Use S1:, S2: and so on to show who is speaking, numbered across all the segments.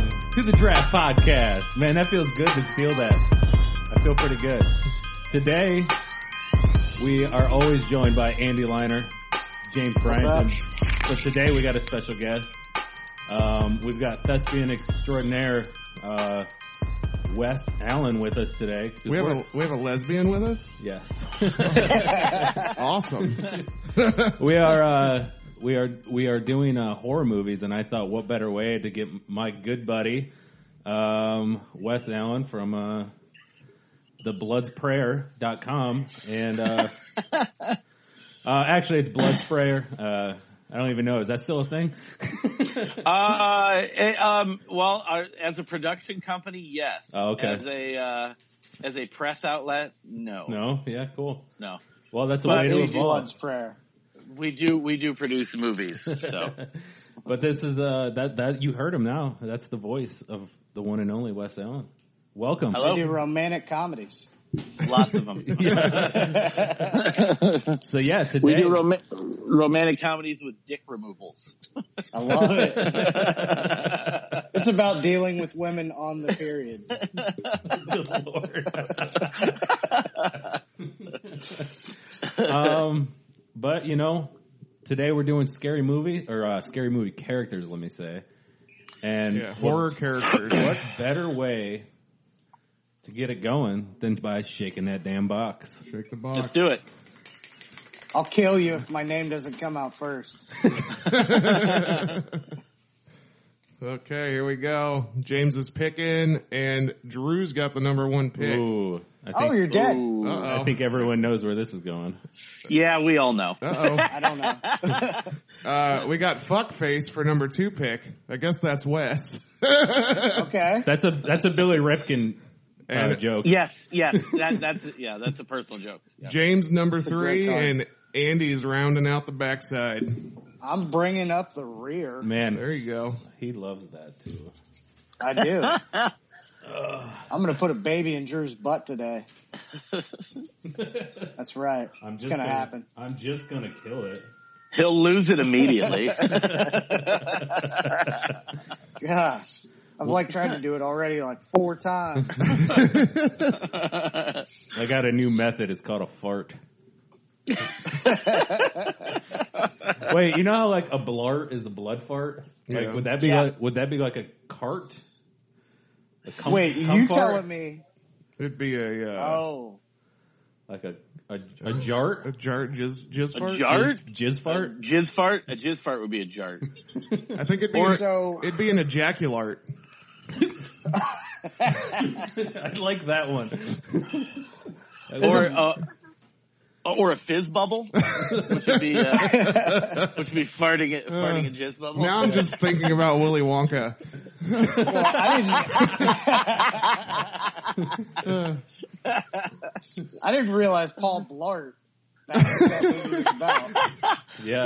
S1: to the Draft Podcast. Man, that feels good to feel that. I feel pretty good. Today, we are always joined by Andy Liner, James Bryant. But today we got a special guest. Um, we've got thespian extraordinaire, uh, Wes Allen with us today.
S2: We have a we have a lesbian with us.
S1: yes.
S2: Awesome.
S1: we are uh, we are we are doing uh, horror movies, and I thought, what better way to get my good buddy um, Wes Allen from uh, thebloodsprayer.com and uh, uh, actually it's blood sprayer. Uh, I don't even know. Is that still a thing?
S3: Uh, eh, um, well, uh, as a production company, yes.
S1: Oh, okay.
S3: As a uh, as a press outlet, no,
S1: No. Yeah. Cool.
S3: no.
S1: Well, that's a
S3: But
S1: way to
S3: it is
S1: evolve.
S3: prayer. We do we do produce movies, so
S1: But this is uh that that you heard him now. That's the voice of the one and only Wes Allen. Welcome.
S3: Hello.
S4: do romantic comedies.
S3: lots of them.
S1: So yeah, today
S3: We do rom- romantic comedies with dick removals.
S4: I love it. it's about dealing with women on the period.
S1: Good lord. um, but you know, today we're doing scary movie or uh, scary movie characters. Let me say, and
S2: Yeah,
S1: what,
S2: horror characters.
S1: what better way to get it going than by shaking that damn box?
S2: Shake the
S3: Let's
S2: box.
S3: do it.
S4: I'll kill you if my name doesn't come out first.
S2: Okay, here we go. James is picking, and Drew's got the number one pick.
S1: Ooh, I think
S4: Oh, you're dead.
S3: Ooh.
S2: Uh
S1: I think everyone knows where this is going.
S3: Yeah, we all know.
S2: oh. Uh
S4: I don't know.
S2: oh. Uh, we got fuckface for number two pick. I guess that's Wes.
S4: Okay.
S1: That's a that's a Billy Ripkin uh,
S2: And
S1: joke.
S3: Yes, yes. That, that's yeah. That's a personal joke. Yeah.
S2: James number three,
S4: great card.
S2: and Andy's rounding out the backside.
S4: I'm bringing up the rear.
S2: There
S1: Man,
S2: you go.
S1: he loves that too.
S4: I do. I'm going to put a baby in Drew's butt today. That's right. it's going to happen.
S1: I'm just gonna kill it.
S3: He'll lose it immediately.
S4: Gosh. I've like tried to do it already like four times.
S1: I got a new method. It's called a fart. Wait, you know how like a blart is a blood fart? Like,
S2: Yeah.
S1: would that be
S3: Yeah.
S1: like, would that be like a cart? A cum-
S4: Wait,
S1: cum
S4: you
S1: fart?
S4: telling me?
S2: It'd be a uh,
S4: Oh.
S1: like a a, a jart,
S2: a jar jizz jizz
S3: A
S2: fart?
S3: jar? Jart?
S1: jizz fart?
S3: jizz fart. A jizz fart would be a jart.
S2: I think it'd be
S4: Or-
S2: an-
S4: So-
S2: it'd be an ejaculate.
S1: I like that one.
S3: or a, or a fizz bubble, which would be uh, which would be farting it, farting a jizz bubble.
S2: Now I'm just thinking about Willy Wonka.
S4: Well, I didn't. I didn't realize Paul Blart. That's what that movie was about.
S2: No,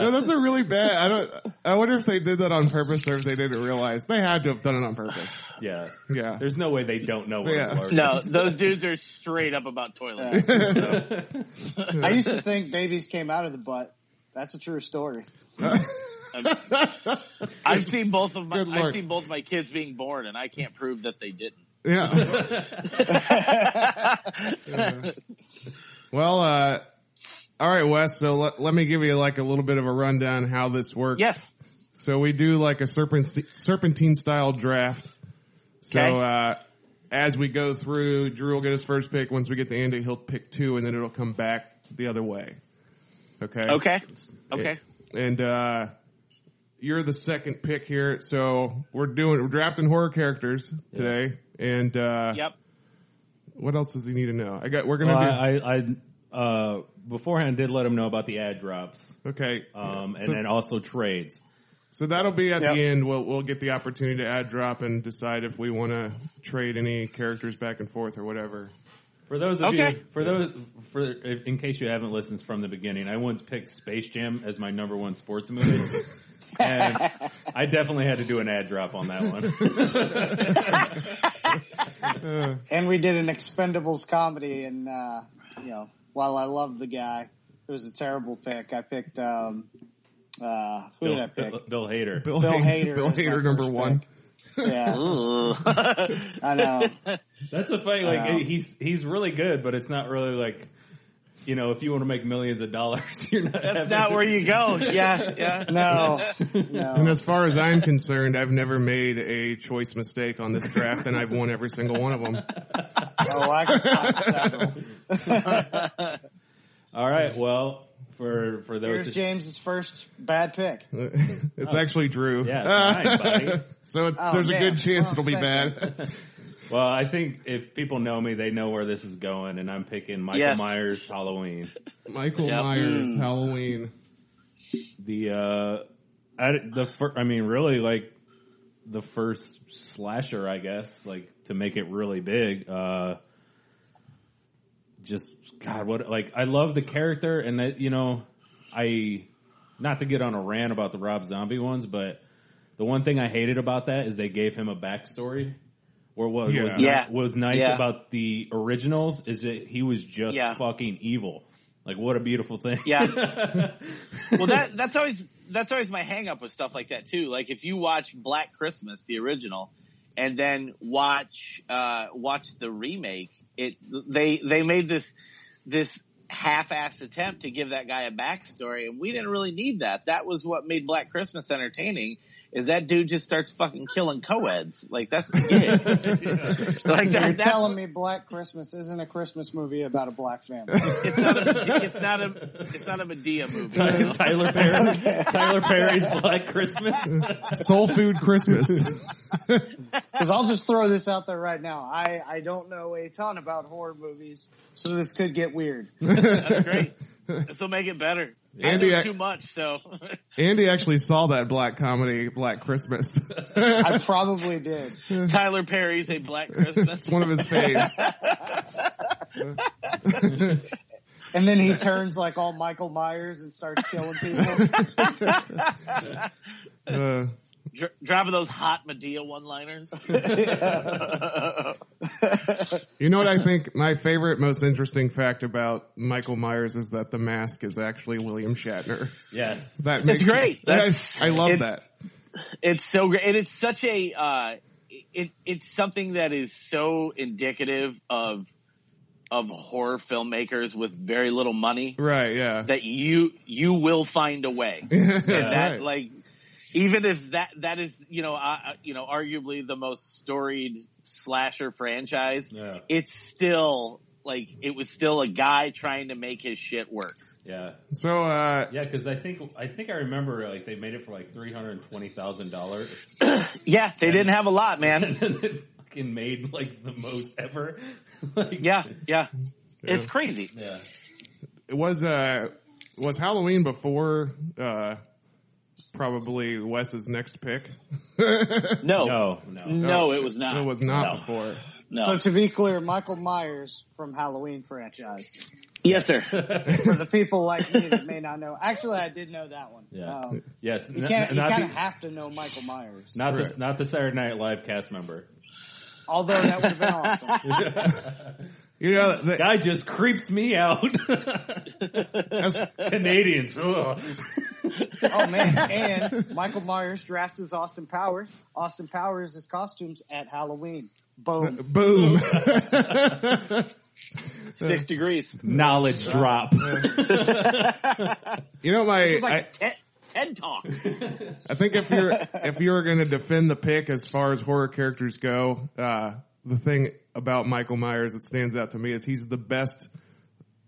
S1: yeah,
S2: that's a really bad. I don't. I wonder if they did that on purpose or if they didn't realize. They had to have done it on purpose.
S1: yeah.
S2: Yeah.
S1: There's no way they don't know what
S2: Yeah.
S1: a blart.
S3: no, those dudes are straight up about toilets.
S4: I used to think babies came out of the butt. That's a true story.
S3: I've seen both of my
S2: Good
S3: I've
S2: lord.
S3: seen both my kids being born, and I can't prove that they didn't.
S2: Yeah. Yeah. Well, uh, all right, Wes. So let, let me give you like a little bit of a rundown how this works.
S3: Yes,
S2: So we do like a serpent, serpentine style draft. So,
S3: Okay.
S2: uh, as we go through, Drew will get his first pick. Once we get to Andy, he'll pick two and then it'll come back the other way. Okay.
S3: okay, okay.
S2: and uh, you're the second pick here. So we're doing we're drafting horror characters today, and uh,
S3: Yep.
S2: what else does he need to know? I got we're gonna
S1: Well,
S2: do
S1: I, I, I uh, beforehand did let him know about the ad drops.
S2: okay,
S1: um, and
S2: So-
S1: then also trades.
S2: So that'll be at
S4: Yep.
S2: the end. We'll we'll get the opportunity to add drop and decide if we want to trade any characters back and forth or whatever.
S1: For those of
S3: Okay.
S1: you, for those, for in case you haven't listened from the beginning, I once picked Space Jam as my number one sports movie, and I definitely had to do an ad drop on that one.
S4: And we did an Expendables comedy, and uh, you know, while I love the guy, it was a terrible pick. I picked um, uh, who did
S1: Bill,
S4: I pick?
S1: Bill, Bill Hader.
S2: Bill,
S4: Bill
S2: Hay-
S4: Hader
S2: Bill
S4: was my
S2: Hader number
S4: first
S2: one.
S4: Yeah,
S3: Ooh.
S4: I know.
S1: That's a fight. Like
S4: Wow.
S1: he's he's really good, but it's not really like you know if you want to make millions of dollars, you're not.
S3: That's
S1: having-
S3: not where you go. Yeah, yeah.
S4: No,
S2: And
S4: no.
S2: as far as I'm concerned, I've never made a choice mistake on this draft, and I've won every single one of them.
S4: Oh, I, I,
S1: All right. Well, for for those,
S4: here's James's first bad pick.
S2: It's actually Drew.
S1: Oh. Yeah, it's mine, buddy.
S2: so it's,
S4: Oh,
S2: there's a
S4: man.
S2: good chance
S4: Well,
S2: it'll be
S4: thank
S2: bad.
S1: well, I think if people know me, they know where this is going, and I'm picking Michael
S3: Yes.
S1: Myers Halloween.
S2: Michael
S3: Yep.
S2: Myers,
S3: Hmm.
S2: Halloween.
S1: the uh I, the fir- I mean really like the first slasher I guess like to make it really big uh just god what like I love the character and I, you know I not to get on a rant about the Rob Zombie ones but the one thing I hated about that is they gave him a backstory or what
S2: Yeah.
S1: was, ni-
S3: Yeah.
S1: was nice
S3: Yeah.
S1: about the originals is that he was just
S3: Yeah.
S1: fucking evil like what a beautiful thing
S3: Yeah. well that that's always that's always my hang up with stuff like that too like if you watch black christmas the original and then watch uh watch the remake it they they made this this half-assed attempt to give that guy a backstory and we didn't really need that that was what made black christmas entertaining is that dude just starts fucking killing co-eds like that's it. like
S4: You're
S3: that, that
S4: telling me Black Christmas isn't a Christmas movie about a black family.
S3: it's not a it's not a it's not a medea movie you know?
S1: Tyler Perry, Tyler Perry's Black Christmas.
S2: Soul food Christmas.
S4: Because I'll just throw this out there right now. I, I don't know a ton about horror movies, so this could get weird.
S3: That's great. This will make it better.
S2: Andy,
S3: I know
S2: I-
S3: too much, so
S2: Andy actually saw that black comedy, Black Christmas.
S4: I probably did.
S3: Tyler Perry's a Black Christmas.
S2: It's one of his faves.
S4: And then he turns like all Michael Myers and starts killing people.
S2: Uh,
S3: Dr- dropping those hot Medea one-liners.
S2: you know what I think? My favorite, most interesting fact about Michael Myers is that the mask is actually William Shatner.
S1: Yes.
S2: That makes
S3: great.
S2: Yes, I love
S3: it-
S2: that.
S3: It's so great, and it's such a uh, it. It's something that is so indicative of of horror filmmakers with very little money
S2: Right? Yeah.
S3: that you you will find a way.
S2: That's
S3: that
S2: right.
S3: like even if that that is you know uh, uh, you know arguably the most storied slasher franchise
S1: Yeah.
S3: it's still like it was still a guy trying to make his shit work
S1: Yeah.
S2: so, uh,
S1: Yeah. Because I think I think I remember like they made it for like three hundred twenty thousand dollars,
S3: yeah they didn't have a lot
S1: and
S3: man
S1: then it fucking made like the most ever. like,
S3: yeah yeah it's crazy
S1: Yeah.
S2: it was uh was Halloween before uh probably Wes's next pick. it
S3: no no,
S1: No. Oh. No.
S3: no it was not
S2: was not
S3: no,
S2: before.
S3: no.
S4: So to be clear, Michael Myers from Halloween franchise.
S3: yes sir
S4: For the people like me that may not know. Actually, I did know that one.
S1: Yeah.
S4: Um,
S1: Yes.
S4: you
S1: n-
S4: can't,
S1: n-
S4: you
S1: not
S4: kind of
S1: the,
S4: have to know Michael Myers.
S1: not the
S2: Correct.
S1: not the Saturday Night Live cast member.
S4: Although that would have been awesome.
S2: You know, the,
S1: Guy just creeps me out.
S2: as,
S1: Canadians. ugh.
S4: Oh man! And Michael Myers dressed as Austin Powers. Austin Powers is costumes at Halloween. Boom!
S2: boom.
S3: six degrees
S1: Knowledge drop.
S2: you know, my I,
S3: like TED, TED talk
S2: I think if you're if you're going to defend the pick as far as horror characters go, uh, the thing about Michael Myers that stands out to me is he's the best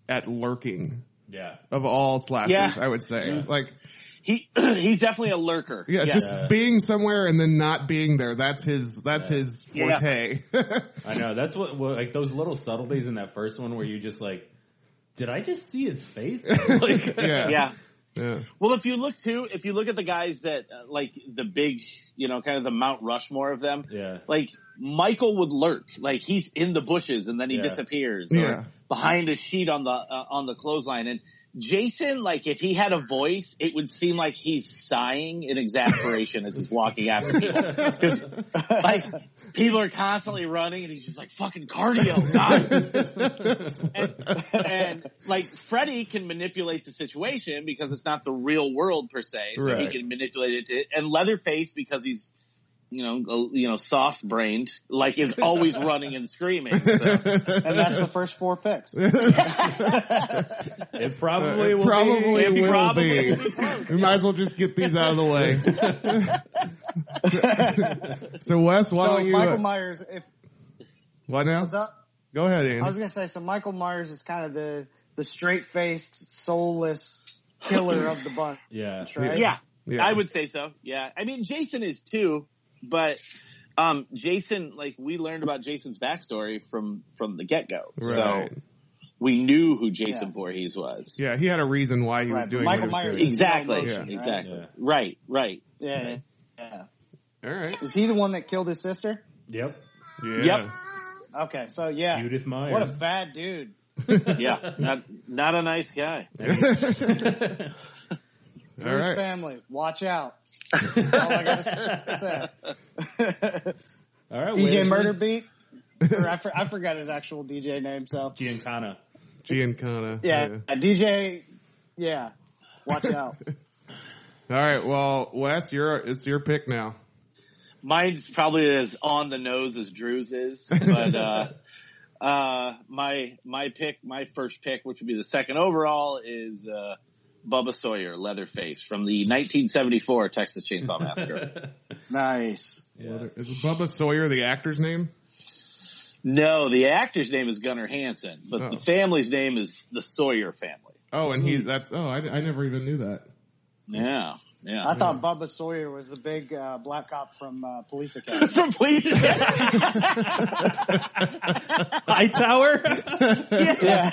S2: at lurking
S1: yeah.
S2: of all slashers.
S3: Yeah.
S2: I would say, like,
S3: he he's definitely a lurker
S2: yeah, just being somewhere and then not being there. That's his. That's his
S3: Yeah.
S2: forte.
S1: I know. That's what, what like those little subtleties in that first one where you just like, did I just see his face? like,
S2: yeah.
S3: yeah
S2: Yeah.
S3: Well, if you look too, if you look at the guys that uh, like the big, you know, kind of the Mount Rushmore of them,
S1: Yeah.
S3: like Michael would lurk, like he's in the bushes and then he
S1: Yeah.
S3: disappears,
S2: Yeah.
S3: or behind a sheet on the uh, on the clothesline. And Jason, like if he had a voice, it would seem like he's sighing in exasperation as he's walking after people, 'Cause, like people are constantly running and he's just like fucking cardio, God and like Freddy can manipulate the situation because it's not the real world per se, so
S2: Right.
S3: he can manipulate it. To, and Leatherface because he's you know a- you know soft brained, like is always running and screaming. So,
S4: and that's the first four picks.
S1: It probably
S2: It
S1: will
S2: probably
S1: be.
S2: will
S3: probably
S2: be.
S3: will be close,
S2: we might as well just get these out of the way. so Wes, why
S4: So
S2: don't you?
S4: Michael
S2: uh,
S4: Myers, if
S2: why now?
S4: what's up?
S2: Go ahead, Andy.
S4: I was gonna say, so Michael Myers is kind of the the straight faced, soulless killer of the bunch,
S1: Yeah.
S4: right?
S3: yeah,
S2: Yeah.
S3: I would say so. Yeah, I mean Jason is too, but um Jason, like we learned about Jason's backstory from from the get go,
S2: Right.
S3: so we knew who Jason
S4: Yeah.
S3: Voorhees was.
S2: yeah, he had a reason why he was
S4: Right,
S2: doing
S4: Michael
S2: what he was
S4: Myers-
S2: doing.
S3: Exactly,
S2: Yeah.
S3: exactly,
S1: Yeah.
S3: right, right.
S4: Yeah, yeah, yeah.
S2: All right.
S4: Is he the one that killed his sister?
S1: Yep.
S2: Yeah.
S4: Okay, so yeah,
S1: Judith Myers.
S4: what a bad dude.
S3: yeah, not not a nice guy.
S2: All
S4: Drew's
S2: right.
S4: family, watch out. That's all I gotta say.
S1: All right.
S4: DJ
S1: Wesley.
S4: Murder Beat. Or I, for, I forgot his actual DJ name. So
S1: Giancana.
S2: Giancana.
S4: yeah, a DJ. Yeah, watch out.
S2: All right. Well, Wes, you're it's your pick now.
S3: Mine's probably as on the nose as Drew's is, but uh, uh, my my pick, my first pick, which would be the second overall, is uh, Bubba Sawyer, Leatherface from the 1974 Texas Chainsaw Massacre.
S4: nice.
S1: Yeah.
S2: Is Bubba Sawyer the actor's name?
S3: no, the actor's name is Gunnar Hansen, but
S2: Oh.
S3: the family's name is the Sawyer family.
S2: Oh, and
S4: Mm-hmm.
S2: he that's oh I, I never even knew that.
S3: Yeah, yeah.
S4: I thought Bubba Sawyer was the big uh, black cop from uh, Police Academy.
S3: from police.
S1: Hightower.
S4: yeah,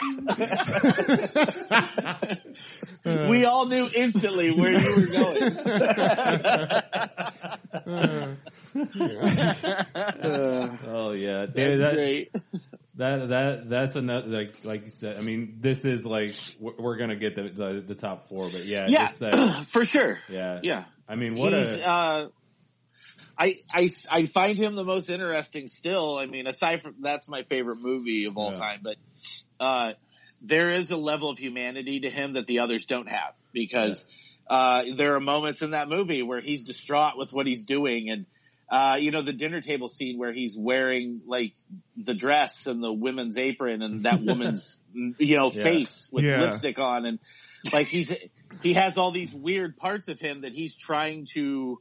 S3: we all knew instantly where you were going.
S1: oh yeah, dude.
S3: That's
S1: that,
S3: great.
S1: That that that's another like like you said. I mean, this is like we're, we're gonna get the, the the top four, but yeah,
S3: Yeah,
S1: just that,
S3: for sure.
S1: yeah,
S3: Yeah.
S1: I mean, what
S3: He's,
S1: a
S3: uh, I, I, I find him the most interesting still. I mean, aside from that's my favorite movie of all
S1: Yeah.
S3: time, but, uh, there is a level of humanity to him that the others don't have because, uh, there are moments in that movie where he's distraught with what he's doing and, uh, you know, the dinner table scene where he's wearing like the dress and the women's apron and that woman's, you know,
S1: Yeah.
S3: face with
S2: Yeah.
S3: lipstick on and like he's, he has all these weird parts of him that he's trying to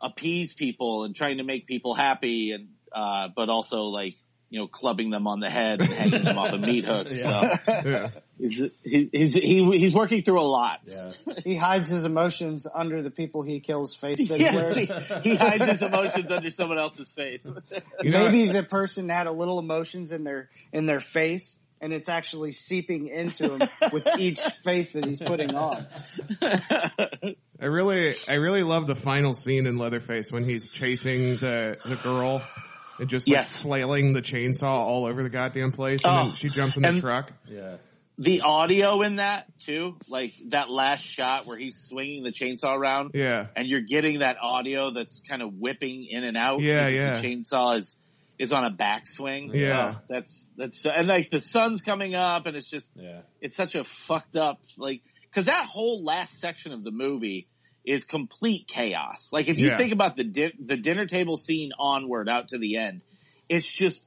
S3: appease people and trying to make people happy and, uh, but also like, you know, clubbing them on the head and hanging them off of meat hooks. So
S2: Yeah.
S3: he's, he- he's, he, he's working through a lot.
S1: yeah,
S4: he hides his emotions under the people he kills face that he
S3: Yes,
S4: wears.
S3: he, he hides his emotions under someone else's face.
S2: You know,
S4: Maybe the person had a little emotions in their in their face, and it's actually seeping into him with each face that he's putting on.
S2: I really I really love the final scene in Leatherface when he's chasing the the girl and just like
S3: Yes.
S2: flailing the chainsaw all over the goddamn place and
S3: Oh.
S2: then she jumps in the
S3: And-
S2: truck.
S1: yeah,
S3: the audio in that too, like that last shot where he's swinging the chainsaw around,
S2: Yeah.
S3: and you're getting that audio that's kind of whipping in and out.
S2: Yeah,
S3: because
S2: yeah.
S3: The chainsaw is is on a backswing.
S2: Yeah.
S3: Oh, that's that's and like the sun's coming up, and it's just
S1: yeah,
S3: it's such a fucked up like because that whole last section of the movie is complete chaos. Like if you
S2: Yeah.
S3: think about the di- the dinner table scene onward out to the end, it's just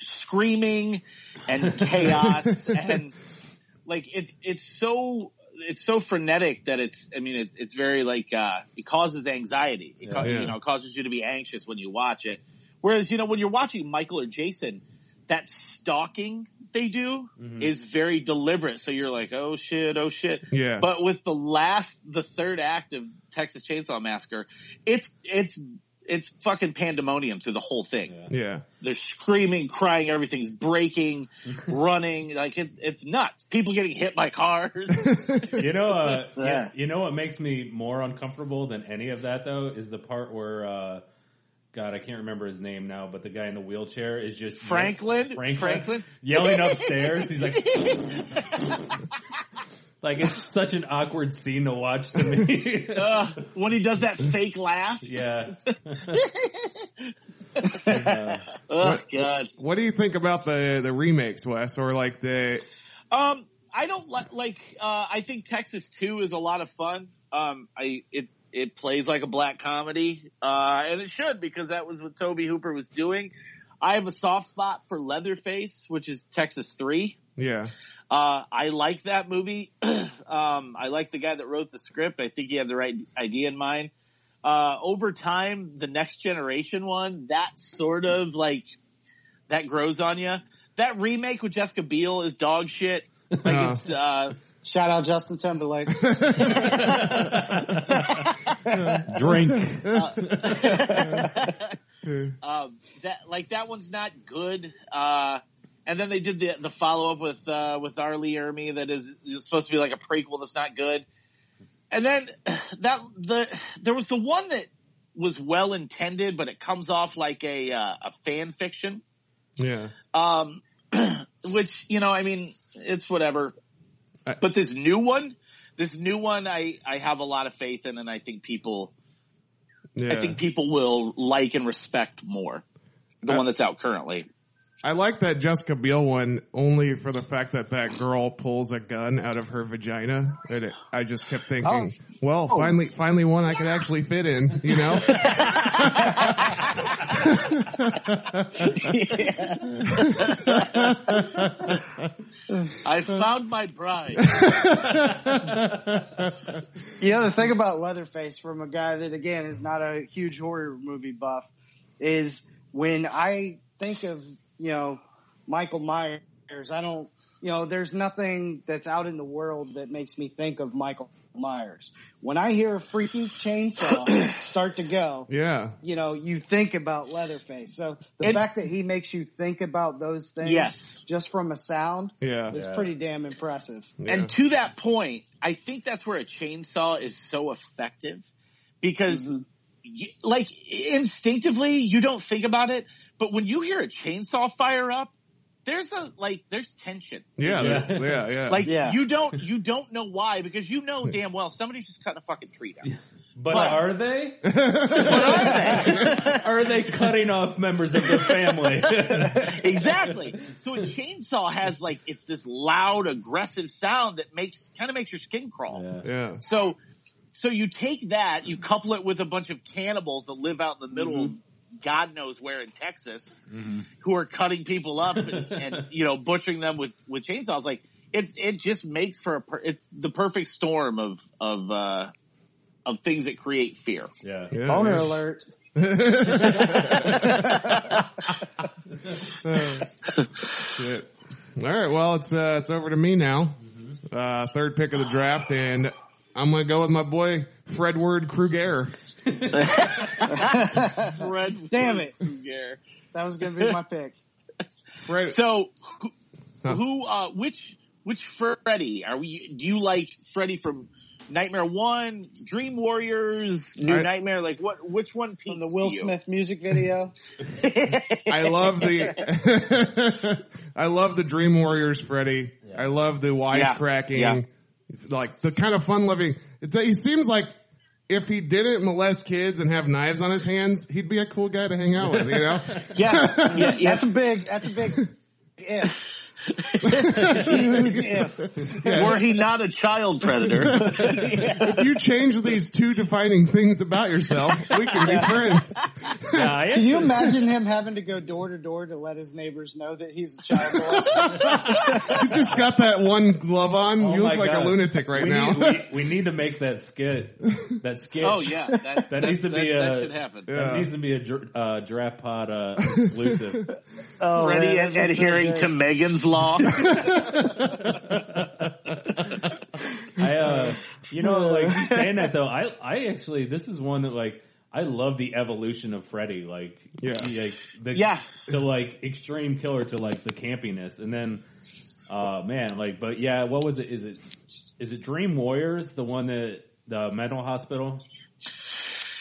S3: screaming and chaos and like it's it's so it's so frenetic that it's I mean it's it's very like uh it causes anxiety. It ca-
S2: Yeah.
S3: you know it causes you to be anxious when you watch it. Whereas you know when you're watching Michael or Jason, that stalking they do
S2: Mm-hmm.
S3: is very deliberate. So you're like, oh shit, oh shit.
S2: Yeah.
S3: But with the last, the third act of Texas Chainsaw Massacre, it's it's it's fucking pandemonium through the whole thing.
S2: Yeah.
S3: They're screaming, crying, everything's breaking, running, like it, it's nuts. People getting hit by cars.
S1: You know, uh,
S3: Yeah.
S1: you, you know what makes me more uncomfortable than any of that though is the part where, uh, God, I can't remember his name now, but the guy in the wheelchair is just
S3: Franklin?
S1: Franklin,
S3: Franklin?
S1: yelling upstairs. He's like, like it's such an awkward scene to watch to me.
S3: Ugh, when he does that fake laugh.
S1: yeah. Uh,
S3: Oh god.
S2: What do you think about the the remakes, Wes, or like the
S3: Um, I don't li- like. Uh, I think Texas Two is a lot of fun. Um, I it it plays like a black comedy, uh, and it should because that was what Toby Hooper was doing. I have a soft spot for Leatherface, which is Texas Three.
S2: yeah?
S3: Uh, I like that movie. um, I like the guy that wrote the script. I think he had the right idea in mind. Uh, over time, the next generation one, that sort of like, that grows on you. That remake with Jessica Biel is dog shit. Like
S2: No.
S3: it's, uh,
S4: Shout out Justin Timberlake.
S1: drink.
S3: um, that, like that one's not good. Uh, and then they did the, the follow up with, uh, with Arlie Ermy that is, is supposed to be like a prequel that's not good. And then that the there was the one that was well intended, but it comes off like a uh, a fan fiction,
S2: Yeah.
S3: um, which you know, I mean, it's whatever.
S2: I-
S3: but this new one, this new one, I I have a lot of faith in, and I think people,
S2: Yeah.
S3: I think people will like and respect more the
S2: I-
S3: one that's out currently.
S2: I like that Jessica Biel one only for the fact that that girl pulls a gun out of her vagina. And it, I just kept thinking,
S3: Oh.
S2: well, finally, finally one I could actually fit in, you know?
S3: I found my bride.
S4: The other thing about Leatherface from a guy that again is not a huge horror movie buff is when I think of, you know, Michael Myers, I don't you know, there's nothing that's out in the world that makes me think of Michael Myers. When I hear a freaking chainsaw start to go,
S2: yeah.
S4: you know, you think about Leatherface. So the
S3: And-
S4: fact that he makes you think about those things
S3: Yes.
S4: just from a sound
S2: Yeah.
S4: is
S1: Yeah.
S4: pretty damn impressive.
S2: Yeah.
S3: And to that point, I think that's where a chainsaw is so effective because you, like instinctively you don't think about it, but when you hear a chainsaw fire up, there's a like there's tension.
S2: yeah. there's- Yeah. Yeah.
S3: Like
S4: Yeah.
S3: you don't you don't know why because you know damn well somebody's just cutting a fucking tree down.
S1: But
S3: Fine.
S1: are they?
S3: But are
S1: Are they cutting off members of their family?
S3: they? exactly. So a chainsaw has like it's this loud aggressive sound that makes kind of makes your skin crawl.
S1: Yeah.
S2: yeah.
S3: So, so you take that, you couple it with a bunch of cannibals that live out in the middle, of
S4: Mm-hmm.
S3: God knows where in Texas, who are cutting people up and, and you know butchering them with with chainsaws. Like it, it just makes for a per, it's the perfect storm of of uh, of things that create fear.
S1: Yeah.
S2: Yeah,
S4: Boner
S2: yeah.
S4: alert.
S2: Shit. All right. Well, it's uh, it's over to me now.
S3: Mm-hmm.
S2: Uh, third pick of the draft, and I'm gonna go with my boy Fredward Krueger.
S3: Fred,
S4: Damn it.
S3: Krueger.
S4: That was going to be my pick.
S2: Fred,
S3: So, who, who uh, which which Freddy are we? Do you like Freddy from Nightmare One, Dream Warriors, New
S2: I-
S3: Nightmare? Like what? Which one? From
S4: From the Will Smith music video.
S2: I love the I love the Dream Warriors Freddy. I love the wisecracking,
S3: Yeah.
S2: like the kind of fun loving. It's, he seems like if he didn't molest kids and have knives on his hands, he'd be a cool guy to hang out with. You know?
S3: Yeah, yeah, yeah.
S4: That's a big, that's a big if. Huge if.
S3: Were he not a child predator?
S2: if you change these two defining things about yourself, we can be friends.
S1: Nah,
S4: Can
S1: it's-
S4: you imagine him having to go door to door to let his neighbors know that he's a child molester?
S2: He's just got that one glove on.
S1: Oh
S2: you
S1: my
S2: look like
S1: God.
S2: a lunatic right
S1: we
S2: now.
S1: Need, we, we need to make that skit. That skit.
S3: oh yeah, that,
S1: That needs to be
S3: that,
S1: a-
S3: that should happen.
S2: Yeah.
S1: That needs to be a dr- uh, giraffe pod uh, exclusive.
S4: Oh,
S3: Freddy
S4: man, that'd
S3: ad-
S4: be so
S3: adhering
S4: good.
S3: to Megan's Law.
S1: I, uh, you know, like you saying that though, I, I actually, this is one that like I love the evolution of Freddy. Like,
S2: Yeah.
S1: he, like the,
S3: Yeah.
S1: to like extreme killer to like the campiness, and then, uh, man, like, but yeah, what was it? Is it is it Dream Warriors the one that the mental hospital?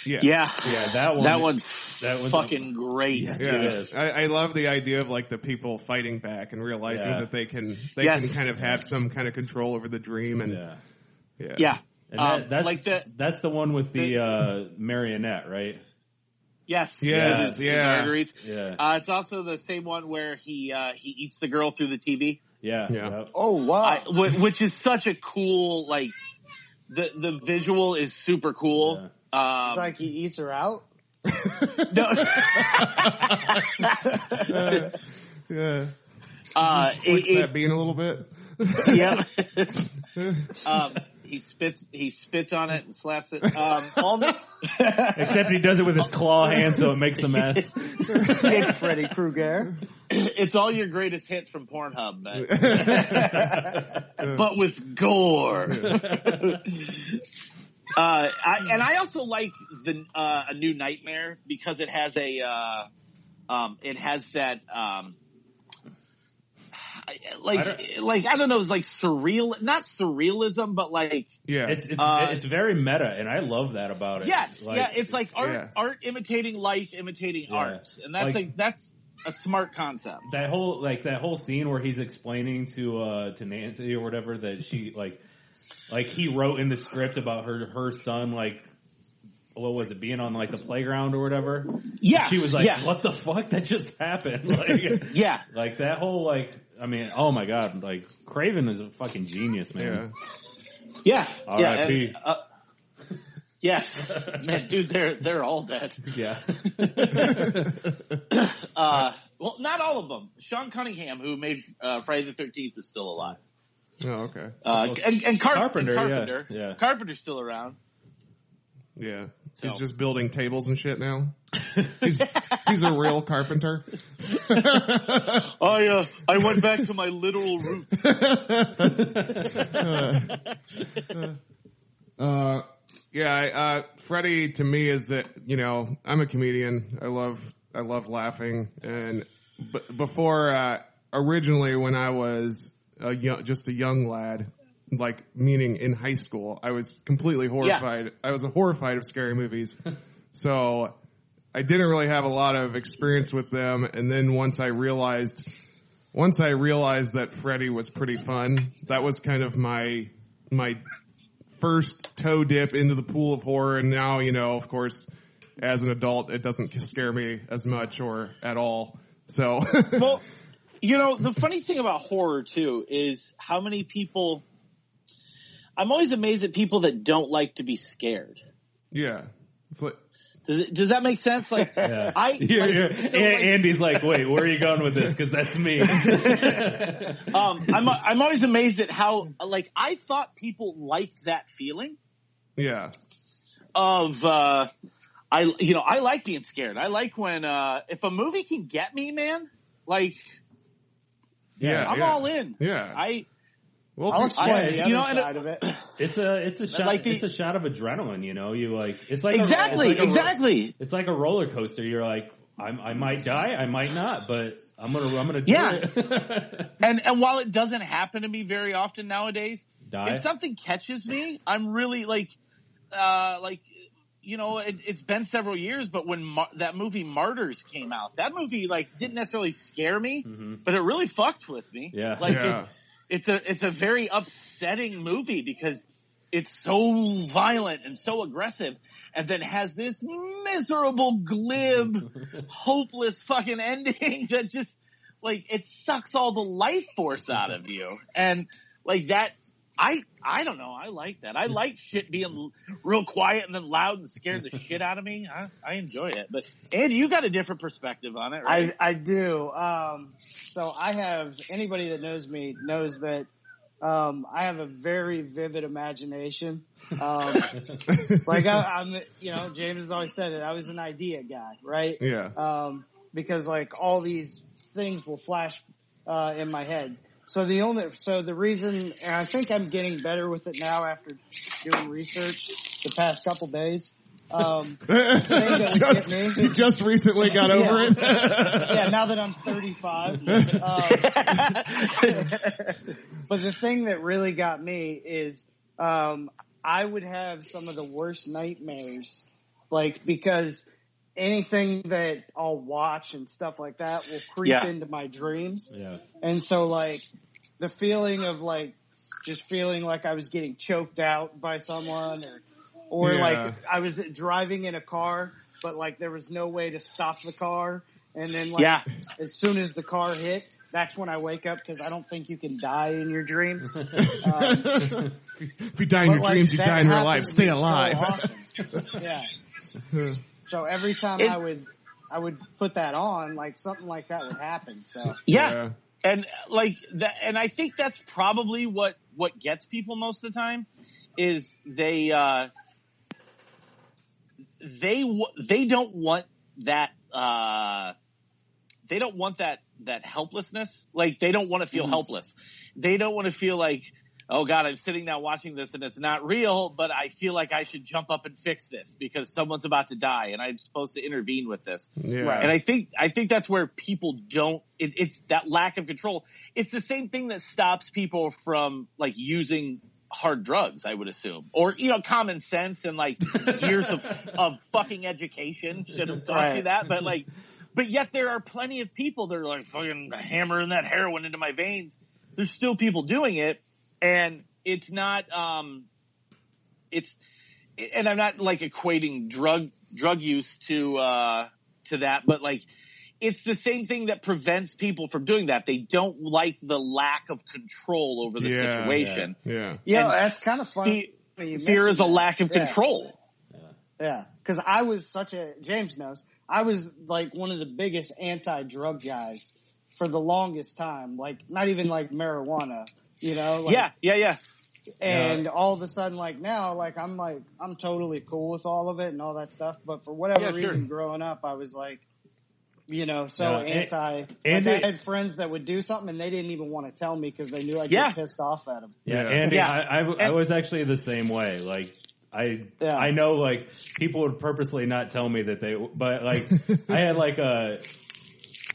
S2: Yeah.
S3: Yeah.
S1: Yeah, that one.
S3: That one's
S1: that one's-
S3: fucking great.
S1: Yes, it
S2: Yeah,
S1: is.
S2: I, I love the idea of like the people fighting back and realizing
S1: Yeah.
S2: that they can they
S3: Yes.
S2: can kind of have some kind of control over the dream and
S1: Yeah.
S2: yeah.
S3: Yeah.
S1: And
S3: Um,
S1: that, that's
S3: like the
S1: that's the one with the,
S3: the-
S1: uh, marionette, right?
S3: yes,
S2: Yes,
S3: the- the
S2: yeah.
S3: arteries.
S1: Yeah,
S3: Uh, it's also the same one where he uh, he eats the girl through the TV,
S1: yeah,
S2: Yeah.
S1: yep.
S4: Oh wow!
S3: I, wh- which is such a cool like the the visual is super cool. Um,
S4: it's like he eats her out.
S3: no,
S2: Uh, yeah.
S3: uh, it-
S2: Flicks
S3: it-
S2: that bean a little bit.
S3: yep. um, he spits. He spits on it and slaps it. Um, all the,
S1: Except he does it with his claw hand, so it makes a mess.
S4: It's Freddy Krueger.
S3: it's all your greatest hits from Pornhub, but, but with gore. Uh, I, and I also like the uh, a new nightmare because it has a uh, um, it has that um, I- like
S1: I
S3: like I don't know, it's like surreal, not surrealism, but like
S2: Yeah.
S1: It's it's,
S3: Uh,
S1: it's very meta, and I love that about it.
S3: Yes, yeah, it's like art,
S2: Yeah.
S3: art imitating life, imitating
S1: Yeah.
S3: art, and that's
S1: Like-
S3: like, that's a smart concept.
S1: that whole like that whole scene where he's explaining to uh to Nancy or whatever that she like like he wrote in the script about her her son like what was it being on like the playground or whatever.
S3: Yeah,
S1: She was like,
S3: yeah,
S1: "What the fuck? That just happened!" Like,
S3: yeah,
S1: like that whole like, I mean, oh my god, like Craven is a fucking genius,
S2: yeah.
S1: man.
S3: yeah, yeah.
S1: R.I.P..
S3: and, uh, yes, man, dude, they're they're all dead.
S1: Yeah,
S3: Uh, well, not all of them. Sean Cunningham, who made uh, Friday the Thirteenth, is still alive.
S2: Oh, okay.
S3: Uh, and, and, Car-
S1: Carpenter,
S3: and Carpenter,
S1: yeah, yeah.
S3: Carpenter's still around.
S2: Yeah.
S3: So-
S2: He's just building tables and shit now. he's, he's a real carpenter.
S3: I uh, I went back to my literal roots.
S2: Uh, yeah, I, uh, Freddie to me is that, you know, I'm a comedian. I love, I love laughing. And b- before, uh, originally when I was a young, just a young lad, like meaning in high school, I was completely horrified. I was horrified of scary movies. so I didn't really have a lot of experience with them. And then once I realized, once I realized that Freddy was pretty fun, that was kind of my, my first toe dip into the pool of horror. And now, you know, of course, as an adult, it doesn't scare me as much or at all. So,
S3: well, you know, the funny thing about horror too is how many people. I'm always amazed at people that don't like to be scared.
S2: yeah, it's like,
S3: Does it, does that make sense? Like
S1: yeah.
S3: I,
S1: You're-
S3: like,
S1: you're-
S3: so,
S1: and,
S3: like,
S1: Andy's like, "Wait, where are you going with this? Because that's me."
S3: um, I'm I'm always amazed at how like I thought people liked that feeling
S2: yeah,
S3: of uh, I you know I like being scared. I like when uh, if a movie can get me, man, like
S2: yeah,
S3: I'm
S2: yeah.
S3: all in.
S2: Yeah.
S3: I
S2: Well,
S4: I'll
S2: if-
S4: explain
S1: I-
S4: the
S1: you
S4: other
S3: know, and-
S4: side of it.
S1: It's a it's a shot
S3: Like the-
S1: it's a shot of adrenaline, you know. You like it's like a- it's
S3: exactly
S1: like a ro-
S3: exactly
S1: It's like a roller coaster. You're like, I'm, I might die, I might not, but I'm gonna I'm gonna do
S3: Yeah.
S1: it.
S3: and and while it doesn't happen to me very often nowadays,
S1: die.
S3: if something catches me, I'm really like, uh, like, you know, it, it's been several years, but when Mar- that movie Martyrs came out, that movie like didn't necessarily scare me, but it really fucked with me.
S1: Yeah.
S3: like
S2: Yeah.
S3: It, it's a it's a very upsetting movie because it's so violent and so aggressive. And then has this miserable, glib, hopeless fucking ending that just like it sucks all the life force out of you and like that i i don't know i like that i like shit being l- real quiet and then loud and scared the shit out of me i, I enjoy it but andy you got a different perspective on it right
S4: I, I do. Um, so I have anybody that knows me knows that um, I have a very vivid imagination. Um, like I, I'm, you know, James has always said it. I was an idea guy, right?
S2: yeah,
S4: um, because like all these things will flash uh, in my head. So the only so the reason and I think I'm getting better with it now after doing research the past couple days Um, that would
S2: just,
S4: get me.
S2: you just recently got over
S4: Yeah.
S2: it.
S4: yeah, now that I'm 35. um, but the thing that really got me is um, I would have some of the worst nightmares, like because anything that I'll watch and stuff like that will creep
S3: Yeah.
S4: into my dreams,
S1: Yeah.
S4: and so like the feeling of like just feeling like I was getting choked out by someone or or
S2: Yeah.
S4: like I was driving in a car, but like there was no way to stop the car. And then like
S3: Yeah.
S4: as soon as the car hit, that's when I wake up because I don't think you can die in your dreams. Um,
S2: if you die in
S4: uh, but,
S2: your
S4: like,
S2: dreams, you
S4: that
S2: die in real
S4: happened
S2: life.
S4: to
S2: Stay
S4: me so
S2: alive.
S4: often. yeah. So every time
S3: It-
S4: I would, I would put that on, like something like that would happen. So
S3: Yeah.
S2: Yeah.
S3: And uh, like that, and I think that's probably what, what gets people most of the time is they, uh, they, w- they don't want that, uh, they don't want that, that helplessness. Like they don't want to feel helpless. They don't want to feel like, Oh God, I'm sitting now watching this and it's not real, but I feel like I should jump up and fix this because someone's about to die and I'm supposed to intervene with this.
S2: Yeah.
S3: And I think I think that's where people don't. It, it's that lack of control. It's the same thing that stops people from like using hard drugs. I would assume, or you know, common sense and like years of of fucking education should have taught you
S4: Right.
S3: that. But like, but yet there are plenty of people that are like fucking hammering that heroin into my veins. There's still people doing it, and it's not. um It's and I'm not like equating drug drug use to uh to that, but like it's the same thing that prevents people from doing that. They don't like the lack of control over the
S2: Yeah,
S3: situation.
S2: yeah.
S4: yeah,
S3: And
S4: that's kind of funny. you
S3: Fear, fear is a
S4: mentioned that.
S3: lack of
S4: Yeah.
S3: control.
S4: Yeah, because I was such a James knows. I was like one of the biggest anti-drug guys for the longest time. Like not even like marijuana, you know. Like,
S3: yeah, yeah, yeah.
S4: And all of a sudden, like now, like I'm like I'm totally cool with all of it and all that stuff. But for whatever
S3: Yeah, sure.
S4: reason, growing up, I was like, you know, so
S1: Yeah, and-
S4: anti. And,
S1: and
S4: I
S1: it-
S4: had friends that would do something and they didn't even want to tell me because they knew I'd
S3: Yeah.
S4: get pissed off at them.
S1: Yeah,
S2: Yeah.
S1: Andy,
S3: Yeah.
S1: I, I, I
S3: And-
S1: was actually the same way. Like, I
S4: Yeah.
S1: I know like people would purposely not tell me that they, but like I had like a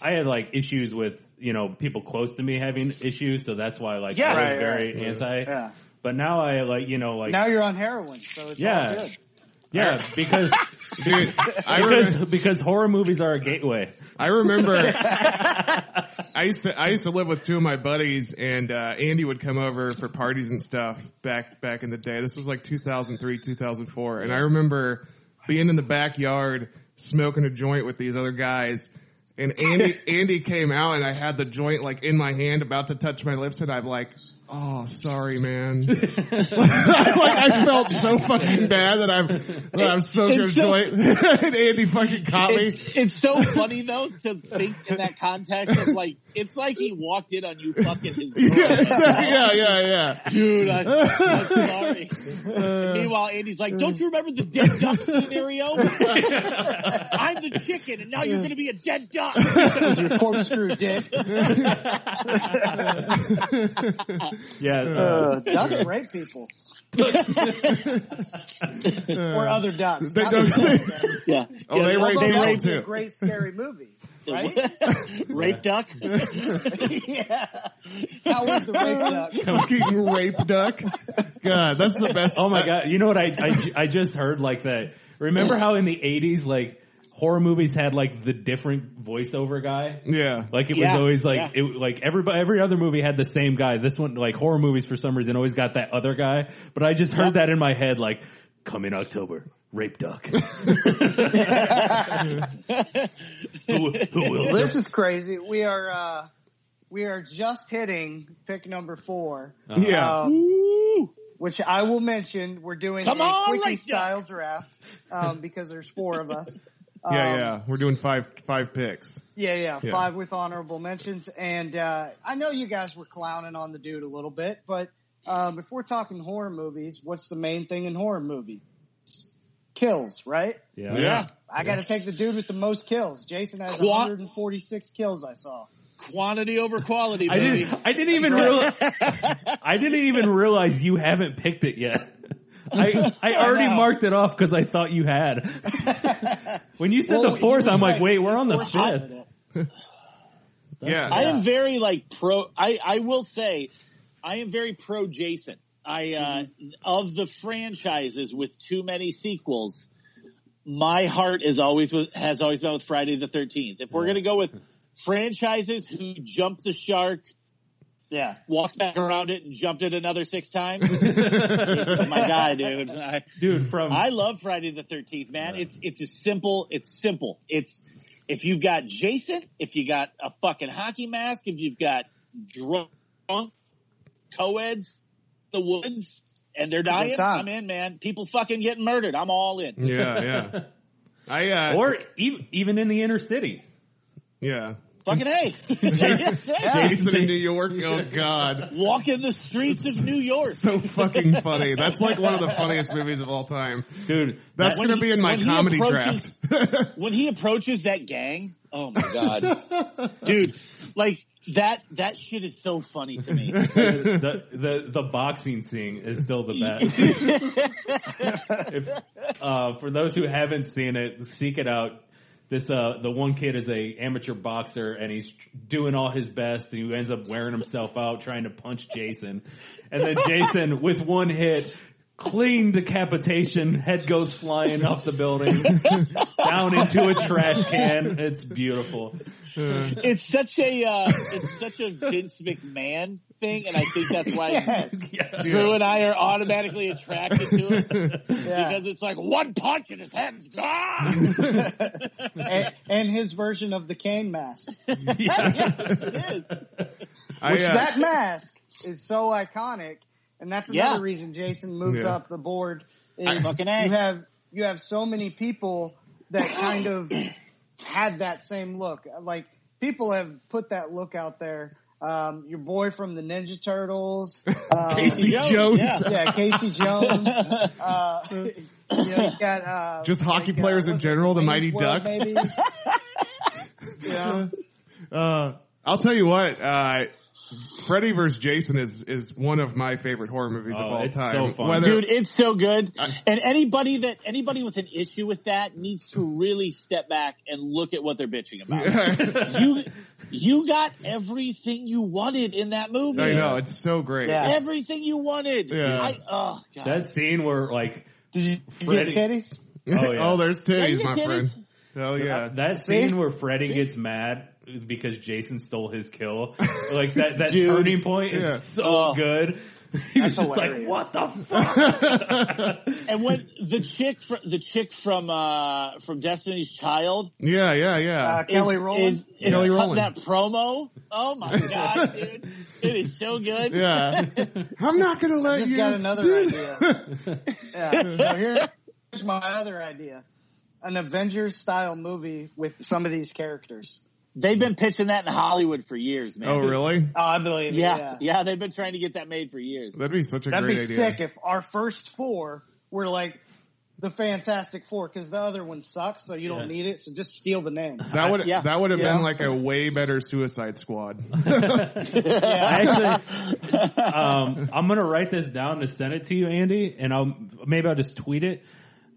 S1: I had like issues with you know people close to me having issues, so that's why like
S3: Yeah.
S1: I was
S4: Right,
S1: very
S2: right.
S1: anti.
S4: Yeah.
S1: But now I like you know like
S4: now you're on heroin, so it's
S1: Yeah.
S4: all good.
S1: yeah because
S2: Dude, I
S1: because
S2: remember,
S1: because horror movies are a gateway.
S2: I remember I used to I used to live with two of my buddies and uh, Andy would come over for parties and stuff back back in the day. This was like 2003, 2004 and I remember being in the backyard smoking a joint with these other guys and Andy Andy came out and I had the joint like in my hand about to touch my lips and I'm like Oh, sorry, man. like I felt so fucking bad that I'm that I'm smoking a
S3: it's so-
S2: joint, and Andy fucking caught me.
S3: It's, it's so funny though to think in that context of like it's like he walked in on you fucking his girl.
S2: Yeah, exactly. yeah, yeah, yeah.
S3: Dude, I, I'm sorry. Meanwhile, Andy's like, "Don't you remember the dead duck scenario? I'm the chicken, and now you're going to be a dead duck."
S4: With your corkscrew dick.
S1: Yeah,
S4: Uh, ducks rape people. or other ducks.
S2: Uh, They
S4: Not
S2: don't-
S4: the ducks, though.
S3: Yeah,
S2: Oh, they
S4: Although
S2: rape
S4: that
S2: people
S4: was a
S2: too.
S4: great scary movie, right?
S3: rape duck.
S4: yeah. How was the rape duck?
S2: Fucking rape duck. God, that's the best.
S1: Oh my god! You know what I, I I just heard like that. Remember how in the eighties, like horror movies had like the different voiceover guy.
S2: Yeah.
S1: Like it
S3: Yeah,
S1: was always like
S3: yeah.
S1: it like everybody every other movie had the same guy. This one like horror movies for some reason always got that other guy. But I just heard that in my head like come in October, rape duck. who, who will?
S4: Well, this is crazy. We are uh, we are just hitting pick number 4
S1: Uh-huh.
S2: yeah.
S4: um,
S3: Ooh.
S4: which I will mention. We're doing
S3: Come
S4: a
S3: on,
S4: quickie
S3: Lisa.
S4: style draft um, because there's four of us. Um,
S2: yeah, yeah. We're doing five five picks.
S4: Yeah, yeah,
S2: Yeah.
S4: five with honorable mentions. And uh, I know you guys were clowning on the dude a little bit, but um, if we're talking horror movies, what's the main thing in horror movies? Kills, right?
S1: Yeah.
S4: I got to take the dude with the most kills. Jason has
S3: Qua-
S4: 146 kills. I saw.
S3: Quantity over quality,
S1: I
S3: baby.
S1: didn't. I didn't even realize. I didn't even realize you haven't picked it yet. I, I already
S4: know.
S1: marked it off because I thought you had. when you said
S3: Well,
S1: the fourth,
S3: you
S1: I'm like,
S3: tried-
S1: wait, we're on the
S3: We're hot
S1: fifth.
S3: with it.
S2: yeah.
S3: I am very like pro. I I will say, I am very pro Jason. I uh, of the franchises with too many sequels, my heart is always with has always been with Friday the Thirteenth. If we're gonna go with franchises who jumped the shark,
S4: Yeah.
S3: walked back around it, and jumped it another six times, Jason's my guy, dude. I,
S1: Dude, from
S3: I love Friday the Thirteenth, man. It's it's a simple. It's simple. It's if you've got Jason, if you got a fucking hockey mask, if you've got drunk co-eds, the woods, and they're dying,
S4: time.
S3: I'm in, man. People fucking getting murdered. I'm all in.
S2: Yeah, yeah. I uh,
S1: or ev- even in the inner city.
S2: yeah.
S3: fucking hey, That's it.
S2: Jason in New York. Oh God,
S3: walk in the streets of New York.
S2: so fucking funny. That's like one of the funniest movies of all time.
S1: Dude,
S2: That's
S3: When
S2: gonna
S3: he-
S2: be in my
S3: when he
S2: comedy draft.
S3: approaches- when he approaches that gang, oh my god, dude, like that that shit is so funny to me.
S1: the, the the boxing scene is still the best. if, uh, for those who haven't seen it, seek it out. This uh, the one kid is a amateur boxer and he's tr- doing all his best. And he ends up wearing himself out trying to punch Jason, and then Jason with one hit. Clean decapitation, head goes flying off the building, down into a trash can. It's beautiful.
S3: it's such a uh, it's such a Vince McMahon thing, and I think that's why
S1: Yeah.
S3: Drew and I are automatically attracted to it
S4: Yeah.
S3: because it's like one punch and his head's gone.
S4: and, and his version of the cane mask.
S3: It is.
S2: I, uh,
S4: That mask is so iconic, and that's another
S3: Yeah.
S4: reason Jason moved
S2: Yeah.
S4: up the board. Is
S3: I- Fucking A.
S4: you have you have so many people that kind of had that same look. Like people have put that look out there. Um, your boy from the Ninja Turtles, um,
S2: Casey
S3: Jones,
S2: Jones.
S3: yeah.
S4: yeah, Casey Jones. Uh, you know, you got uh,
S2: Just hockey
S4: like, uh,
S2: players in
S4: what's it,
S2: general, the Mighty
S4: Wayne's World,
S2: Ducks.
S4: maybe? yeah.
S2: Uh, I'll tell you what, uh, Freddy vs. Jason is, is one of my favorite horror movies of
S1: Oh,
S2: all
S1: it's
S2: time.
S1: so fun.
S2: Whether,
S3: Dude, it's so good. And anybody that anybody with an issue with that needs to really step back and look at what they're bitching about. you you got everything you wanted in that movie.
S2: I know, it's so great.
S4: Yeah.
S2: It's-
S3: Everything you wanted.
S2: Yeah.
S3: I, oh god.
S1: That scene where like,
S4: You
S1: Freddy-
S4: get titties?
S1: Oh, yeah.
S2: oh, there's titties,
S3: Yeah,
S2: my
S3: you
S2: friend.
S3: titties.
S2: Hell yeah.
S1: Uh, That
S4: See?
S1: scene where Freddy gets mad because Jason stole his kill, like that that
S3: Dude.
S1: turning point is
S2: Yeah.
S1: so
S3: Oh.
S1: good. He was
S4: That's
S1: just like,
S4: hilarious.
S1: "What the fuck?"
S3: And when the chick from the chick from uh from Destiny's Child
S2: Yeah, yeah, yeah.
S4: Uh, Kelly
S3: is,
S4: Rowland?
S3: is, is
S2: Kelly
S3: cutting
S2: Rowland.
S3: that promo. Oh my god, dude, it is so good.
S2: yeah. I'm not gonna let
S4: just
S2: you.
S4: got another
S2: do
S4: idea. yeah. So here- here's my other idea: an Avengers style movie with some of these characters.
S3: They've been pitching that in Hollywood for years, man.
S2: Oh, really?
S4: Oh, I believe. it,
S3: Yeah,
S4: yeah.
S3: yeah, they've been trying to get that made for years.
S2: That'd be such a
S4: That'd
S2: great
S4: be
S2: idea.
S4: sick if our first four were like the Fantastic Four, because the other one sucks, so you
S1: Yeah.
S4: don't need it. So just steal the name.
S2: That would
S3: Yeah.
S2: that would have
S4: Yeah.
S2: been like a way better Suicide Squad.
S1: I Actually, um, I'm gonna write this down to send it to you, Andy, and I'll maybe I'll just tweet it.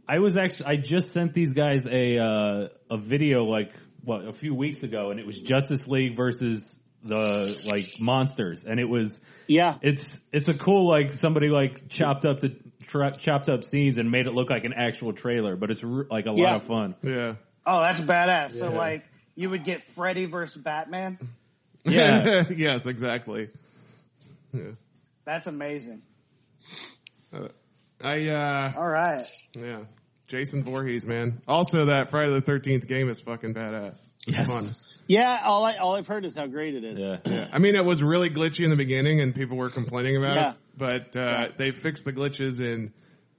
S1: I was actually I just sent these guys a uh, a video like what a few weeks ago, and it was Justice League versus the like monsters, and it was
S3: Yeah,
S1: it's it's a cool like somebody like chopped up the tra- chopped up scenes and made it look like an actual trailer, but it's re- like a lot
S3: Yeah.
S1: of fun.
S2: yeah.
S4: Oh, that's badass. So like, you would get Freddy versus Batman.
S1: Yeah.
S2: yes, exactly.
S4: That's amazing.
S2: I uh
S4: All right.
S2: yeah. Jason Voorhees, man. Also that Friday the thirteenth game is fucking badass. It's
S1: Yes.
S2: fun.
S3: yeah. All I all I've heard is how great it is.
S1: Yeah.
S2: Yeah. I mean, it was really glitchy in the beginning, and people were complaining about
S3: Yeah.
S2: it. But uh, they fixed the glitches, and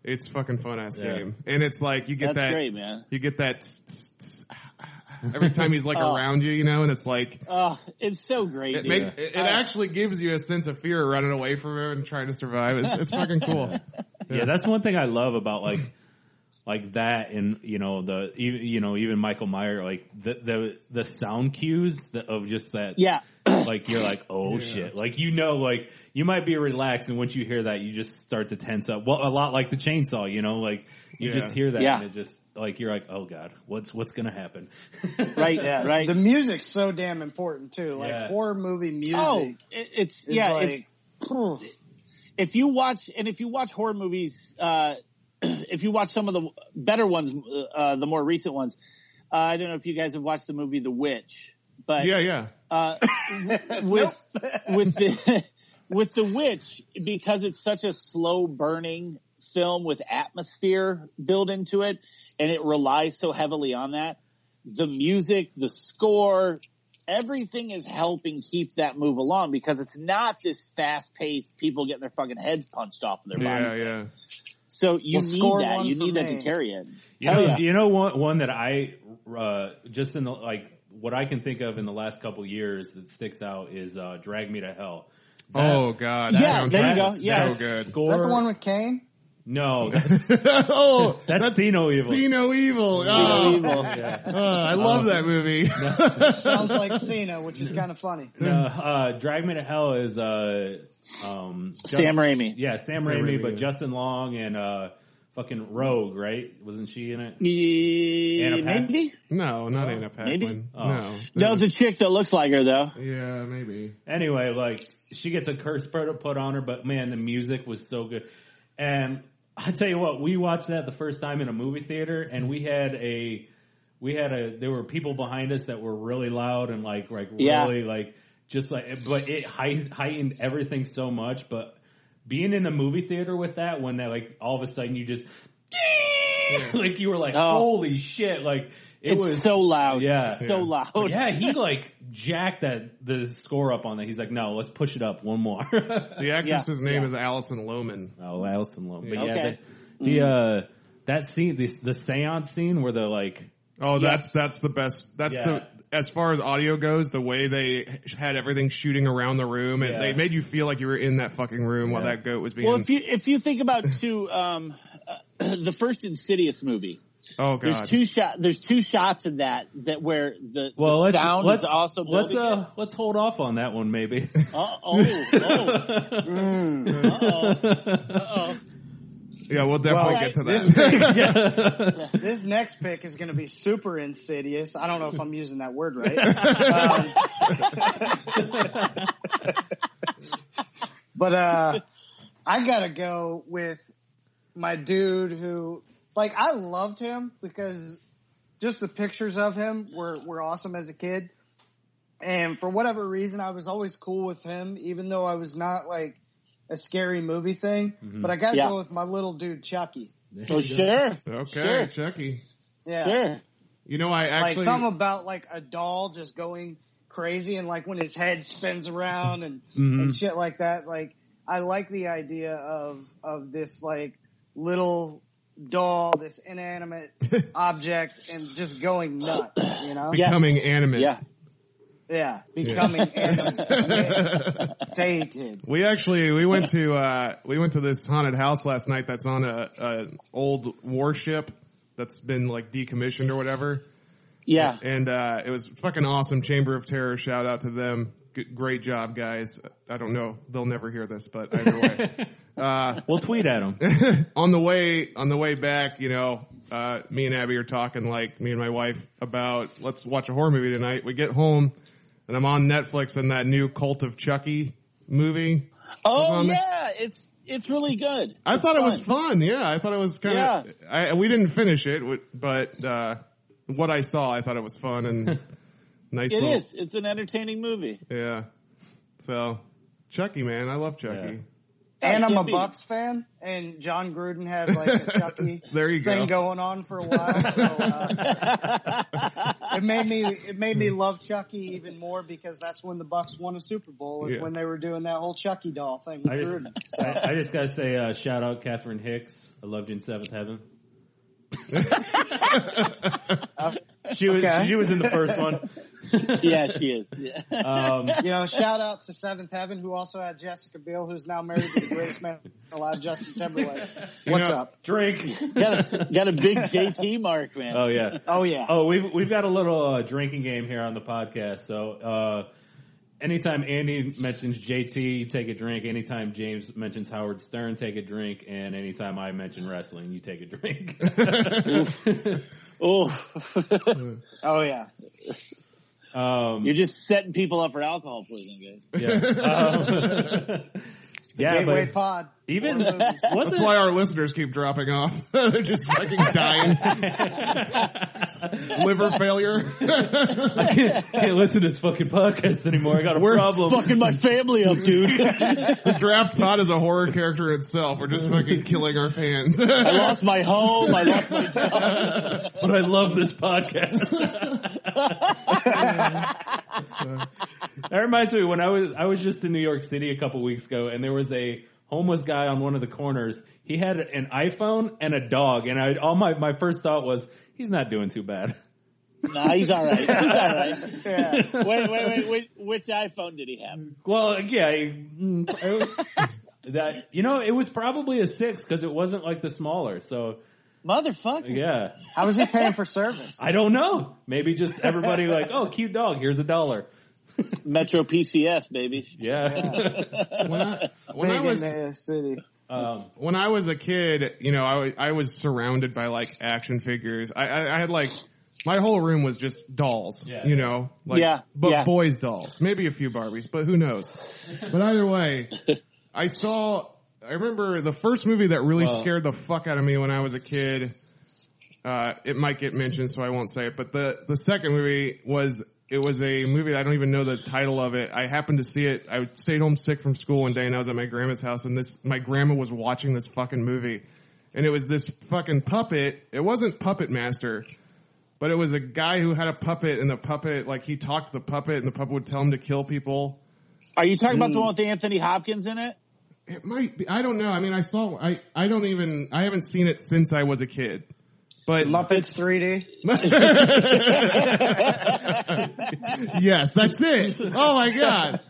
S2: it's fucking fun ass
S1: Yeah.
S2: game. And it's like you get
S3: That's
S2: that
S3: great, man.
S2: you get that tss, tss, tss, ah, ah, ah, every time he's like
S3: Oh.
S2: around you, you know. And it's like
S3: Oh, it's so great,
S2: it
S3: dude.
S2: make, it, it
S3: Uh,
S2: actually gives you a sense of fear running away from him and trying to survive. It's, it's fucking cool.
S1: Yeah, that's one thing I love about like like that, and you know the even you know even Michael Meyer, like the the the sound cues that- of just that.
S3: Yeah.
S1: Like you're like oh shit like you know like you might be relaxed and once you hear that you just start to tense up well a lot like the chainsaw you know like you
S2: Yeah.
S1: just hear that
S3: Yeah.
S1: and it just like you're like oh god what's what's gonna happen
S3: Right. Yeah. Right.
S4: The music's so damn important too. Like
S1: Yeah.
S4: horror movie music.
S3: oh, it, it's
S4: is
S3: yeah.
S4: like,
S3: it's if you watch and if you watch horror movies, uh, if you watch some of the better ones, uh, the more recent ones, uh, I don't know if you guys have watched the movie The Witch, but
S2: Yeah, yeah.
S3: uh, with with the with the witch because it's such a slow burning film with atmosphere built into it, and it relies so heavily on that. The music, the score, everything is helping keep that move along because it's not this fast paced people getting their fucking heads punched off of their
S2: Yeah,
S3: body.
S2: yeah.
S3: So you
S4: Well,
S3: need
S4: score
S3: that.
S4: one
S3: You
S4: for
S3: need that to
S4: me.
S3: carry it.
S1: You
S3: Hell
S1: know,
S3: Oh, yeah.
S1: you know one one that I uh, just in the like what I can think of in the last couple years that sticks out is uh, "Drag Me to Hell."
S2: oh god,
S3: Yeah,
S2: soundtrack
S3: there you go.
S2: is
S3: Yeah.
S2: so good.
S1: Score,
S4: Is that the one with Kane?
S1: no,
S2: oh,
S1: that's, Sino Evil.
S2: Sino Evil. Oh,
S3: Evil.
S2: oh, I love that movie.
S4: Sounds like Cena, which is kind of funny.
S1: No, uh, "Drag Me to Hell" is uh, um,
S3: Sam Raimi.
S1: Yeah, Sam,
S2: Sam
S1: Raimi,
S2: Raimi,
S1: but
S2: yeah.
S1: Justin Long and uh, fucking Rogue, right? Wasn't she in it?
S3: Yeah,
S1: Anna Paquin.
S3: maybe.
S2: no, not Anna
S3: Maybe.
S2: Paquin.
S1: Oh.
S2: No,
S3: That was a chick that looks like her though.
S2: yeah, maybe.
S1: anyway, like she gets a curse put put on her, but man, the music was so good. And I tell you what, we watched that the first time in a movie theater, and we had a we had a there were people behind us that were really loud and like like
S3: Yeah.
S1: really like just like but it height- heightened everything so much. But being in the movie theater with that, when that like all of a sudden you just like you were like
S3: Oh.
S1: holy shit, like it
S3: it's
S1: was
S3: so loud.
S1: Yeah.
S3: So
S2: Yeah.
S3: loud.
S1: yeah, he like jacked that the score up on that. He's like, no, let's push it up one more.
S2: The actress's name
S3: yeah.
S2: is Allison Lohman.
S1: oh, Alison Lowe. But yeah,
S3: Okay.
S1: the, the uh, that scene, the the seance scene where they're like,
S2: Oh, that's that's the best. That's
S1: Yeah.
S2: the as far as audio goes, the way they had everything shooting around the room, and
S1: Yeah.
S2: they made you feel like you were in that fucking room while
S1: Yeah.
S2: that goat was being.
S3: Well, if you if you think about two, um, uh, the first Insidious movie,
S2: oh god,
S3: there's two shot. There's two shots in that that where the,
S1: well,
S3: the
S1: let's
S3: sound
S1: let's
S3: is also
S1: let's
S3: building
S1: uh let's hold off on that one maybe.
S3: it. Uh, oh, oh, oh, oh.
S2: yeah, we'll definitely
S3: Well,
S2: get to
S4: this-
S2: that.
S4: This next pick is going to be super insidious. I don't know if I'm using that word right. um, Um, but uh, I got to go with my dude who, like, I loved him because just the pictures of him were, were awesome as a kid. And for whatever reason, I was always cool with him, even though I was not like a scary movie thing. But I got to
S3: Yeah.
S4: go with my little dude, Chucky.
S3: Well, Oh, sure,
S2: okay,
S3: Sure.
S2: Chucky.
S4: Yeah.
S3: sure.
S2: You know, I
S4: like
S2: actually
S4: something about like a doll just going crazy and like when his head spins around and and shit like that. Like I like the idea of of this like little doll, this inanimate object, and just going nuts. You know?
S3: Yeah.
S2: becoming animate.
S3: Yeah,
S4: Yeah, becoming animated.
S2: We actually we went to uh we went to this haunted house last night that's on a, a old warship that's been like decommissioned or whatever.
S3: yeah.
S2: and uh, it was fucking awesome. Chamber of Terror, shout out to them. G- great job, guys. I don't know, they'll never hear this, but either way,
S1: we'll tweet at him.
S2: on the way on the way back, you know, uh, me and Abby are talking like me and my wife about let's watch a horror movie tonight. We get home, and I'm on Netflix and that new Cult of Chucky movie.
S3: Oh,
S2: on there.
S3: yeah. It's it's really good.
S2: I thought it was fun. Yeah, I thought it was kind of. I We didn't finish it, w- but uh, what I saw, I thought it was fun and nice.
S3: It
S2: little,
S3: is. It's an entertaining movie.
S2: Yeah. So, Chucky, man, I love Chucky.
S1: Yeah.
S4: And I'm
S3: Can't
S4: a
S3: beat it.
S4: Bucks fan, and John Gruden had like a Chucky
S2: There you
S4: thing
S2: go.
S4: going on for a while. So, uh, it made me it made me love Chucky even more because that's when the Bucks won a Super Bowl is
S2: Yeah.
S4: when they were doing that whole Chucky doll thing with
S1: I just
S4: Gruden.
S1: I, I just gotta say uh, shout out Catherine Hicks. I loved you in Seventh Heaven.
S4: Of
S1: She was
S4: Okay.
S1: she was in the first one.
S3: yeah, she is. Yeah.
S1: Um,
S4: You know, shout out to Seventh Heaven, who also had Jessica Biel, who's now married to the greatest man alive, Justin Timberlake.
S2: You
S4: What's
S2: know-
S4: up?
S1: drink.
S3: got, a, got a big JT mark, man.
S2: Uh,
S1: Oh yeah.
S4: Oh yeah.
S1: Oh, we've we've got a little uh, drinking game here on the podcast. So uh, anytime Andy mentions JT, you take a drink. Anytime James mentions Howard Stern, take a drink. And anytime I mention wrestling, you take a drink.
S3: Oh,
S4: Oh yeah.
S1: um,
S3: you're just setting people up for alcohol poisoning, guys.
S1: yeah. Um, yeah,
S4: Gateway
S1: but
S4: Pod.
S1: even
S4: Porn movies.
S1: what's
S2: That's
S1: it?
S2: why our listeners keep dropping off. They're just fucking dying. Liver failure.
S1: I can't, can't listen to this fucking podcast anymore. I got a problem.
S3: Fucking my family up, dude.
S2: the draft pod is a horror character itself. We're just fucking killing our fans.
S3: I lost my home. I lost my
S1: but I love this podcast. that reminds me when I was I was just in New York City a couple weeks ago, and there was a homeless guy on one of the corners. He had an iPhone and a dog, and I all my my first thought was he's not doing too bad.
S3: Nah, he's all right. He's all right.
S4: Yeah.
S3: Wait, wait, wait. Which, which iPhone did he have?
S1: Well, yeah, he- mm, I- that you know it was probably a six because it wasn't like the smaller. So
S3: Motherfucker.
S1: yeah,
S4: How was he paying for service?
S1: I don't know. Maybe just everybody like, oh, cute dog. Here's a dollar.
S3: Metro PCS, baby.
S1: Yeah.
S2: when I, when I
S4: Big in
S2: was
S4: the city.
S1: um,
S2: when I was a kid, you know, I wa- I was surrounded by like action figures. I I, I had like my whole room was just dolls,
S1: Yeah.
S2: you know, like
S3: Yeah,
S2: but
S3: yeah.
S2: boys dolls, maybe a few Barbies, but who knows? But either way, I saw. I remember the first movie that really
S1: Well-
S2: scared the fuck out of me when I was a kid. Uh, it might get mentioned, so I won't say it. But the the second movie was it was a movie that I don't even know the title of it. I happened to see it. I stayed home sick from school one day, and I was at my grandma's house, and this my grandma was watching this fucking movie, and it was this fucking puppet. It wasn't Puppet Master, but it was a guy who had a puppet, and the puppet like he talked to the puppet, and the puppet would tell him to kill people.
S3: Are you talking
S2: Hmm.
S3: about the one with Anthony Hopkins in it?
S2: It might be. I don't know. I mean, I saw. I I don't even. I haven't seen it since I was a kid. But
S4: Muppets 3D.
S2: yes, that's it. Oh my god.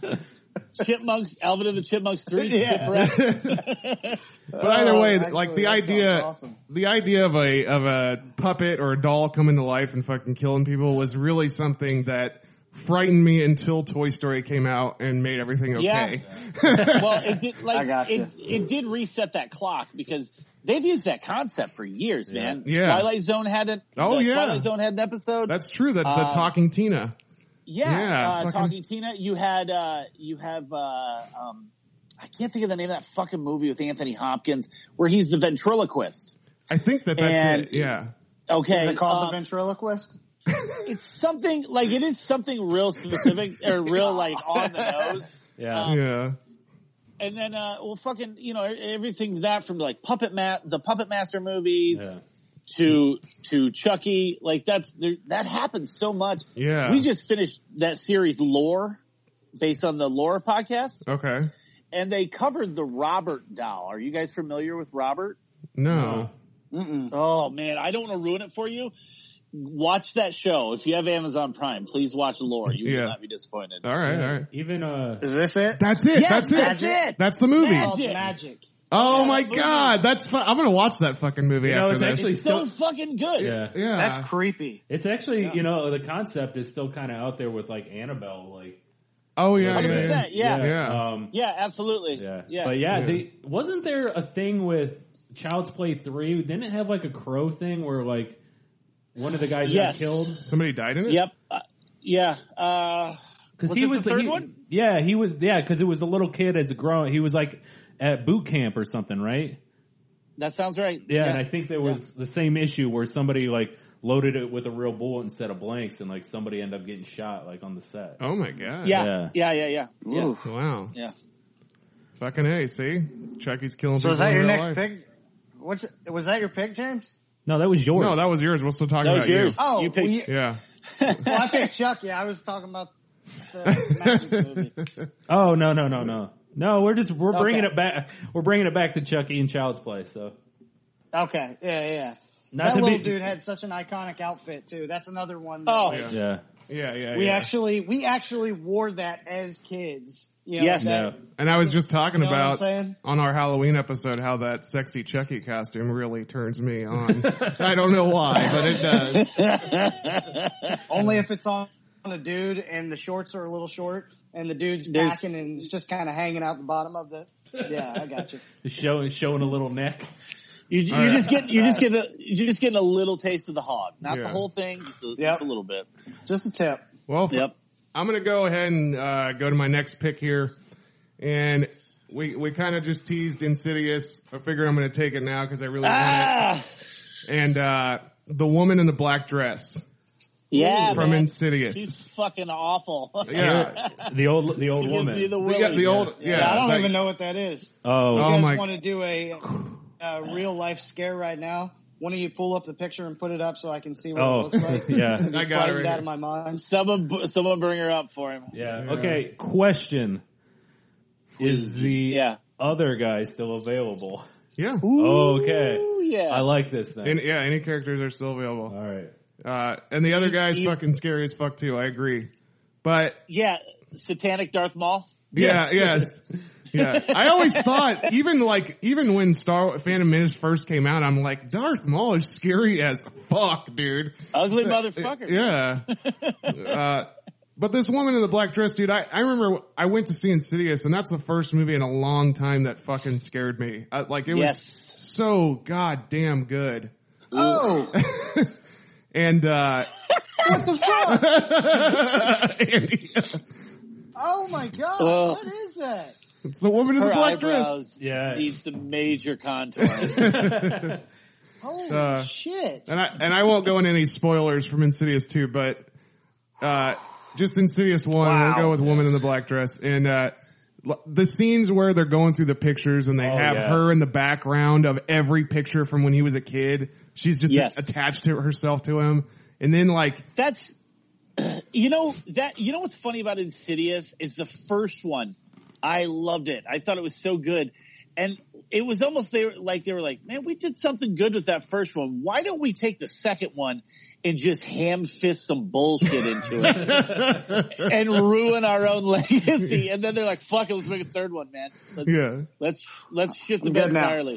S3: Chipmunks, Alvin and the Chipmunks 3.
S2: But either
S4: Oh,
S2: way,
S4: actually,
S2: like the
S4: that
S2: idea,
S4: sounds awesome.
S2: the idea of a of a puppet or a doll coming to life and fucking killing people was really something that frightened me until Toy Story came out and made everything okay.
S3: Yeah. well, it did, like,
S4: I gotcha.
S3: it, it did reset that clock because they've used that concept for years, man.
S2: Yeah.
S3: Twilight Zone had an,
S2: Oh,
S3: the
S2: yeah.
S3: Twilight Zone had an episode.
S2: That's true. That the
S3: Um,
S2: talking Tina.
S3: yeah.
S2: yeah,
S3: uh,
S2: fucking-
S3: Talking Tina, you had, uh, you have, uh, um, I can't think of the name of that fucking movie with Anthony Hopkins where he's the ventriloquist.
S2: I think that that's
S3: and-
S2: it. Yeah.
S3: Okay.
S4: Is it called
S3: um,
S4: the ventriloquist?
S3: it's something like it is something real specific or real like on the nose.
S1: yeah.
S3: Um,
S2: yeah.
S3: And then, uh, well, fucking, you know, everything that from like Puppet Ma- the Puppet Master movies
S1: Yeah.
S3: to to Chucky, like that's there, that happens so much.
S2: Yeah.
S3: we just finished that series Lore, based on the Lore podcast,
S2: Okay.
S3: and they covered the Robert doll. Are you guys familiar with Robert?
S2: No.
S3: Oh man, I don't want to ruin it for you. Watch that show if you have Amazon Prime. Please watch Lore. You
S2: Yeah.
S3: will not be disappointed.
S2: All right. All right.
S1: Even uh,
S4: Is this it?
S2: That's it.
S3: Yes,
S2: that's it.
S3: that's it.
S2: That's the movie.
S3: Magic.
S4: Called magic.
S2: Oh
S3: Yeah,
S2: my
S3: that movie.
S2: god, that's fu- I'm gonna watch that fucking movie
S1: You know,
S2: after
S1: it's
S2: this.
S1: actually still
S3: so fucking good.
S1: yeah.
S2: yeah,
S3: Uh-huh.
S4: That's creepy.
S1: It's actually you know the concept is still kind of out there with like Annabelle, like
S2: oh yeah, yeah,
S3: 100%.
S2: yeah.
S3: Yeah. Yeah.
S2: Yeah.
S1: um,
S3: absolutely. Yeah.
S1: But yeah,
S2: Yeah.
S1: They, wasn't there a thing with Child's Play three? Didn't it have like a crow thing where like one of the guys
S3: Yes.
S1: got killed
S2: Somebody died in it.
S3: Yep. Uh, yeah. Uh,
S1: because
S3: Was
S1: he
S3: it the
S1: was
S3: third
S1: he-
S3: one?
S1: Yeah, he was. Yeah, because it was the little kid as a grown. He was like at boot camp or something, right?
S3: that sounds right.
S1: Yeah, and I think there was the same issue where somebody like loaded it with a real bullet instead of blanks, and like somebody ended up getting shot like on the set.
S2: Oh my god.
S3: yeah. Yeah. Yeah. Yeah. Yeah.
S4: Oof.
S2: Wow.
S3: Yeah.
S2: Fucking a. See, Chucky's killing.
S4: So
S2: people
S4: is that
S2: in
S4: your
S2: real
S4: next
S2: life.
S4: pick? What's was that your pick, James?
S1: No, that was yours.
S2: No, that was yours. We're still talking
S3: That was
S2: about you.
S3: yours.
S4: Oh,
S3: You
S4: you
S3: picked-
S4: well, you-
S2: Yeah.
S4: well, I picked Chuck. Yeah, I was talking about the magic movie.
S1: Oh no no no no no! We're just we're bringing
S4: Okay.
S1: it back. We're bringing it back to Chucky and Child's Play. So
S4: Okay, yeah, yeah.
S1: Not
S4: that
S1: to
S4: little
S1: be-
S4: dude had such an iconic outfit too. That's another one. That,
S3: Oh,
S4: like,
S2: Yeah.
S1: Yeah.
S2: Yeah, yeah,
S4: we
S2: yeah.
S4: actually we actually wore that as kids. You know,
S3: Yes.
S4: that-
S1: Yeah.
S2: and I was just talking
S4: You know what I'm
S2: about
S4: saying?
S2: on our Halloween episode how that sexy Chucky costume really turns me on. I don't know why, but it does.
S4: Only if it's on, on a dude and the shorts are a little short and the dude's
S3: There's-
S4: packing and it's just kind of hanging out the bottom of the. Yeah, I got you.
S1: Show, showing a little neck.
S3: you you
S2: right.
S3: just get you just get a you're just getting a little taste of the hog, not the
S2: Yeah.
S3: whole thing, just a,
S4: Yep.
S3: just a little bit.
S4: Just a tip.
S2: Well,
S3: Yep.
S2: I'm going to go ahead and uh, go to my next pick here, and we we kind of just teased Insidious. I figure I'm going to take it now because I really want
S3: Ah,
S2: it. And uh, the woman in the black dress
S3: yeah,
S2: from
S3: man.
S2: Insidious.
S3: She's fucking awful.
S2: yeah,
S1: The old, the old
S3: She gives
S1: woman.
S3: me the
S2: we
S3: willies.
S2: got the old. Yeah,
S4: I don't
S2: like-
S4: even know what that is.
S1: oh,
S2: Oh
S4: you guys
S2: my-
S4: want to do a, uh real life scare right now? Why don't you pull up the picture and put it up so I can see what
S1: Oh,
S4: it looks like?
S1: yeah.
S2: I got it
S4: Frightened
S2: right
S4: out
S2: here.
S4: of my mind.
S3: Someone, bu- someone bring her up for him.
S1: yeah, Okay. Question: Is the
S3: Yeah.
S1: other guy still available?
S2: Yeah,
S1: Oh, Okay.
S3: Ooh, yeah.
S1: I like this thing.
S2: and yeah, any characters are still available.
S1: All right.
S2: Uh, and the other guy's
S3: you-
S2: fucking scary as fuck too. I agree. But
S3: yeah. Satanic Darth Maul.
S2: yeah, yes. Yeah. I always thought even like, even when Star Phantom Menace first came out, I'm like, Darth Maul is scary as fuck, dude.
S3: Ugly motherfucker.
S2: Yeah. uh, but this woman in the black dress, dude, I, I remember I went to see Insidious and that's the first movie in a long time that fucking scared me. I, like it
S3: Yes.
S2: was so goddamn good.
S4: Oh,
S2: And, uh,
S4: what the fuck?
S2: Andy,
S4: Oh my god,
S3: Ugh.
S4: what is that?
S2: it's the woman in
S3: Her
S2: the black dress.
S3: eyebrows
S1: Yeah.
S3: need some major contour.
S4: Holy
S2: Uh,
S4: shit!
S2: and I and I won't go into any spoilers from Insidious two, but uh, just Insidious one. We'll go with Woman in the Black Dress and uh, l- the scenes where they're going through the pictures and they have
S1: yeah.
S2: her in the background of every picture from when he was a kid. She's just
S3: Yes.
S2: attached to herself to him, and then like
S3: That's you know that you know what's funny about Insidious is the first one. I loved it. I thought it was so good. And it was almost they were like they were like, man, we did something good with that first one. Why don't we take the second one and just ham fist some bullshit into it and ruin our own legacy? And then they're like, fuck it, let's make a third one, man. Let's
S2: yeah,
S3: let's, let's shift the
S4: I'm
S3: bed
S4: good now.
S3: entirely.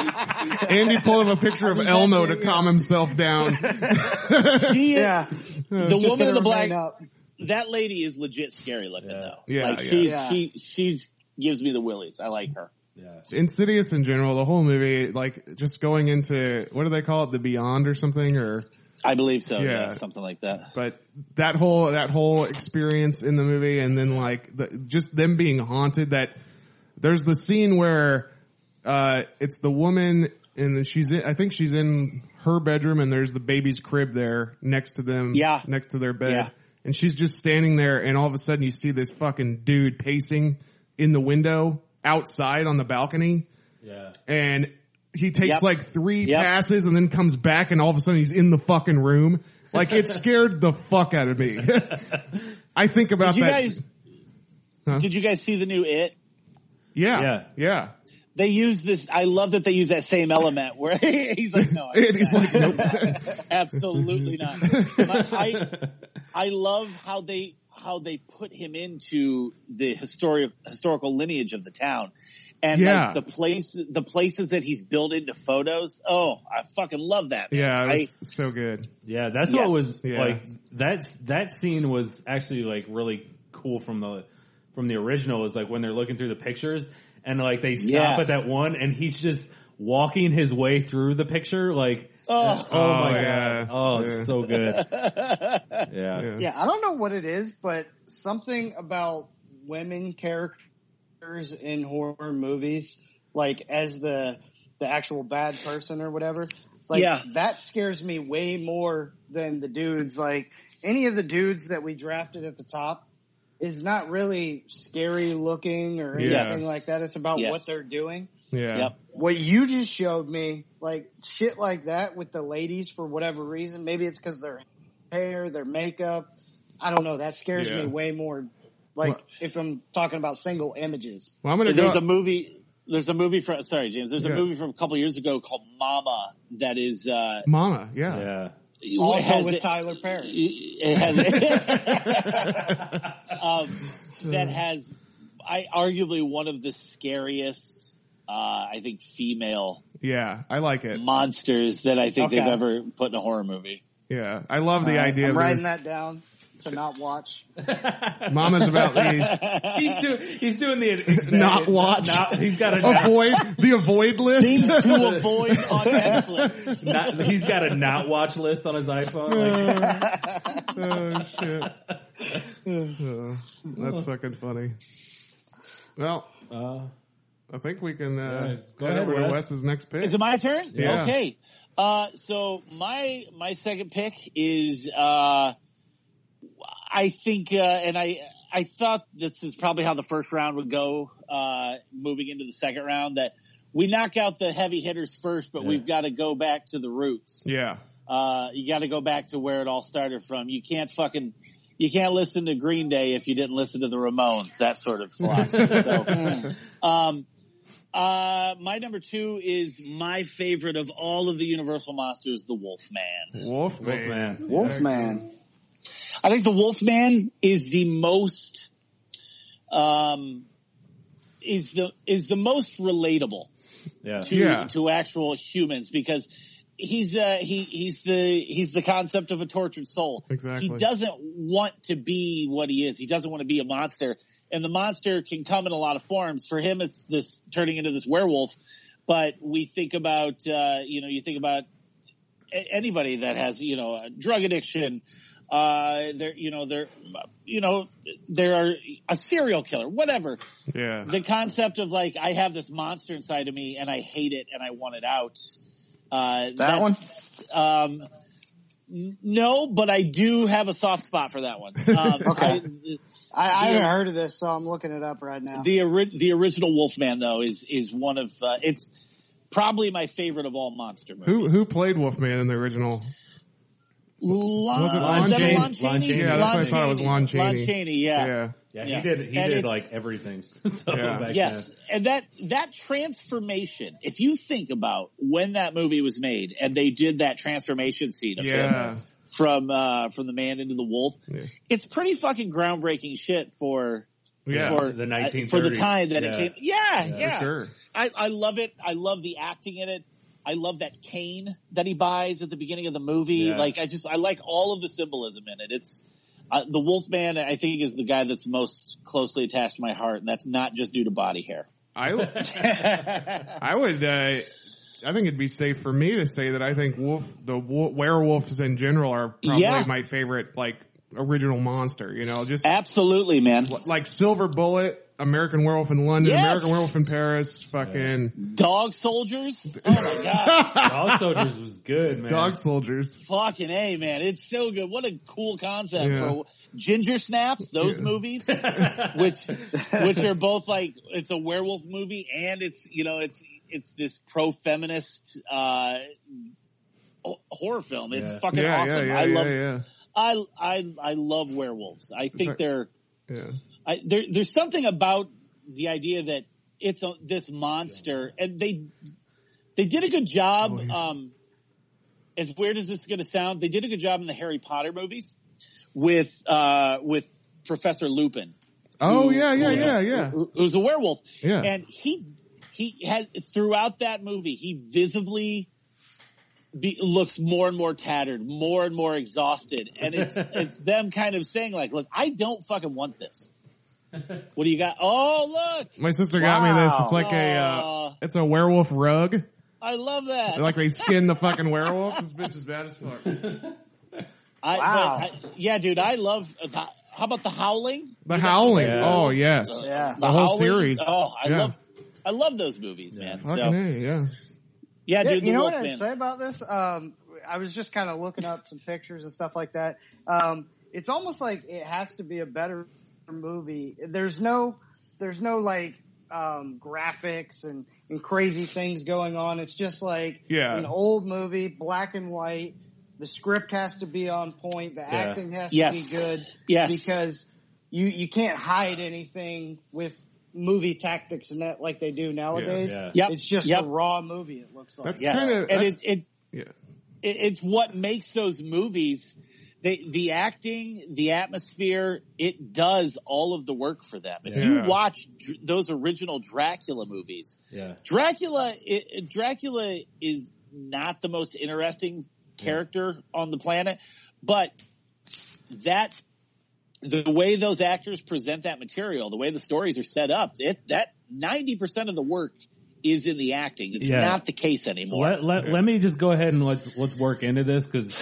S2: I'm good. Andy pulled up a picture of Elmo to calm himself down.
S3: She,
S4: Yeah,
S3: the
S4: Just
S3: woman in
S4: gonna
S3: the black
S4: remain up.
S3: that lady is legit scary looking though.
S2: Yeah,
S3: like
S2: yeah.
S3: she's
S4: Yeah.
S3: she she's gives me the willies. I like her.
S1: yeah.
S2: Insidious in general, the whole movie, like just going into what do they call it, the Beyond or something, or
S3: I believe so. Yeah,
S2: Yeah.
S3: something like that.
S2: but that whole that whole experience in the movie, and then like the, just them being haunted. That there's the scene where uh, it's the woman and she's in, I think she's in her bedroom, and there's the baby's crib there next to them,
S3: Yeah.
S2: next to their bed,
S3: Yeah.
S2: and she's just standing there, and all of a sudden you see this fucking dude pacing in the window outside on the balcony
S1: Yeah.
S2: and he takes
S3: Yep.
S2: like three
S3: Yep.
S2: passes and then comes back and all of a sudden he's in the fucking room. Like it scared the fuck out of me. I think about
S3: Did you
S2: that.
S3: guys
S2: Huh?
S3: did you guys see the new it?
S2: yeah,
S1: Yeah.
S2: yeah, yeah.
S3: They use this. I love that they use that same element where he's like, no, I-
S2: And he's like, nope.
S3: absolutely not. My- I I love how they how they put him into the historic historical lineage of the town. And
S2: Yeah.
S3: like the place, the places that he's built into photos. Oh, I fucking love that. man.
S2: yeah, it
S3: I-
S2: was so good.
S1: Yeah, that's
S3: Yes.
S1: what was
S2: Yeah.
S1: like. That's that scene was actually like really cool from the from the original. Is like when they're looking through the pictures and like they stop
S3: Yeah.
S1: at that one and he's just walking his way through the picture. Like,
S3: Oh,
S1: oh, my
S2: yeah.
S1: god, oh,
S2: Yeah.
S1: it's so good. yeah.
S2: Yeah.
S4: Yeah, I don't know what it is, but something about women characters in horror movies, like as the the actual bad person or whatever, like
S3: Yeah.
S4: that scares me way more than the dudes. Like any of the dudes that we drafted at the top is not really scary looking or anything
S2: Yes.
S4: like that. It's about
S3: Yes.
S4: what they're doing
S2: Yeah.
S3: Yep.
S4: what you just showed me, like shit like that with the ladies for whatever reason. Maybe it's because their hair, their makeup. I don't know. That scares
S2: Yeah.
S4: me way more. Like
S2: Well-
S4: if I'm talking about single images.
S2: Well, I'm gonna
S3: there's
S2: go.
S3: a movie. There's a movie from sorry, James. There's a
S2: Yeah.
S3: movie from a couple years ago called Mama that is uh,
S2: Mama, yeah.
S1: Yeah.
S4: Also
S3: has
S4: with
S3: it-
S4: Tyler Perry.
S3: It Um, has- um, that has, I arguably one of the scariest, uh, I think, female
S2: Yeah, I like it.
S3: monsters that I think
S4: Okay.
S3: they've ever put in a horror movie.
S2: Yeah, I love the idea
S4: I'm
S2: of
S4: writing
S2: this.
S4: that down to not watch.
S2: Mama's about these.
S1: He's doing, he's doing the exact,
S2: Not watch. Oh.
S1: not- he's got a not,
S2: avoid the avoid list.
S3: Things to avoid on Netflix.
S1: not- he's got a not watch list on his iPhone. Like,
S2: oh shit. Oh, that's fucking funny. Well,
S1: uh,
S2: I think we can uh,
S1: Yeah, go
S2: head
S1: ahead,
S2: over to
S1: Wes.
S2: Wes's next pick.
S3: Is it my turn?
S2: Yeah.
S3: Okay. Uh, so my my second pick is uh, I think, uh, and I I thought this is probably how the first round would go. Uh, moving into the second round, that we knock out the heavy hitters first, but
S1: Yeah.
S3: we've got to go back to the roots.
S2: yeah,
S3: Uh, you got to go back to where it all started from. You can't fucking. You can't listen to Green Day if you didn't listen to the Ramones, that sort of philosophy. so, um, uh, my number two is my favorite of all of the Universal monsters, the Wolfman.
S1: Oh,
S2: Wolfman.
S1: Wolfman.
S4: Wolfman.
S3: I think the Wolfman is the most, um, is the is the most relatable
S1: Yeah.
S3: to
S2: Yeah.
S3: to actual humans because he's uh he he's the he's the concept of a tortured soul.
S2: Exactly.
S3: He doesn't want to be what he is. He doesn't want to be a monster. And the monster can come in a lot of forms. For him it's this turning into this werewolf. But we think about uh you know, you think about a- anybody that has, you know, a drug addiction, uh, there, you know, there, you know, there are a serial killer, whatever
S2: Yeah,
S3: the concept of like I have this monster inside of me and I hate it and I want it out. Uh, that,
S5: one?
S3: Um, n- no, but I do have a soft spot for that one. Um,
S4: Okay.
S3: I-
S4: I, I
S3: Yeah.
S4: haven't heard of this, so I'm looking it up right now.
S3: the ori- the original Wolfman though is is one of uh, it's probably my favorite of all monster movies.
S2: who who played Wolfman in the original?
S3: Lon,
S2: Was it Lon
S3: is that
S2: Chaney?
S3: Lon Chaney?
S1: Lon Chaney.
S2: Yeah, that's what I thought it was Lon Chaney.
S3: Lon Chaney, yeah.
S2: Yeah,
S1: Yeah,
S3: Yeah.
S1: he did. He
S3: And
S1: did
S3: it's-
S1: like everything. so
S2: Yeah.
S1: back
S3: Yes, and that that transformation. If you think about when that movie was made, and they did that transformation scene of
S2: yeah,
S3: him from uh, from the man into the wolf,
S2: yeah.
S3: it's pretty fucking groundbreaking shit for
S2: Yeah,
S3: for
S1: The
S3: uh, for the
S1: 1930s.
S3: time that it
S1: Yeah.
S3: came. Yeah, yeah.
S1: Yeah.
S2: for sure.
S3: I, I love it. I love the acting in it. I love that cane that he buys at the beginning of the movie.
S1: Yeah.
S3: Like I just I like all of the symbolism in it. It's uh, the Wolfman. I think is the guy that's most closely attached to my heart, and that's not just due to body hair.
S2: I I would. Uh, I think it'd be safe for me to say that I think wolf the wo- werewolves in general are probably
S3: Yeah.
S2: my favorite like original monster. You know, just
S3: Absolutely, man.
S2: like Silver Bullet, American Werewolf in London,
S3: Yes.
S2: American Werewolf in Paris, fucking
S3: Dog soldiers. Oh my god,
S1: then. Dog Soldiers was good, man.
S2: Dog Soldiers.
S3: fucking a man. It's so good. What a cool concept
S2: Yeah.
S3: for Ginger Snaps. Those
S2: Yeah.
S3: movies, which which are both like it's a werewolf movie and it's you know it's it's this pro feminist uh ho- horror film. It's
S1: Yeah.
S3: fucking
S2: Yeah,
S3: awesome.
S2: yeah, yeah,
S3: I
S2: yeah,
S3: love
S2: yeah,
S3: I I I love werewolves. I think
S2: Right.
S3: they're
S2: yeah.
S3: I, there, there's something about the idea that it's a, this monster, and they they did a good job.
S2: Oh, yeah.
S3: Um, as weird as this is going to sound, they did a good job in the Harry Potter movies with uh, with Professor Lupin,
S2: Oh yeah, yeah,
S3: who-
S2: yeah, yeah,
S3: who- who's a werewolf,
S2: yeah.
S3: and he he had throughout that movie he visibly. Be, looks more and more tattered, more and more exhausted, and it's it's them kind of saying like, "Look, I don't fucking want this." What do you got? Oh, look,
S2: My sister got me this. It's like a uh,
S3: Aw.
S2: it's a werewolf rug.
S3: I love that.
S2: Like they skin the fucking werewolf. This bitch is bad as fuck.
S3: I,
S4: Wow.
S3: but I- yeah, dude, I love. The, how about the Howling?
S2: The Howling.
S1: Yeah.
S2: Oh yes,
S4: yeah.
S2: the whole
S3: Howling?
S2: series.
S3: Oh, I
S2: Yeah.
S3: love. I love those movies, man.
S2: Fucking
S3: So,
S2: A, yeah.
S3: yeah,
S4: Yeah,
S3: dude,
S4: you
S3: the
S4: know what I'd
S3: Wolfman.
S4: say about this? Um, I was just kind of looking up some pictures and stuff like that. Um, it's almost like it has to be a better movie. There's no, there's no like um, graphics and and crazy things going on. It's just like
S2: Yeah.
S4: an old movie, black and white. The script has to be on point. The acting has
S3: Yes.
S4: to be good
S3: Yes.
S4: because you you can't hide anything with movie tactics in that like they do nowadays.
S1: Yeah.
S3: Yep.
S4: It's just
S3: Yep.
S4: a raw movie. It looks like
S2: That's
S3: Yes.
S2: kinda-
S3: and
S2: that's-
S3: it, it
S2: Yeah.
S3: it, it's what makes those movies they, the acting the atmosphere it does all of the work for them if
S2: Yeah.
S3: you watch dr- those original dracula movies
S1: Yeah.
S3: dracula it, it- dracula is not the most interesting character on the planet but that the way those actors present that material the way the stories are set up it that 90% of the work is in the acting it's
S1: Yeah.
S3: not the case anymore
S1: Let, let, let me just go ahead and let's let's work into this because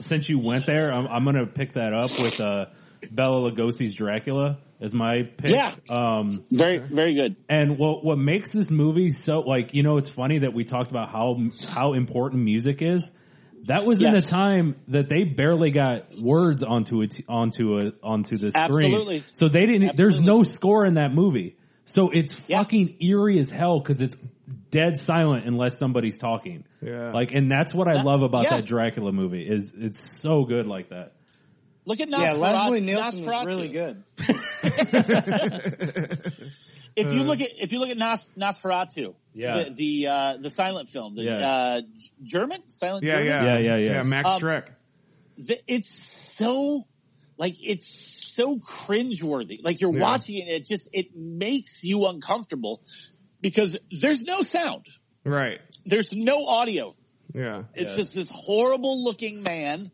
S1: since you went there, I'm, I'm gonna pick that up with uh, Bella Lugosi's Dracula as my pick.
S3: Yeah.
S1: Um,
S3: very very good
S1: and what what makes this movie so like you know it's funny that we talked about how how important music is. That was in a
S3: Yes.
S1: time that they barely got words onto it onto a onto the screen.
S3: Absolutely.
S1: So they didn't. There's no score in that movie. So it's
S3: Yeah.
S1: fucking eerie as hell because it's dead silent unless somebody's talking.
S2: Yeah.
S1: Like, and that's what I
S3: That-
S1: love about
S3: yeah.
S1: that Dracula movie is it's so good like that.
S3: Look at Nosferatu.
S4: yeah, Leslie Nielsen
S3: Nosferatu.
S4: was really good.
S3: If you look at
S2: Uh.
S3: if you look at Nos, Nosferatu,
S1: Yeah.
S3: the the, uh, the silent film, the
S1: Yeah.
S3: uh, G- German silent,
S2: Yeah,
S3: German?
S2: yeah,
S1: Yeah, yeah, yeah.
S2: Max
S3: Um,
S2: Shrek.
S3: The- it's so like it's so cringeworthy. Like you're
S2: Yeah.
S3: watching it, it just it makes you uncomfortable because there's no sound,
S2: Right.
S3: there's no audio.
S2: Yeah.
S3: It's just this horrible looking man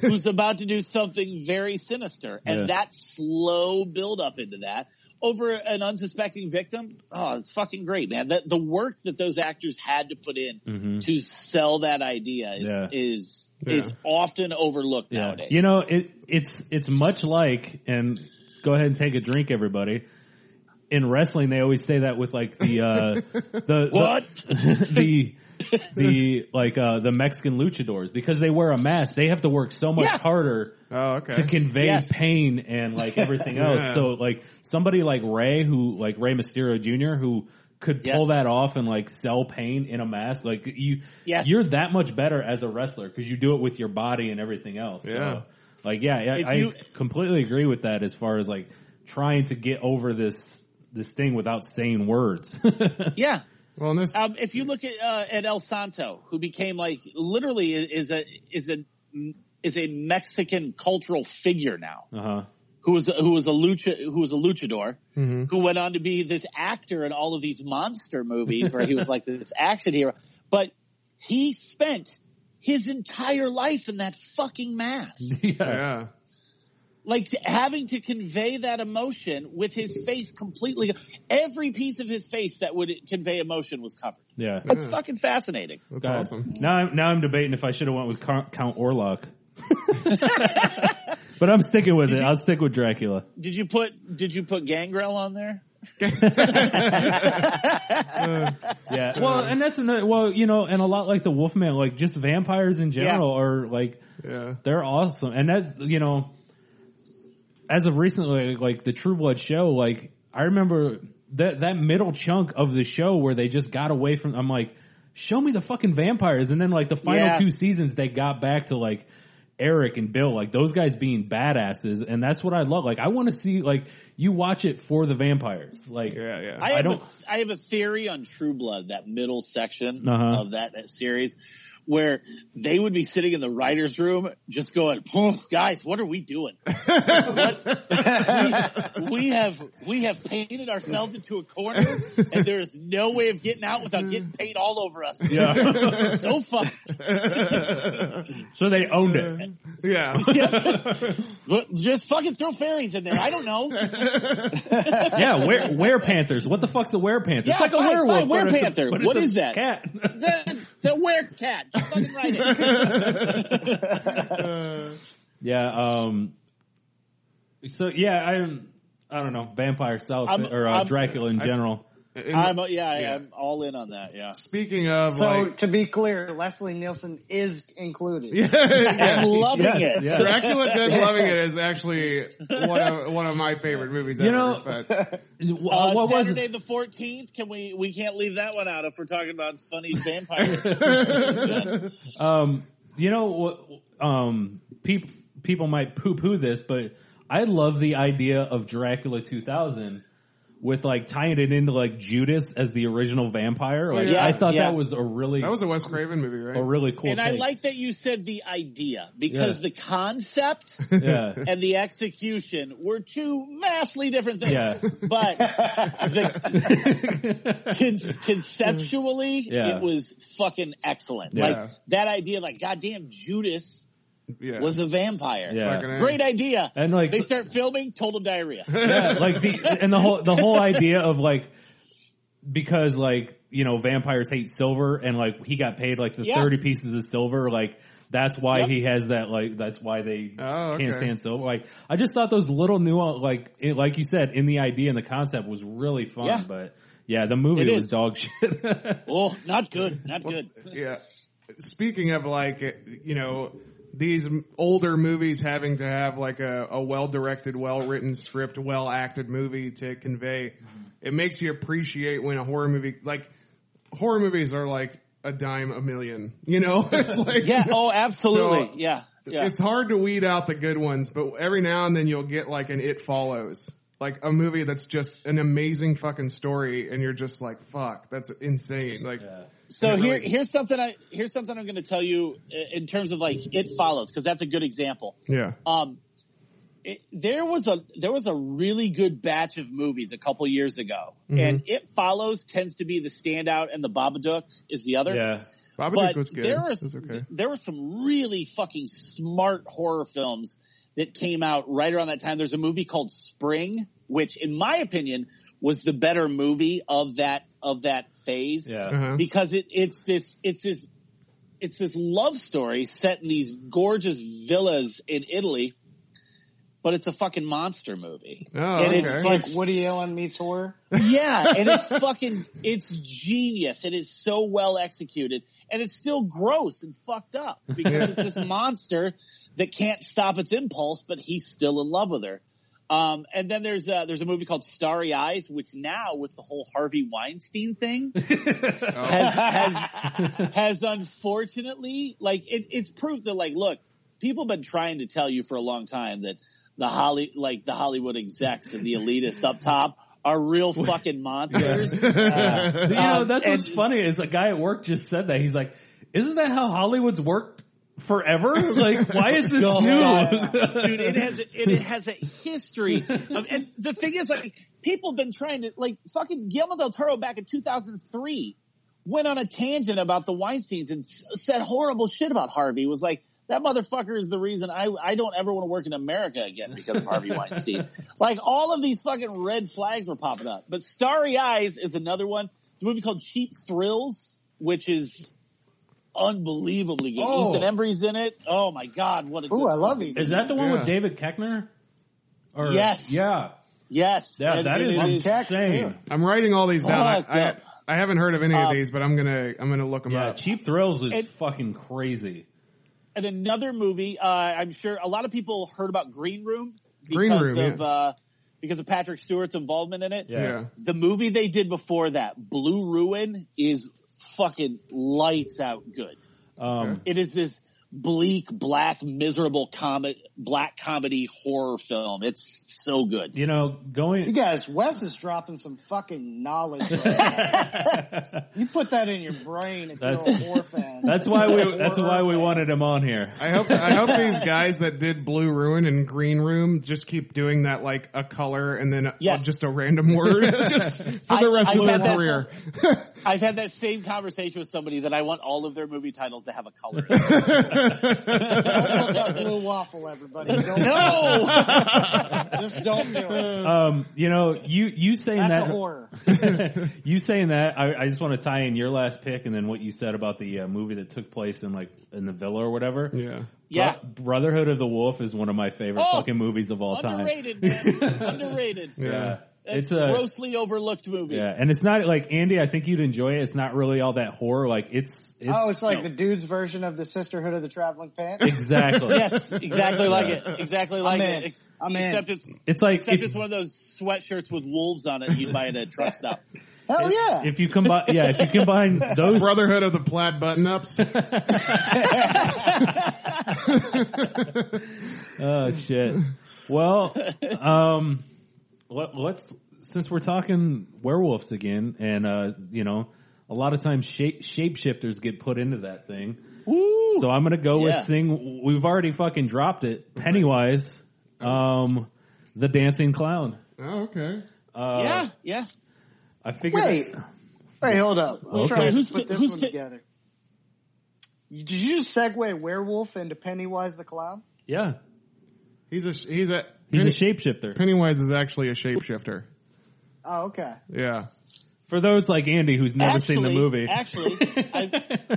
S3: who's about to do something very sinister. And
S1: Yeah.
S3: that slow build up into that over an unsuspecting victim. Oh, it's fucking great, man. That the work that those actors had to put in to sell that idea is
S1: Mm-hmm. Yeah.
S3: is
S2: Yeah.
S3: is often overlooked nowadays.
S1: You know, it it's it's much like and go ahead and take a drink, everybody. In wrestling, they always say that with like the uh, the
S3: What?
S1: the the like uh, the Mexican luchadors because they wear a mask. They have to work so much
S3: Yeah.
S1: harder
S2: Oh, okay.
S1: to convey
S3: Yes.
S1: pain and like everything else.
S2: Yeah.
S1: So like somebody like Ray, who like Ray Mysterio Jr., who could
S3: Yes.
S1: pull that off and like sell pain in a mask. Like you,
S3: Yes.
S1: you're that much better as a wrestler because you do it with your body and everything else.
S2: Yeah.
S1: So, like yeah,
S3: If
S1: I,
S3: you-
S1: I completely agree with that as far as like trying to get over this this thing without saying words.
S3: Yeah.
S2: well, and this.
S3: Um, if you look at uh, at El Santo, who became like literally is a is a is a Mexican cultural figure now.
S1: uh-huh.
S3: who was who was a lucha who was a luchador who went on to be this actor in all of these monster movies where he was like this action hero but he spent his entire life in that fucking mask
S1: yeah.
S2: yeah.
S3: like t- having to convey that emotion with his face completely every piece of his face that would convey emotion was covered
S1: Yeah.
S3: that's fucking fascinating
S2: That's
S1: God.
S2: awesome.
S1: Now I'm now I'm debating if I should have went with Count Count Orlok. but I'm sticking with it. I'll stick with Dracula.
S3: did you put did you put gangrel on there
S1: Yeah. um, Well, and that's another. Well, you know, and a lot like the Wolfman, like just vampires in general are like
S2: Yeah.
S1: they're awesome, and that's you know, as of recently, like the True Blood show, like I remember that that middle chunk of the show where they just got away from. I'm like, show me the fucking vampires, and then like the final
S3: Yeah.
S1: two seasons, they got back to like. Eric and Bill, like those guys being badasses, and that's what I love. Like I want to see, like you watch it for the vampires. Like,
S2: Yeah. Yeah.
S3: I,
S1: I
S3: have
S1: don't-
S3: A, I have a theory on True Blood, that middle section
S1: Uh-huh.
S3: of that, that series, where they would be sitting in the writers' room, just going, "Oh, "Guys, what are we doing? What- we, we have we have painted ourselves into a corner, and there is no way of getting out without getting paint all over us.
S1: yeah.
S3: We're so fucked.
S1: so they owned it.
S2: yeah.
S3: But Just fucking throw fairies in there. I don't know.
S1: Yeah, were, panthers. What the fuck's a were panther?
S3: Yeah,
S1: it's like a
S3: fine,
S1: werewolf.
S3: fine,
S1: but it's a-
S3: werepanther.
S1: but it's
S3: What
S1: a
S3: is that?
S1: Cat.
S3: It's a werecat. Just fucking write it.
S1: yeah. Um. So yeah, I'm. I don't know. Vampire South
S3: I'm-
S1: or uh,
S3: I'm-
S1: Dracula in general.
S2: And
S3: I'm, yeah,
S2: Yeah.
S3: yeah, I'm all in on that. Yeah.
S2: speaking of
S4: So
S2: like,
S4: to be clear, Leslie Nielsen is included.
S3: I'm
S2: yes.
S3: loving
S1: Yes,
S3: it.
S1: yes.
S2: Dracula Dead Loving It is actually one of one of my favorite movies
S1: You
S2: ever.
S1: know-
S2: but
S1: Wha-
S3: Uh,
S1: what was
S3: Saturday
S1: it?
S3: the fourteenth? Can we we can't leave that one out if we're talking about funny vampires.
S1: Um. You know what? Um. People people might poo poo this, but I love the idea of Dracula 2000. with like tying it into like Judas as the original vampire. Like
S2: Yeah.
S1: I thought
S6: Yeah.
S1: that was a really
S2: That was a Wes Craven movie, right?
S1: a really cool.
S3: and I
S1: take.
S3: like that you said the idea because
S1: Yeah.
S3: the concept
S1: yeah.
S3: and the execution were two vastly different things.
S1: Yeah.
S3: But the, con- conceptually,
S1: Yeah.
S3: it was fucking excellent.
S1: Yeah.
S3: Like that idea, like goddamn Judas
S2: yeah.
S3: was a vampire.
S1: Yeah.
S2: Fucking A.
S3: Great idea.
S1: And, like-
S3: they start filming, total diarrhea.
S1: yeah, like the and the whole the whole idea of like because like you know vampires hate silver and like he got paid like the
S3: Yeah.
S1: thirty pieces of silver like that's why
S3: Yep.
S1: he has that like that's why they
S2: Oh,
S1: can't
S2: okay.
S1: stand silver like I just thought those little nuance like it, like you said in the idea and the concept was really fun
S3: Yeah.
S1: but yeah the movie
S3: It
S1: was
S3: is.
S1: dog shit
S3: oh, not good. Not good.
S2: yeah. Speaking of like, you know, these m- older movies having to have like a, a well directed, well written script, well acted movie to convey, it makes you appreciate when a horror movie, like, horror movies are like a dime a million, you know? It's like,
S3: Yeah. Oh, absolutely.
S2: So,
S3: yeah. Yeah.
S2: It's hard to weed out the good ones, but every now and then you'll get like an It Follows. Like a movie that's just an amazing fucking story and you're just like, fuck, that's insane. Like,
S3: So
S2: Yeah,
S3: here,
S2: really.
S3: here's something I here's something I'm going to tell you i- in terms of like it follows because that's a good example.
S2: yeah.
S3: Um, it, there was a there was a really good batch of movies a couple years ago,
S2: Mm-hmm.
S3: and it follows tends to be the standout, and the Babadook is the other.
S1: yeah
S2: Babadook
S3: But
S2: was good.
S3: there were
S2: It was okay.
S3: there were some really fucking smart horror films that came out right around that time. There's a movie called Spring, which, in my opinion, was the better movie of that of that phase
S1: yeah
S2: Uh-huh.
S3: because it, it's this it's this it's this love story set in these gorgeous villas in Italy, but it's a fucking monster movie.
S2: Oh,
S3: and it's
S2: okay.
S3: fucking-
S4: Like Woody Allen meets horror.
S3: Yeah, and it's fucking it's genius. It is so well executed, and it's still gross and fucked up because it's this monster that can't stop its impulse, but he's still in love with her. Um, and then there's a, there's a movie called Starry Eyes, which now with the whole Harvey Weinstein thing has, has, has unfortunately, like it, it's proof that like, look, people have been trying to tell you for a long time that the Holly, like the Hollywood execs and the elitists up top are real fucking monsters. Uh,
S1: you know
S3: um,
S1: that's what's
S3: and-
S1: funny is the guy at work just said that he's like isn't that how Hollywood's worked forever like why is this new
S3: Oh, dude. It has it, it has a history. Of, and the thing is, like, people have been trying to like fucking Guillermo del Toro back in 2003 went on a tangent about the Weinstein's and s- said horrible shit about Harvey. Was like that motherfucker is the reason I I don't ever want to work in America again because of Harvey Weinstein. Like all of these fucking red flags were popping up. But Starry Eyes is another one. It's a movie called Cheap Thrills, which is. Unbelievably good.
S2: Oh.
S3: Ethan Embry's in it. Oh my god, what a
S4: Ooh,
S3: good
S4: I love
S3: fucking
S4: you.
S1: Is that the one with
S2: Yeah.
S1: David Keckner? Or,
S3: Yes.
S1: Yeah.
S3: Yes.
S1: Yeah,
S3: and-
S1: that
S3: and
S1: is
S3: it
S1: insane.
S2: I'm writing all these down. I,
S3: Fucked
S2: I,
S3: up.
S2: I haven't heard of any of
S3: Um,
S2: these, but I'm gonna I'm gonna look them
S1: Yeah,
S2: up.
S1: Cheap Thrills is
S3: It-
S1: fucking crazy.
S3: And another movie, uh, I'm sure a lot of people heard about Green Room because
S2: Green Room,
S3: of
S2: yeah.
S3: uh, because of Patrick Stewart's involvement in it.
S1: Yeah.
S2: Yeah.
S3: The movie they did before that, Blue Ruin, is fucking lights out good.
S1: Um,
S3: It is this bleak, black, miserable comic, black comedy horror film. It's so good.
S1: You know,
S4: You
S1: going.
S4: guys, Wes is dropping some fucking knowledge. you put that in your brain if you're a
S1: That's-
S4: horror fan.
S1: That's why we. That's why we wanted him on here.
S2: I hope I hope these guys that did Blue Ruin and Green Room just keep doing that like a color and then uh,
S3: Yes.
S2: just a random word just for
S3: I-
S2: the rest
S3: I
S2: of
S3: bet
S2: their
S3: that's-
S2: career.
S3: I've had that same conversation with somebody that I want all of their movie titles to have a color.
S4: Fuck that blue waffle, everybody. Don't,
S3: no.
S4: Just don't do it.
S1: Um, you know, you you saying
S4: That's a
S1: that
S4: horror.
S1: you saying that, I, I just want to tie in your last pick and then what you said about the uh, movie that took place in like in the villa or whatever.
S2: yeah.
S3: Yeah.
S1: Bro- Brotherhood of the Wolf is one of my favorite
S3: Oh!
S1: fucking movies of all time.
S3: Underrated, man. Underrated.
S2: Yeah.
S1: Yeah, it's
S3: It's a
S1: a
S3: grossly overlooked movie.
S1: yeah, and it's not like Andy. I think you'd enjoy it. It's not really all that horror. Like it's, it's
S4: oh, it's like the dude's version of the Sisterhood of the Traveling Pants.
S1: exactly.
S3: Yes, exactly like it. Exactly like
S4: in.
S3: it. Ex-
S4: I'm in.
S3: except it's
S1: It's like
S3: except
S1: if-
S3: it's one of those sweatshirts with wolves on it you'd buy at a truck stop.
S4: Hell yeah.
S1: If you combine, yeah, if you combine those,
S2: Brotherhood of the Plaid Button Ups.
S1: oh shit. Well, um, let, let's since we're talking werewolves again, and uh, you know, a lot of times shape shapeshifters get put into that thing. So I'm gonna go
S3: Yeah.
S1: with thing we've already fucking dropped it. Pennywise, um, the dancing clown.
S2: Oh, okay.
S1: Uh,
S3: yeah, yeah.
S1: I figured.
S4: Wait, wait, hold up. I'm
S1: Okay.
S4: trying
S3: Who's
S4: to put
S3: pi-
S4: this
S3: who's
S4: one
S3: pi-
S4: together. You- Did you just segue werewolf into Pennywise the clown?
S1: Yeah,
S2: He's a sh- he's a
S1: he's
S2: Penny-
S1: a shapeshifter.
S2: Pennywise is actually a shapeshifter.
S4: Oh, okay.
S2: Yeah.
S1: For those like Andy who's never seen the
S3: Actually-
S1: movie,
S3: actually, I-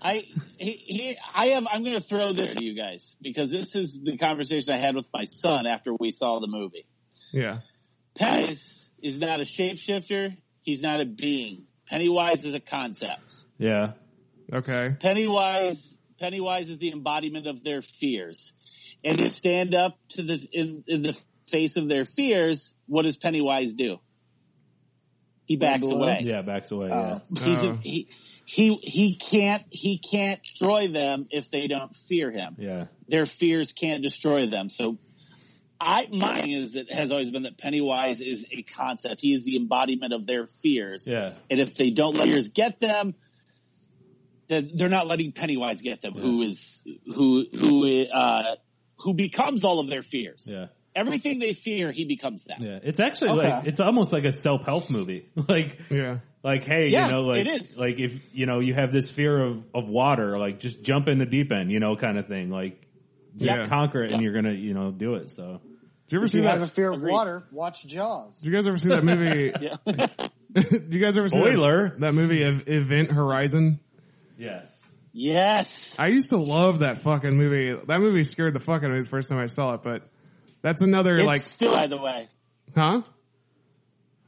S3: I he, he, I have I'm going to throw this at you guys because this is the conversation I had with my son after we saw the movie.
S2: Yeah.
S3: Pennywise is not a shapeshifter. He's not a being. Pennywise is a concept.
S1: yeah,
S2: Okay.
S3: Pennywise Pennywise is the embodiment of their fears. And to stand up to the in, in the face of their fears, what does Pennywise do? He backs
S4: Blow.
S3: away.
S1: yeah, backs away. yeah. Uh.
S3: He's a,
S2: Oh.
S3: he, he he can't he can't destroy them if they don't fear him.
S1: Yeah.
S3: Their fears can't destroy them. So I mine is that has always been that Pennywise is a concept. He is the embodiment of their fears.
S1: Yeah.
S3: And if they don't let yours get them, then they're not letting Pennywise get them, who is who who uh who becomes all of their fears.
S1: Yeah.
S3: Everything they fear, he becomes that.
S1: Yeah. It's actually
S4: Okay.
S1: like it's almost like a self help movie. Like
S2: Yeah.
S1: like hey,
S3: Yeah,
S1: you know, like
S3: it is.
S1: like if you know you have this fear of, of water, like just jump in the deep end, you know, kind of thing. Like just
S2: Yeah.
S1: conquer it and you're gonna, you know, do it. So
S2: Did you ever
S4: If
S2: see
S4: you have
S2: that?
S4: a fear of
S3: Agreed.
S4: water, watch Jaws.
S2: Did you guys ever see that movie? Did you guys ever see that-
S1: Spoiler.
S2: That, movie Ev- Event Horizon?
S1: Yes.
S3: Yes.
S2: I used to love that fucking movie. That movie scared the fuck out of me the first time I saw it, but that's another
S3: It's
S2: like,
S3: still by the way.
S2: huh?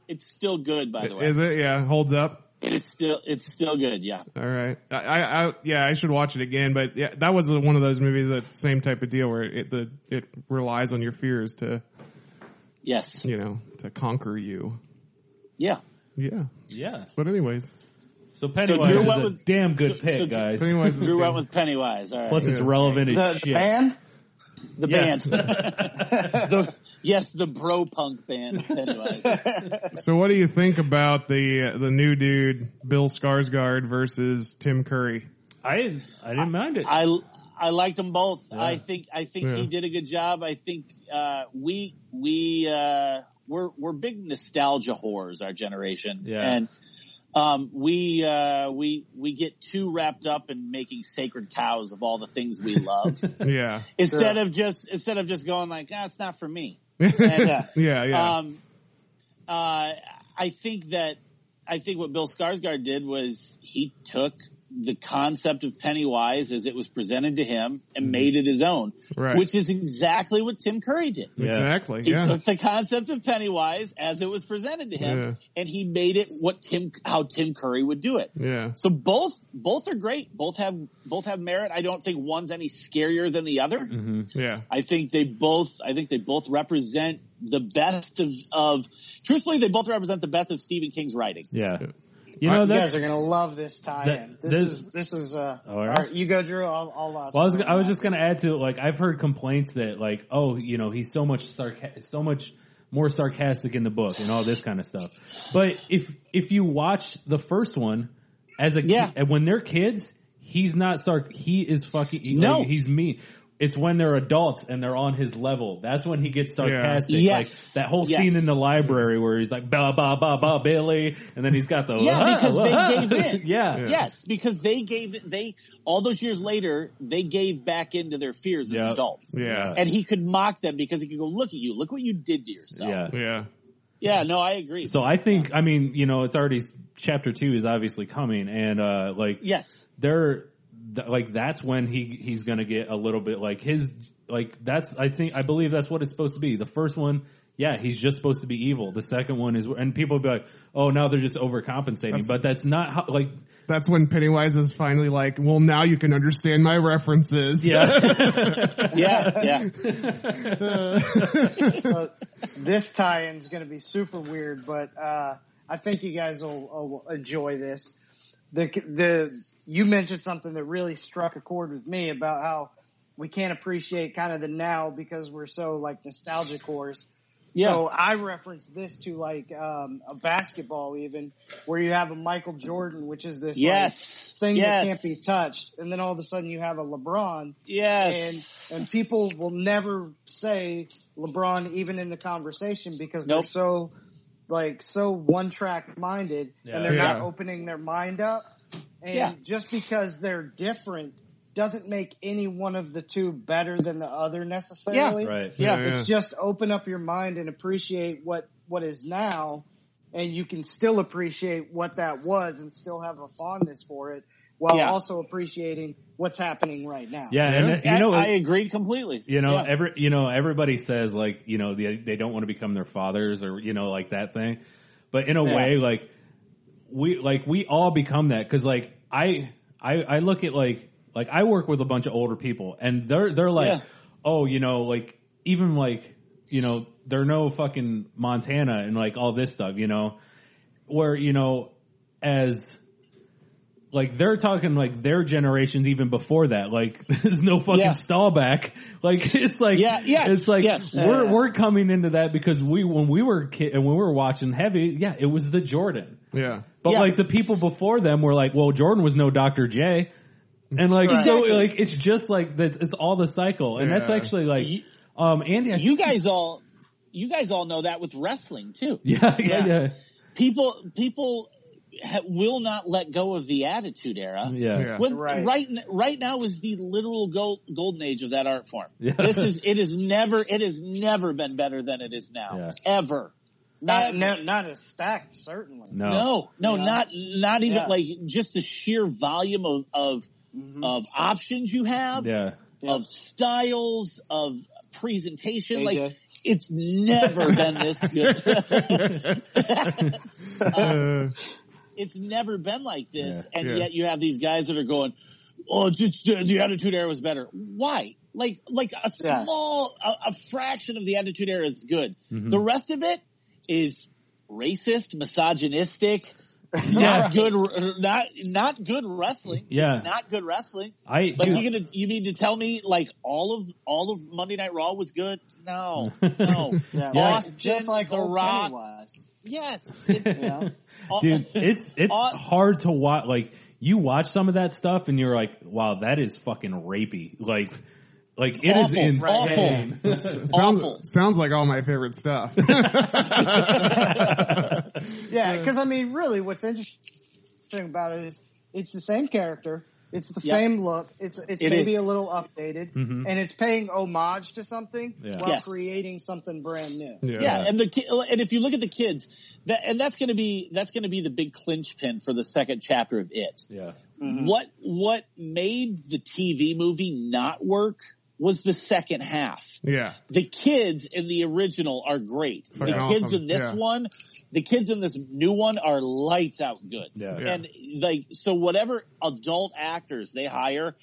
S3: It's still good by the way.
S2: Is it? Yeah, holds up.
S3: It is still it's still good, yeah.
S2: All right. I, I, I, yeah, I should watch it again, but yeah, that was one of those movies that same type of deal where it, the, it relies on your fears to,
S3: Yes.
S2: you know, to conquer you.
S3: Yeah.
S2: Yeah.
S1: Yeah.
S2: But anyways,
S1: So Pennywise
S3: Drew
S1: is
S3: went
S1: a
S3: with-
S1: damn good
S3: so-
S1: pick,
S3: so Drew-
S1: guys.
S2: Pennywise is
S3: Drew
S2: good.
S3: went with Pennywise. All right.
S1: Plus it's
S2: Yeah.
S1: relevant
S4: The,
S1: as
S4: the
S1: shit.
S4: band?
S3: the
S1: Yes.
S3: band. the, yes, the bro punk band Pennywise.
S2: So what do you think about the, uh, the new dude, Bill Skarsgård versus Tim Curry?
S1: I I didn't mind it.
S3: I I liked them both. I think I think
S2: Yeah.
S3: he did a good job. I think uh, we we uh, we're we're big nostalgia whores, our generation,
S1: Yeah.
S3: and um, we uh, we we get too wrapped up in making sacred cows of all the things we love
S2: Yeah.
S3: instead of just instead of just going like, ah, it's not for me. And, uh,
S4: Yeah.
S2: Yeah. Yeah.
S3: Um, uh, I think that I think what Bill Skarsgård did was he took the concept of Pennywise as it was presented to him and made it his own,
S2: Mm-hmm. Right.
S3: which is exactly what Tim Curry did.
S1: Yeah.
S2: Exactly.
S3: He
S2: Yeah.
S3: took the concept of Pennywise as it was presented to him,
S2: Yeah.
S3: and he made it what Tim how Tim Curry would do it.
S2: Yeah.
S3: So both both are great. Both have both have merit. I don't think one's any scarier than the other.
S2: Mm-hmm. Yeah.
S3: I think they both. I think they both represent the best of, of. Truthfully, they both represent the best of Stephen King's writing.
S1: yeah. You know
S4: You
S1: that's
S4: guys are gonna love this tie-in.
S1: that-
S4: This,
S1: this-
S4: is this is uh.
S1: All
S4: All
S1: right.
S4: right. you go, Drew. I'll, I'll watch.
S1: Well, I was, I was just going to add to it, like I've heard complaints that like, oh, you know, he's so much sarca- so much more sarcastic in the book and all this kind of stuff. But if if you watch the first one as a
S3: Yeah.
S1: kid, and when they're kids, he's not sarc. He is fucking he-
S3: No.
S1: like, he's mean. It's when they're adults and they're on his level. That's when he gets sarcastic.
S3: Yeah.
S1: Like
S3: Yes.
S1: that whole
S3: Yes.
S1: scene in the library where he's like, ba ba ba ba Billy, and then he's got the
S3: Yeah, because they
S1: "Ah,
S3: gave in.
S1: yeah.
S3: Yes, because they gave they all those years later they gave back into their fears
S1: Yeah.
S3: as adults.
S2: Yeah.
S3: and he could mock them because he could go, "Look at you! Look what you did to yourself."
S1: yeah.
S2: Yeah.
S3: Yeah, no, I agree.
S1: So I think, I mean, you know, it's already chapter two is obviously coming, and uh, like
S3: yes,
S1: they're th- like that's when he he's gonna get a little bit like his like that's I think I believe that's what it's supposed to be. The first one, yeah, he's just supposed to be evil. The second one is, and people be like, oh, now they're just overcompensating, but that's not how like
S2: That's when Pennywise is finally like, well, now you can understand my references.
S1: yeah
S3: yeah, yeah.
S4: Uh, this tie-in is going to be super weird, but uh, I think you guys will, will enjoy this. The the you mentioned something that really struck a chord with me about how we can't appreciate kind of the now because we're so like nostalgic horse.
S3: Yeah.
S4: So I reference this to like um, a basketball, even where you have a Michael Jordan, which is this like,
S3: yes.
S4: thing
S3: yes.
S4: that can't be touched, and then all of a sudden you have a LeBron, and
S3: Yes.
S4: and people will never say LeBron even in the conversation because they're
S3: Nope.
S4: so like so one track minded
S1: Yeah.
S4: and they're
S2: Yeah.
S4: not opening their mind up. And
S3: Yeah.
S4: just because they're different doesn't make any one of the two better than the other necessarily.
S1: Right.
S3: yeah.
S2: Yeah.
S4: It's just open up your mind and appreciate what what is now and you can still appreciate what that was and still have a fondness for it while
S3: Yeah.
S4: also appreciating what's happening right now.
S1: Yeah, and
S2: Yeah.
S1: uh, you know,
S3: I, I agree completely.
S1: you know,
S3: Yeah.
S1: every you know, everybody says like you know they they don't want to become their fathers or you know like that thing, but in a
S3: Yeah.
S1: way, like we like we all become that because like I I I look at like like I work with a bunch of older people and they're they're like
S3: Yeah.
S1: oh you know like even like you know they're no fucking Montana and like all this stuff you know where you know as like they're talking like their generations even before that like there's no fucking
S3: Yeah.
S1: stallback like it's like
S3: Yeah, yes,
S1: it's like
S3: yes.
S1: we're
S3: Yeah.
S1: we're coming into that because we when we were kid and when we were watching heavy yeah it was the Jordan
S2: Yeah.
S1: but
S3: Yeah.
S1: like the people before them were like well Jordan was no Dr J and like so
S3: Exactly.
S1: like it's just like that's it's all the cycle and that's
S2: Yeah.
S1: actually like
S3: You-
S1: um Andy I
S3: you guys all you guys all know that with wrestling too.
S1: yeah yeah
S3: Yeah.
S1: yeah
S3: People people ha- will not let go of the attitude era.
S1: yeah,
S2: Yeah.
S3: When-
S4: Right.
S3: right. Right, n- right now is the literal gold, golden age of that art form.
S1: Yeah.
S3: This is it is never it has never been better than it is now.
S1: Yeah.
S3: Ever.
S4: Not
S3: Ever.
S4: Uh, no, not as stacked, certainly.
S1: no.
S3: No, no,
S4: Yeah.
S3: not not even
S4: Yeah. Mm-hmm.
S3: like just the sheer volume of of, of options you have,
S1: yeah
S3: of styles, of presentation.
S4: AJ.
S3: Like it's never been this good.
S2: Uh,
S3: it's never been like this,
S1: Yeah.
S3: and
S2: Yeah.
S3: yet you have these guys that are going, "Oh, it's, it's, the, the Attitude Era was better." Why? Like, like a
S4: Yeah.
S3: small, a, a fraction of the Attitude Era is good.
S1: Mm-hmm.
S3: The rest of it is racist, misogynistic. Not good, not not good wrestling.
S1: Yeah.
S3: It's not good wrestling.
S1: I
S3: Like
S1: dude,
S3: you gonna, you need to tell me like all of all of Monday Night Raw was good? No, no.
S4: Yeah,
S3: Yeah.
S4: like-
S3: Austin,
S4: just like
S3: The
S4: old
S3: Rock.
S4: Pennywise.
S3: yes, It-
S4: You know?
S3: all-
S1: dude it's it's
S3: All-
S1: hard to watch like you watch some of that stuff and you're like wow that is fucking rapey like like it is
S3: Awful, right.
S1: insane
S3: awful.
S2: sounds, sounds like all my favorite stuff.
S4: Yeah, because I mean, really, what's interesting about it is it's the same character, it's the
S3: Yeah.
S4: same look, it's it's
S3: It
S4: maybe
S3: is.
S4: a little updated,
S2: Mm-hmm.
S4: and it's paying homage to something
S1: Yeah.
S4: while
S3: Yes.
S4: creating something brand new.
S2: yeah.
S3: Yeah, and the ki- and if you look at the kids, that and that's going to be that's going to be the big clinch pin for the second chapter of it.
S1: yeah
S3: What what made the TV movie not work was the second half.
S2: Yeah.
S3: The kids in the original are great. The
S2: Fucking
S3: kids
S2: awesome.
S3: in this
S2: Yeah.
S3: one, the kids in this new one are lights out good.
S1: yeah
S2: Yeah.
S3: And like so whatever adult actors they hire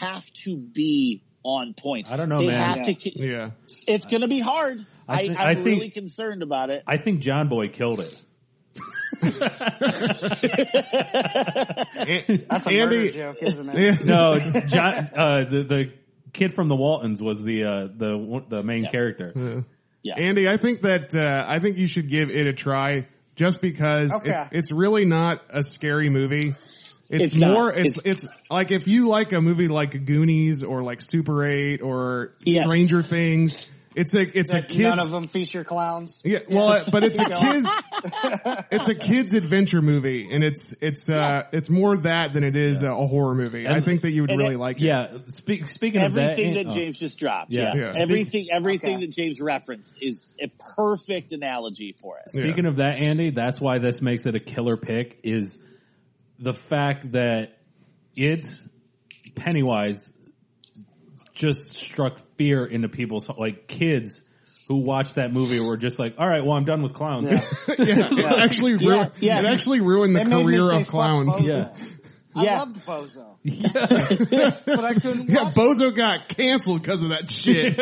S3: have to be on point.
S1: I don't know,
S3: They
S1: man.
S3: have to ki-
S2: Yeah.
S3: it's going to be hard.
S1: I thi-
S3: I, I'm
S1: I think-
S3: really concerned about it.
S1: i think john boy killed it
S3: Eh.
S2: A-
S4: That's a
S2: Andy,
S4: murder joke, isn't it?
S2: Yeah.
S1: no john uh the the kid from the waltons was the uh the one- the main character
S2: Andy, I think that uh, I think you should give it a try just because
S4: Okay.
S2: it's it's really not a scary movie. It's,
S3: It's not.
S2: more it's, it's like if you like a movie like Goonies or like Super 8 or
S3: Yes.
S2: Stranger Things, it's a it's a
S4: That
S2: kids
S4: None of them feature clowns.
S2: yeah, well, but it's a kids, it's a kids adventure movie, and it's it's uh it's more that than it is a horror movie. I think that you would
S3: and
S2: really
S3: it-
S2: like it.
S1: yeah speak, speaking
S3: everything
S1: of that, uh,
S3: that, James just dropped.
S1: Yeah.
S3: Yeah.
S2: Yeah.
S3: Everything everything
S4: Okay.
S3: that James referenced is a perfect analogy for it.
S2: Yeah.
S1: Speaking of that, Andy, that's why this makes it a killer pick is the fact that it Pennywise just struck fear into people's like kids who watched that movie were just like, all right, well, I'm done with clowns.
S2: yeah, it actually ruined,
S3: yeah.
S2: it actually ruined the
S4: It made me
S2: career
S4: say,
S2: of
S4: "Fuck
S2: clowns.
S4: Bozo."
S1: Yeah.
S4: I
S3: Yeah.
S4: loved Bozo, but I couldn't.
S2: Yeah,
S4: watch
S2: Bozo got canceled because of that shit.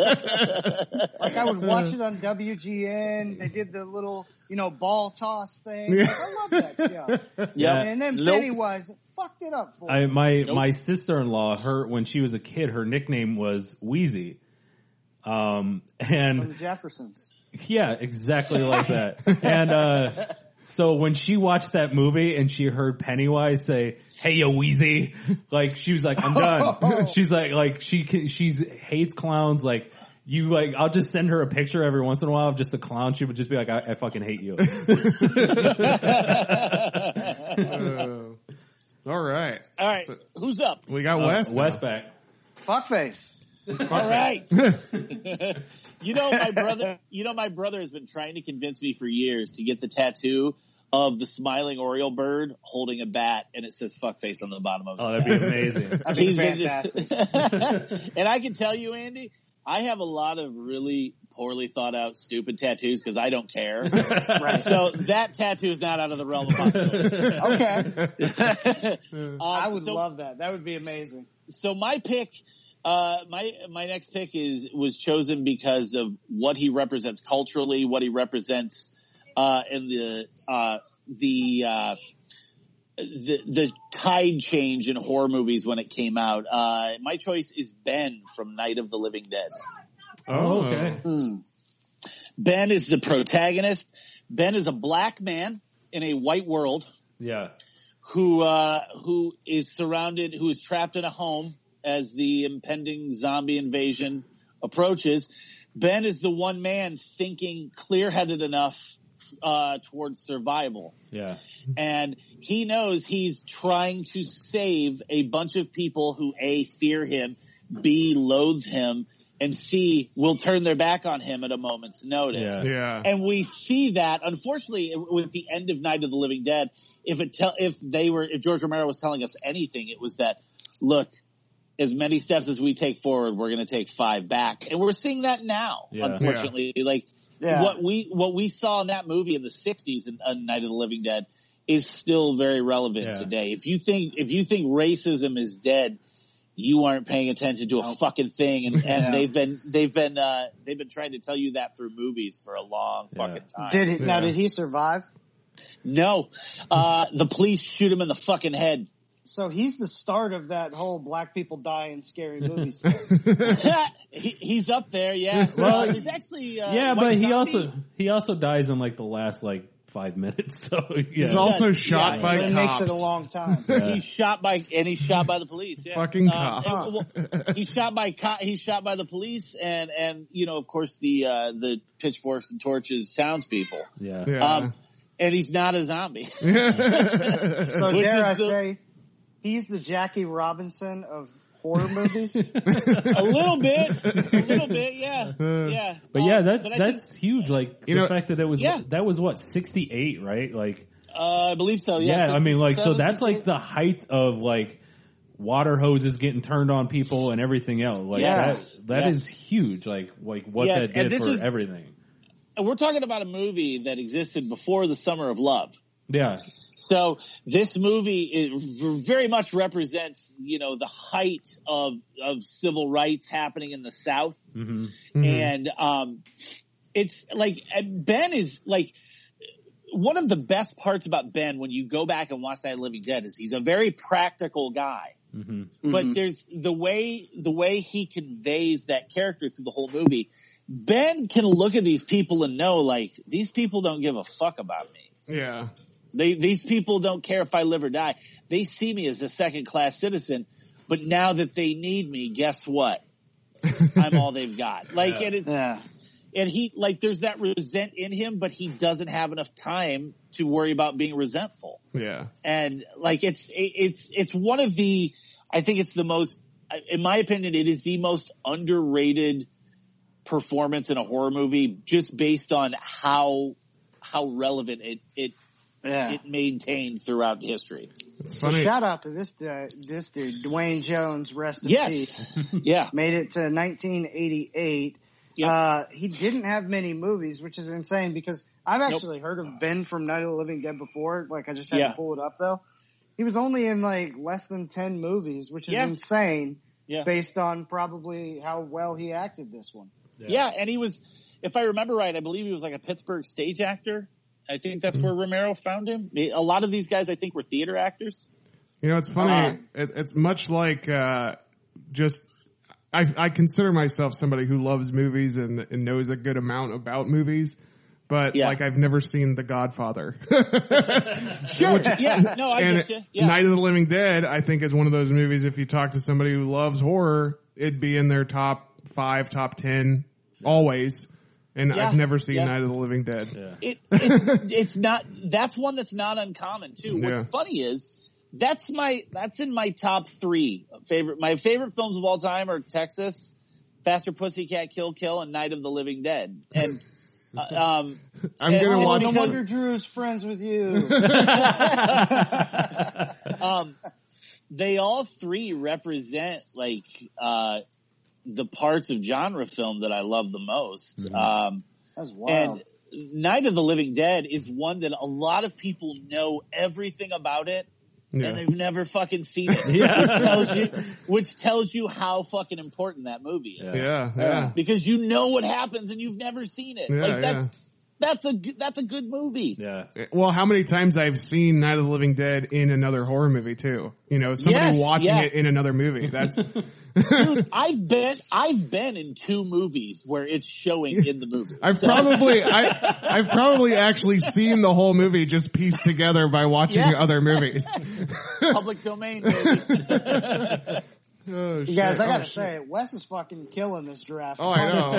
S4: Like I would watch it on WGN. They did the little, you know, ball toss thing. Like, I love that show.
S1: Yeah.
S4: And then
S3: Nope.
S4: Pennywise fucked it up for me.
S1: I, my, my sister-in-law, her, when she was a kid, her nickname was Wheezy. Um,
S4: From the
S1: and
S4: Jeffersons.
S1: yeah, exactly like that. And uh, so when she watched that movie and she heard Pennywise say, "Hey, yo, Wheezy," like she was like, "I'm done." she's like, like she can, she's hates clowns. Like you, like I'll just send her a picture every once in a while of just a clown. She would just be like, "I, I fucking hate you."
S2: Oh. all right.
S3: All right,
S2: So-
S3: who's up?
S2: We got West.
S1: Uh, West back.
S4: Fuckface.
S3: All right. you know my brother. You know my brother has been trying to convince me for years to get the tattoo of the smiling Oriole bird holding a bat, and it says "fuckface" on the bottom of it.
S1: Oh, that'd be amazing.
S4: That'd be
S3: He's been-
S4: fantastic.
S3: and I can tell you, Andy, I have a lot of really poorly thought out, stupid tattoos because I don't care.
S4: Right.
S3: so that tattoo is not out of the realm of possibility.
S4: Okay.
S3: Um,
S4: I would
S3: so-
S4: love that. That would be amazing.
S3: so my pick, uh, my my next pick is was chosen because of what he represents culturally, what he represents, uh, in the uh, the uh, the the tide change in horror movies when it came out. Uh, my choice is Ben from Night of the Living Dead.
S1: Oh, okay.
S3: Ben is the protagonist. Ben is a black man in a white world
S1: Yeah.
S3: who uh, who is surrounded, who is trapped in a home as the impending zombie invasion approaches. Ben is the one man thinking clear-headed enough uh, towards survival,
S1: Yeah.
S3: and he knows he's trying to save a bunch of people who a fear him, b loathe him, and c will turn their back on him at a moment's notice.
S1: Yeah.
S2: Yeah.
S3: And we see that, unfortunately, with the end of Night of the Living Dead, if it tell, if they were, if George Romero was telling us anything, it was that, look, as many steps as we take forward, we're going to take five back. And we're seeing that now,
S1: Yeah.
S3: unfortunately. Like,
S4: Yeah.
S3: what we, what we saw in that movie in the sixties in, in Night of the Living Dead is still very relevant
S1: Yeah.
S3: today. If you think, if you think racism is dead, you aren't paying attention to a fucking thing. And, and
S4: Yeah.
S3: they've been, they've been, uh, they've been trying to tell you that through movies for a long
S1: Yeah.
S3: fucking time.
S4: Did he, now
S2: Yeah.
S4: did he survive?
S3: no, uh, the police shoot him in the fucking head.
S4: So he's the start of that whole black people die in scary movies.
S3: he, he's up there. Yeah.
S1: Well,
S3: Uh, he's actually, uh,
S1: yeah,
S3: White
S1: but he
S3: Zombie-
S1: also he also dies in like the last like five minutes. So yeah.
S2: He's also
S3: Yeah.
S2: shot
S3: Yeah.
S2: by cops.
S4: it makes it a long time.
S1: Yeah.
S3: He's shot by and he's shot by the police. Yeah.
S2: Uh, Fucking
S3: Uh,
S2: cops.
S3: and- well, he's shot by co- he's shot by the police and and you know of course the uh, the pitchforks and torches townspeople.
S1: yeah.
S2: yeah.
S3: Um, and he's not a zombie.
S4: So
S3: Which
S4: dare
S3: is
S4: I
S3: the-
S4: say, he's the Jackie Robinson of horror movies.
S3: a little bit, a little bit, yeah,
S2: Uh,
S3: yeah.
S1: But
S3: Um,
S1: yeah, that's
S3: but I think-
S1: that's huge. Like
S2: You
S1: the
S2: know-
S1: fact that it was
S3: Yeah.
S1: that was what sixty eight, right? Like
S3: uh, I believe so. Yeah,
S1: yeah, I mean like so
S3: 67,
S1: that's like
S3: 68.
S1: the height of like water hoses getting turned on people and everything else. Like
S3: Yeah.
S1: that that
S3: Yeah.
S1: is huge. Like like what
S3: Yeah,
S1: that
S3: and
S1: did
S3: this
S1: for
S3: is-
S1: everything.
S3: And we're talking about a movie that existed before the Summer of Love.
S1: Yeah,
S3: So this movie is, very much represents, you know, the height of of civil rights happening in the South,
S1: hmm
S3: and um, it's like and Ben is like one of the best parts about Ben when you go back and watch that Living Dead is he's a very practical guy.
S1: hmm
S3: but there's the way the way he conveys that character through the whole movie. Ben can look at these people and know like these people don't give a fuck about me.
S2: yeah.
S3: They these people don't care if I live or die. They see me as a second class citizen, but now that they need me, guess what? I'm all they've got. Like and it's
S4: yeah.
S3: and he like there's that resent in him, but he doesn't have enough time to worry about being resentful
S2: Yeah.
S3: and like it's it- it's it's one of the I think it's the most in my opinion it is the most underrated performance in a horror movie just based on how how relevant it it
S4: Yeah.
S3: it maintained throughout history.
S2: It's
S4: So
S2: funny.
S4: shout out to this uh, this dude, Dwayne Jones, rest in peace.
S3: Yes. yeah.
S4: Made it to 1988.
S3: Yep.
S4: Uh, he didn't have many movies, which is insane because I've actually heard of Ben from Night of the Living Dead before. Like I just had
S3: Yeah.
S4: to pull it up though. He was only in like less than 10 movies, which is
S3: Yeah.
S4: insane
S3: Yeah.
S4: based on probably how well he acted this one.
S3: Yeah, and he was if I remember right, I believe he was like a Pittsburgh stage actor. I think that's where Romero found him. A lot of these guys I think were theater actors.
S2: You know, it's funny. it, it's much like uh, just I, I consider myself somebody who loves movies and, and knows a good amount about movies, but
S3: Yeah.
S2: like I've never seen The Godfather.
S3: Sure. yeah. No, I
S2: and
S3: get you. Yeah.
S2: Night of the Living Dead, I think, is one of those movies. If you talk to somebody who loves horror, it'd be in their top five, top ten, always. And
S3: Yeah.
S2: I've never seen
S3: Yeah.
S2: Night of the Living Dead.
S3: it, it's, it's not that's one that's not uncommon too what's
S2: Yeah.
S3: funny is that's my that's in my top three favorite my favorite films of all time are texas faster pussycat kill kill and night of the living dead and uh, um
S2: I'm
S3: Yeah,
S2: gonna
S3: I
S4: Oh,
S2: watch.
S4: no
S3: because-
S4: wonder Drew is friends with you.
S3: um, they all three represent like uh, the parts of genre film that I love the most.
S2: Mm-hmm.
S3: Um,
S4: That's
S3: and
S4: wild.
S3: Night of the Living Dead is one that a lot of people know everything about it.
S2: Yeah.
S3: And they've never fucking seen it, which, tells you, which tells you how fucking important that movie is.
S2: yeah, yeah,
S3: Because you know what happens and you've never seen it.
S2: Yeah,
S3: like that's that's a g- that's a good movie.
S1: Yeah.
S2: Well, how many times I've seen Night of the Living Dead in another horror movie too? You know, somebody
S3: Yes,
S2: watching
S3: yeah.
S2: it in another movie. That's
S3: Dude, I've been I've been in two movies where it's showing in the movie.
S2: I've probably I I've probably actually seen the whole movie just pieced together by watching
S3: Yeah.
S2: other movies.
S3: Public domain. Baby.
S2: Oh,
S4: You guys,
S2: shit.
S4: I
S2: Oh,
S4: gotta
S2: shit.
S4: say, Wes is fucking killing this draft.
S2: Oh, I know.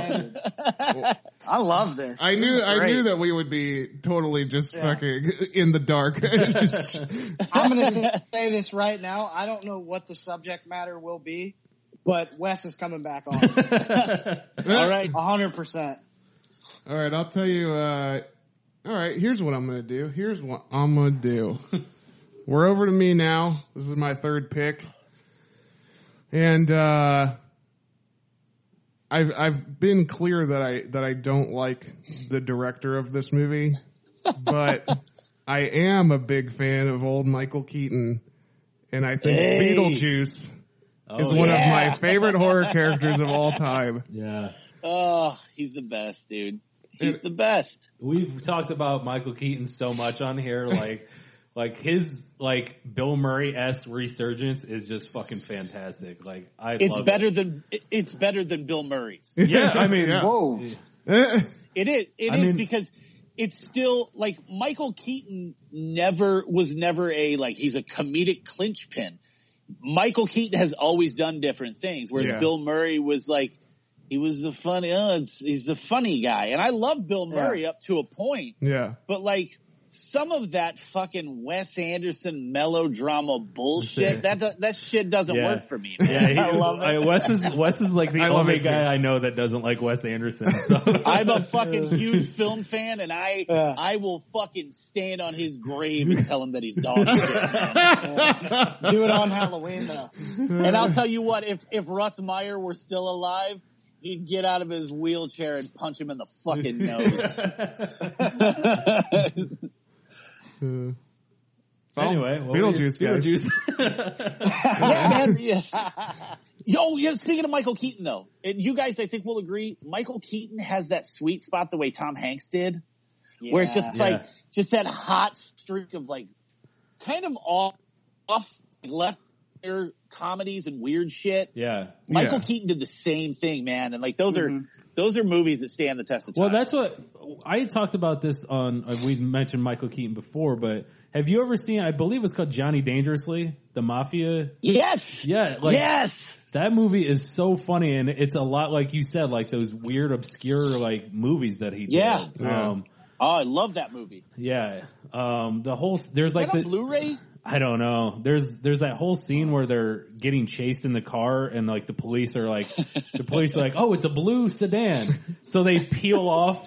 S4: Fucking dang. I love this.
S2: I
S4: This
S2: knew
S4: is
S2: I
S4: great.
S2: knew that we would be totally just fucking in the dark. Just-
S4: I'm gonna say say this right now. I don't know what the subject matter will be, but Wes is coming back on.
S2: all
S3: right.
S4: hundred percent.
S2: all right. I'll tell you. Uh, all right, here's what I'm gonna do. Here's what I'm gonna do. We're over to me now. This is my third pick, and uh, I've I've been clear that I that I don't like the director of this movie, but I am a big fan of old Michael Keaton, and I think
S3: Hey.
S2: Beetlejuice is
S1: Oh,
S2: one
S3: yeah.
S2: of my favorite horror characters of all time.
S1: Yeah.
S3: Oh, he's the best, dude. He's
S2: Dude.
S3: the best.
S1: We've talked about Michael Keaton so much on here, like like his like Bill Murray s resurgence is just fucking fantastic. Like I,
S3: It's
S1: love
S3: better
S1: It.
S3: than it- it's better than Bill Murray's.
S1: Yeah, I mean,
S2: Yeah.
S4: Whoa.
S3: It is. It
S1: I
S3: is
S1: mean-
S3: because it's still like Michael Keaton never was never a like he's a comedic clinch pin. Michael Keaton has always done different things, whereas
S2: Yeah.
S3: Bill Murray was like he was the funny. Oh, it's, he's the funny guy, and I love Bill Murray up to a point,
S2: Yeah.
S3: but like. Some of that fucking Wes Anderson melodrama bullshit that do- that shit doesn't
S1: Yeah.
S3: work for me. man.
S1: Yeah, he,
S4: I love it.
S1: I- Wes is Wes is like the
S2: I love
S1: only
S2: it, too.
S1: guy I know that doesn't like Wes Anderson. So.
S3: I'm a fucking huge film fan, and I
S4: Yeah.
S3: I will fucking stand on his grave and tell him that he's dog shit.
S4: Do it on Halloween though.
S3: and I'll tell you what, if if Russ Meyer were still alive, he'd get out of his wheelchair and punch him in the fucking nose.
S2: Uh, well,
S1: anyway, well,
S2: Beetlejuice, guys.
S1: Beetlejuice.
S3: yeah, man, yeah. Yo, yeah, speaking of Michael Keaton though, and you guys I think will agree, Michael Keaton has that sweet spot the way Tom Hanks did. where it's just
S1: Yeah.
S3: like just that hot streak of like kind of off, off left air comedies and weird shit.
S1: yeah.
S3: Michael
S2: Yeah.
S3: Keaton did the same thing, man, and like those are those are movies that stand the test of time.
S1: Well, that's what I had talked about this on. uh, We mentioned Michael Keaton before, but have you ever seen? I believe it's called Johnny Dangerously, the Mafia.
S3: yes,
S1: Yeah, like
S3: yes,
S1: that movie is so funny, and it's a lot like you said, like those weird, obscure, like movies that he
S3: Yeah.
S1: did. Um,
S3: oh, I love that movie.
S1: yeah. Um, the whole there's
S3: Like
S1: like the
S3: on Blu-ray,
S1: I don't know. There's there's that whole scene where they're getting chased in the car and like the police are like the police are like, "Oh, it's a blue sedan." So they peel off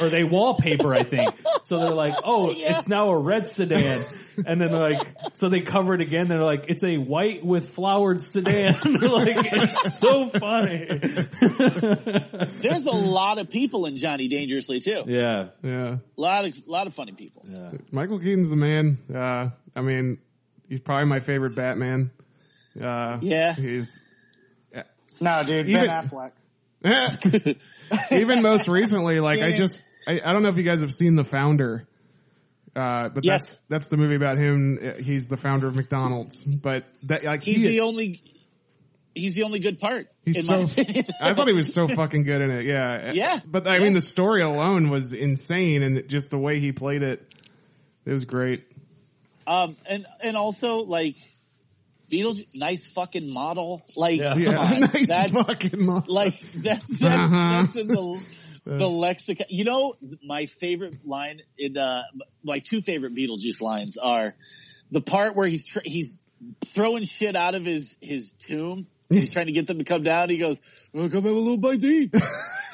S1: or they wallpaper, I think. So they're like, "Oh,
S3: Yeah.
S1: it's now a red sedan." And then like so they cover it again. They're like, "It's a white with flowered sedan." like it's so funny.
S3: there's a lot of people in Johnny Dangerously too.
S1: yeah.
S2: Yeah.
S3: A lot of lot of funny people.
S1: Yeah.
S2: Michael Keaton's the man. Uh, I mean, he's probably my favorite Batman. Uh,
S3: Yeah.
S2: He's
S4: No, dude,
S2: Even-
S4: Ben Affleck.
S2: even most recently, like I
S4: Yeah.
S2: just, I, I don't know if you guys have seen The Founder. Uh, but
S3: Yes.
S2: that's, that's Uh, the movie about him. He's the founder of McDonald's, but that, like,
S3: He's
S2: he is-
S3: the only he's the only good part.
S2: He's
S3: in
S2: so.
S3: my opinion.
S2: I thought he was so fucking good in it. Yeah. Uh,
S3: Yeah.
S2: But I mean, the story alone was insane, and just the way he played it, it was great.
S3: Um, and and also like Beetlejuice, nice fucking model. Like,
S1: Yeah.
S3: come
S2: Yeah.
S3: on,
S2: nice
S3: that-
S2: fucking. mo-
S3: like that, that
S2: Uh-huh.
S3: that's in the the lexicon. You know, my favorite line in uh, my two favorite Beetlejuice lines are the part where he's tr- he's throwing shit out of his his tomb. He's trying to get them to come down. He goes, "Well, "Come have a little bite to eat."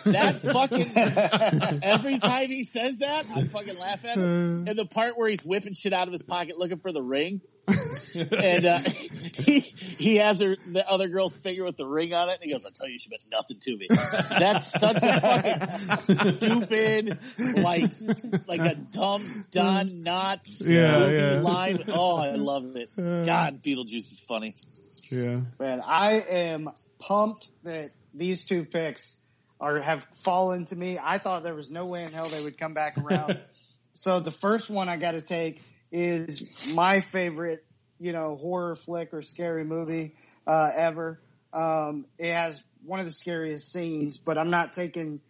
S3: That fucking every time he says that, I fucking laugh at him. And the part where he's whipping shit out of his pocket looking for the ring, and uh, he he has her the other girl's finger with the ring on it, and he goes, "I tell you, she meant nothing to me." That's such a fucking stupid, like like a dumb Don Knotts
S2: Yeah,
S3: movie
S2: yeah.
S3: line. Oh, I love it. God, Beetlejuice is funny.
S2: Yeah.
S4: Man, I am pumped that these two picks are have fallen to me. I thought there was no way in hell they would come back around. so the first one I got to take is my favorite, you know, horror flick or scary movie uh, ever. Um, it has one of the scariest scenes, but I'm not taking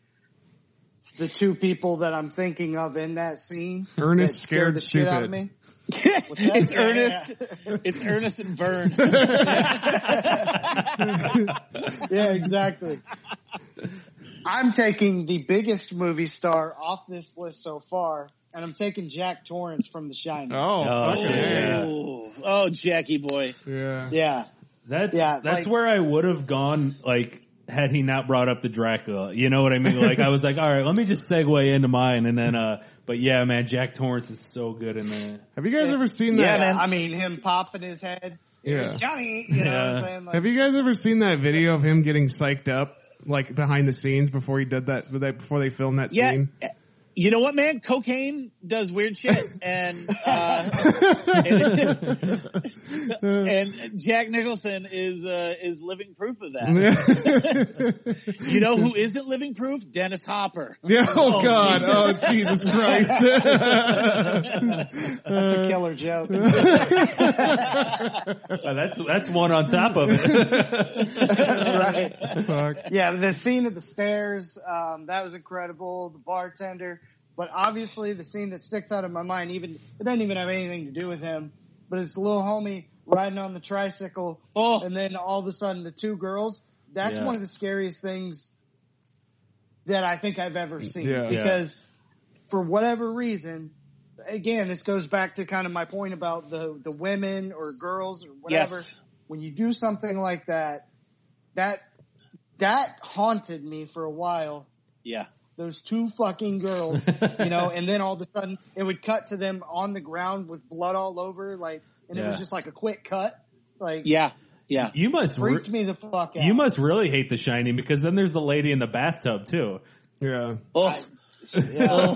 S4: the two people that I'm thinking of in that scene.
S2: Ernest
S4: that scared
S2: Scared
S4: the shit out of
S2: Stupid.
S4: me.
S3: it's Ernest. It's Ernest and Vern.
S4: yeah, exactly. I'm taking the biggest movie star off this list so far, and I'm taking Jack Torrance from The Shining.
S2: Oh,
S1: Oh,
S2: fucking
S1: yeah.
S2: yeah.
S3: Oh, oh, Jackie boy.
S2: Yeah.
S4: Yeah,
S1: That's
S4: Yeah,
S1: that's
S4: like-
S1: where I would have gone. Like had he not brought up the Dracula, you know what I mean? Like I was like, all right, let me just segue into mine, and then. uh But yeah, man, Jack Torrance is so good in that.
S2: Have you guys ever seen
S4: yeah.
S2: that?
S4: I mean, him popping his head.
S2: Yeah.
S4: Johnny, you know
S1: Yeah.
S4: what I'm saying? Like,
S2: Have you guys ever seen that video of him getting psyched up, like behind the scenes before he did that, before they filmed that
S3: Yeah. uh,
S2: scene?
S3: You know what, man? Cocaine does weird shit, and uh, and, and Jack Nicholson is uh, is living proof of that. You know who isn't living proof? Dennis Hopper.
S2: Yeah. Oh, God. Oh Jesus Christ.
S4: that's a killer joke.
S1: Uh, that's that's one on top of it.
S4: right.
S2: Fuck.
S4: Yeah, the scene of the stairs, um, that was incredible. The bartender. But obviously, the scene that sticks out in my mind, even it doesn't even have anything to do with him, but it's the little homie riding on the tricycle,
S3: Oh.
S4: and then all of a sudden, the two girls. That's
S1: Yeah.
S4: one of the scariest things that I think I've ever seen.
S2: Yeah. Yeah.
S4: Because for whatever reason, again, this goes back to kind of my point about the the women or girls or whatever.
S3: Yes.
S4: When you do something like that, that that haunted me for a while.
S3: Yeah.
S4: Those two fucking girls, you know, and then all of a sudden it would cut to them on the ground with blood all over, like, and it was
S1: Yeah.
S4: just like a quick cut, like,
S3: Yeah. Yeah.
S1: you must re-
S4: freaked me the fuck out.
S1: you must really hate The Shining because then there's the lady in the bathtub too.
S2: Yeah.
S3: Oh,
S2: You know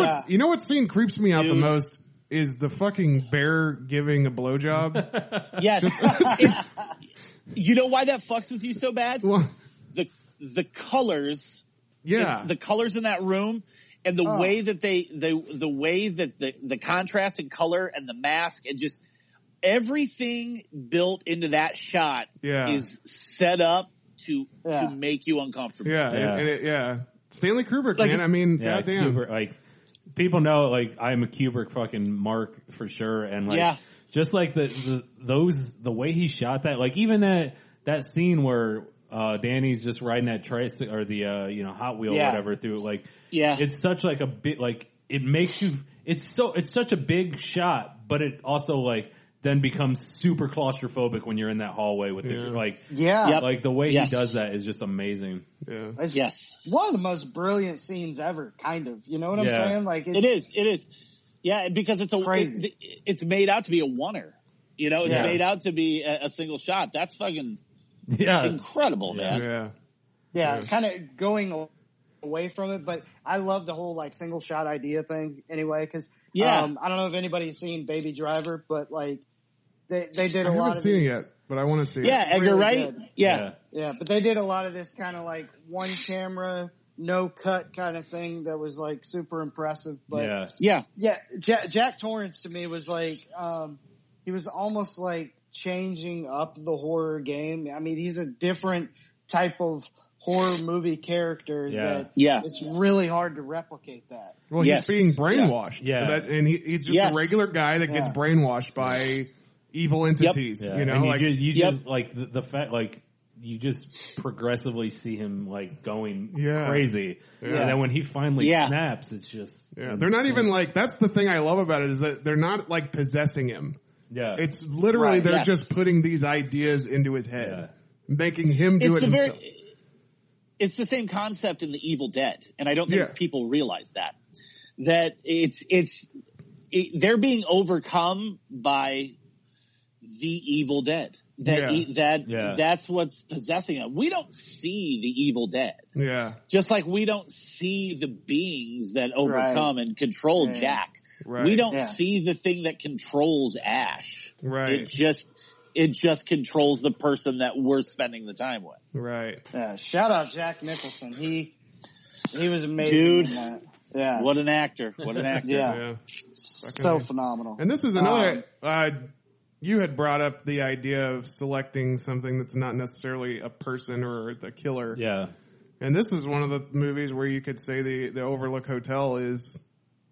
S2: what's you know what scene creeps me out the most is the fucking bear giving a blowjob.
S3: yes. It's- you know why that fucks with you so bad?
S2: Well,
S3: The the colors
S2: yeah.
S3: the colors in that room and the
S4: Oh.
S3: way that they the the way that the the contrast in color and the mask and just everything built into that shot
S2: Yeah.
S3: is set up to
S4: Yeah.
S3: to make you uncomfortable.
S2: yeah.
S1: Yeah.
S2: And it, yeah. Stanley Kubrick,
S3: Like-
S2: man. I mean,
S1: Yeah,
S2: goddamn.
S1: Kubrick, like people know, like I'm a Kubrick fucking mark for sure, and like
S3: Yeah.
S1: just like the, the those the way he shot that, like even that that scene where uh Danny's just riding that tricycle or the uh you know Hot Wheel
S4: Yeah.
S1: or whatever through, like
S3: Yeah.
S1: it's such like a bit like it makes you it's so it's such a big shot, but it also like then becomes super claustrophobic when you're in that hallway with
S2: Yeah.
S1: the like
S4: yeah.
S3: Yep.
S1: like the way
S3: Yes.
S1: he does that is just amazing.
S2: Yeah.
S4: It's
S3: Yes.
S4: one of the most brilliant scenes ever, kind of. You know what
S1: Yeah.
S4: I'm saying? Like, it's,
S3: It is. It is. Yeah, because it's a
S4: Crazy.
S3: it- it's made out to be a oneer. You know, it's
S4: Yeah.
S3: made out to be a, a single shot. That's fucking
S1: Yeah.
S3: incredible, man.
S2: Yeah.
S4: yeah,
S2: Yeah.
S4: kind of going a- away from it. But I love the whole like single shot idea thing anyway. Because
S3: Yeah.
S4: um, I don't know if anybody's seen Baby Driver, but like they they did
S2: I
S4: a lot
S2: haven't
S4: of
S2: seen it
S4: these-
S2: yet, but I want to see
S3: Yeah,
S2: it.
S3: Edgar
S4: really
S3: Wright.
S4: good.
S3: Yeah.
S4: Yeah, but they did a lot of this kind of like one camera, no cut kind of thing that was like super impressive. But
S1: yeah.
S3: Yeah.
S4: yeah, Jack, Jack Torrance to me was like, um, he was almost like changing up the horror game. I mean, he's a different type of horror movie character
S1: Yeah.
S4: that
S3: Yeah.
S4: it's really hard to replicate that.
S2: Well,
S3: Yes.
S2: he's being brainwashed.
S1: Yeah.
S2: That- and he, he's just
S3: Yes.
S2: a regular guy that gets
S4: Yeah.
S2: brainwashed by evil entities.
S1: Yeah.
S2: You know,
S1: and you
S2: like
S1: just, you
S3: Yep.
S1: just like the, the fact, like you just progressively see him like going
S2: Yeah.
S1: crazy, and then when he finally
S3: Yeah.
S1: snaps, it's just
S2: yeah, they're not even like. That's the thing I love about it is that they're not like possessing him.
S1: yeah,
S2: It's literally
S3: Right,
S2: they're
S3: yes.
S2: just putting these ideas into his head, making him do
S3: it's
S2: it
S3: the
S2: himself.
S3: very it's the same concept in the evil dead and i don't think
S2: Yeah.
S3: people realize that that it's it's it, they're being overcome by the evil dead that
S2: Yeah.
S3: e- that
S1: Yeah.
S3: that's what's possessing them we don't see the evil dead
S2: yeah,
S3: just like we don't see the beings that overcome and control
S4: Yeah.
S3: jack
S2: right.
S3: we don't
S4: Yeah.
S3: see the thing that controls ash
S2: Right.
S3: it just it just controls the person that we're spending the time with
S2: right.
S4: Yeah, shout out Jack Nicholson. He he was amazing.
S3: Dude.
S4: in that. Yeah.
S3: What an actor. What an actor.
S4: yeah.
S2: yeah.
S4: So phenomenal.
S2: And this is another.
S3: Um,
S2: uh, you had brought up the idea of selecting something that's not necessarily a person or the killer.
S1: yeah,
S2: And this is one of the movies where you could say the the Overlook Hotel is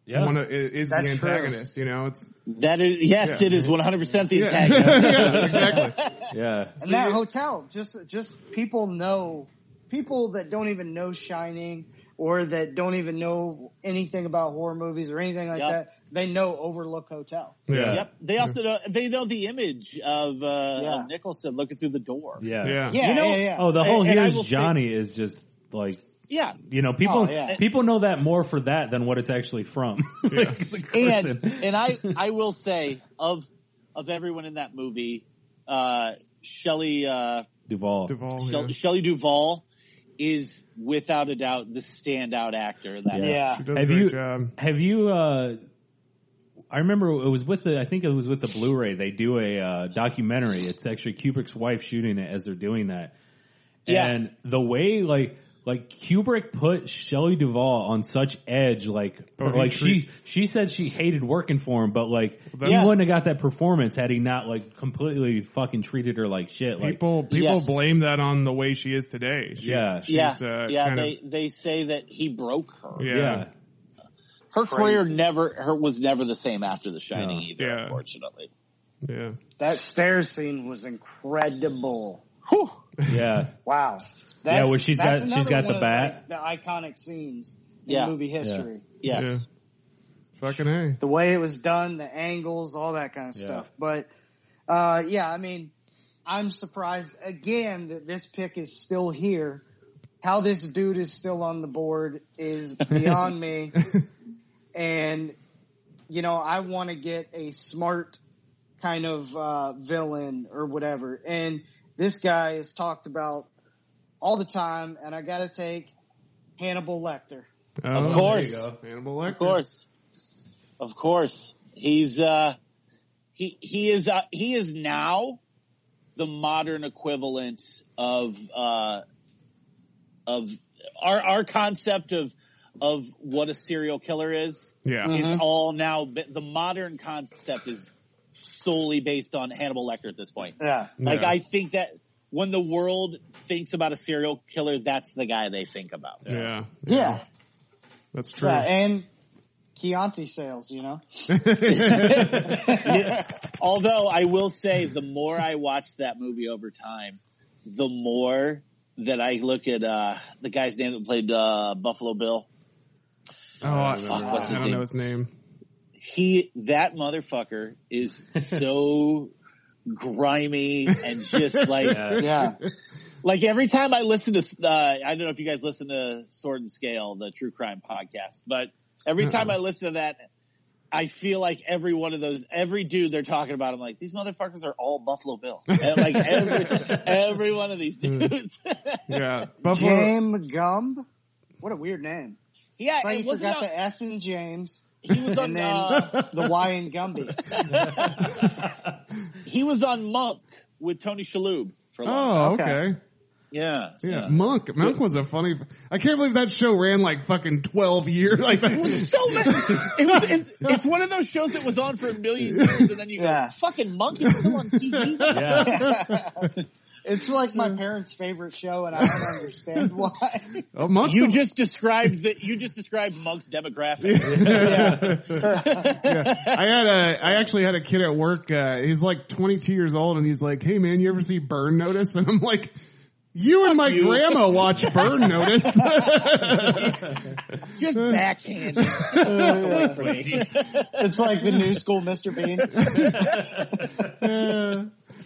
S1: yeah.
S2: one of, i- is
S4: That's
S2: the
S4: true.
S2: antagonist. You know, it's
S3: That is, yes,
S2: Yeah.
S3: it is 100% the
S2: yeah,
S3: antagonist.
S2: Yeah, exactly.
S1: yeah.
S4: And that hotel, just just people know people that don't even know Shining or that don't even know anything about horror movies or anything like
S3: Yep.
S4: that, they know Overlook Hotel.
S2: Yeah.
S3: Yep. They also know, they know the image of, uh,
S4: Yeah.
S3: of Nicholson looking through the door.
S1: yeah,
S2: Yeah.
S4: Yeah,
S3: You know-
S4: yeah, yeah.
S1: Oh, the whole
S3: And- and I will
S1: here's
S3: say-
S1: Johnny is just like
S3: Yeah.
S1: you know people
S4: Oh, yeah.
S1: people know that more for that than what it's actually from. Like, the
S3: And,
S1: person.
S3: and I, I will say of, of everyone in that movie, uh, Shelley, uh,
S1: Duvall.
S2: Duvall, Oh, yeah.
S3: Shelley, Shelley Duvall is without a doubt the standout actor in that.
S1: Yeah.
S4: Yeah.
S2: She does a
S1: Have
S2: great
S1: you-
S2: job.
S1: Have you? uh I remember it was with the. I think it was with the Blu-ray. They do a uh, documentary. It's actually Kubrick's wife shooting it as they're doing that.
S3: Yeah.
S1: And the way like like Kubrick put Shelley Duvall on such edge, like
S2: Oh, he
S1: like
S2: treat-
S1: she she said she hated working for him, but like he
S2: that's-
S1: wouldn't have got that performance had he not like completely fucking treated her like shit. Like
S2: People people
S3: Yes.
S2: blame that on the way she is today. She's-
S1: Yeah.
S2: she's,
S3: Yeah.
S2: uh,
S3: yeah.
S2: kind of-
S3: They, they say that he broke her.
S2: yeah,
S1: yeah,
S3: her career never her was never the same after the shining
S1: No.
S3: either
S2: Yeah.
S3: unfortunately
S2: yeah.
S4: That stair scene was incredible.
S3: Whew.
S1: yeah.
S4: Wow.
S1: Yeah, where she's got-
S4: that's
S1: she's
S4: another
S1: got
S4: one
S1: the
S4: of,
S1: bat.
S4: like, the iconic scenes in
S3: Yeah.
S4: movie history.
S3: yes
S2: Yeah. Fucking a.
S4: the way it was done, the angles, all that kind of
S1: Yeah.
S4: stuff. But uh, yeah, I mean, I'm surprised again that this pick is still here. How this dude is still on the board is beyond me. And you know, I want to get a smart kind of uh, villain or whatever. And this guy is talked about all the time, and I got to take Hannibal Lecter.
S2: Oh, there you
S3: course.
S2: go. Hannibal
S3: of course of course he's uh he he is uh, he is now the modern equivalent of uh of our our concept of of what a serial killer is
S2: Yeah.
S3: is all now the modern concept is solely based on Hannibal Lecter at this point
S4: Yeah,
S3: Like
S2: Yeah.
S3: I think that when the world thinks about a serial killer, that's the guy they think about.
S2: Yeah. yeah.
S4: yeah,
S2: That's true.
S4: yeah. and Chianti sales, you know.
S3: Although I will say, the more I watch that movie over time, the more that I look at uh, the guy's name that played uh, Buffalo Bill.
S2: Oh, I,
S3: Fuck, what's
S2: I
S3: his
S2: don't
S3: name?
S2: know his name.
S3: He that motherfucker is so grimy and just like
S4: Yeah.
S3: Like every time I listen to, uh, I don't know if you guys listen to Sword and Scale, the true crime podcast, but every time I listen to that, I feel like every one of those, every dude they're talking about, I'm like, these motherfuckers are all Buffalo Bill. And, like every, every one of these
S2: Mm.
S3: dudes.
S2: Yeah. Buffalo.
S4: James Gumb. What a weird name.
S3: yeah,
S4: Sorry,
S3: it
S4: you
S3: wasn't
S4: forgot
S3: on-
S4: the S in James,
S3: he was on,
S4: and then
S3: uh,
S4: the Y in Gumby.
S3: he was on Monk with Tony Shalhoub for a long time.
S2: Oh,
S4: Okay.
S2: okay.
S3: Yeah.
S2: Yeah, Monk. Monk was a funny. I can't believe that show ran like fucking twelve years. Like that was
S3: So many. It was, it, it's one of those shows that was on for a million years, and then you
S4: Yeah.
S3: go, "Fucking Monk is still on TV."
S1: Yeah.
S4: It's like my parents' favorite show, and I don't understand why.
S2: oh, Monk's
S3: You
S2: a-
S3: just described that. You just described Monk's demographic.
S2: I had a, I actually had a kid at work. Uh, he's like 22 years old, and he's like, "Hey man, you ever see Burn Notice?" And I'm like, "You and my grandma watch Burn Notice."
S3: Just
S4: Hmm.
S3: backhand.
S4: It's like the new school Mr. Bean.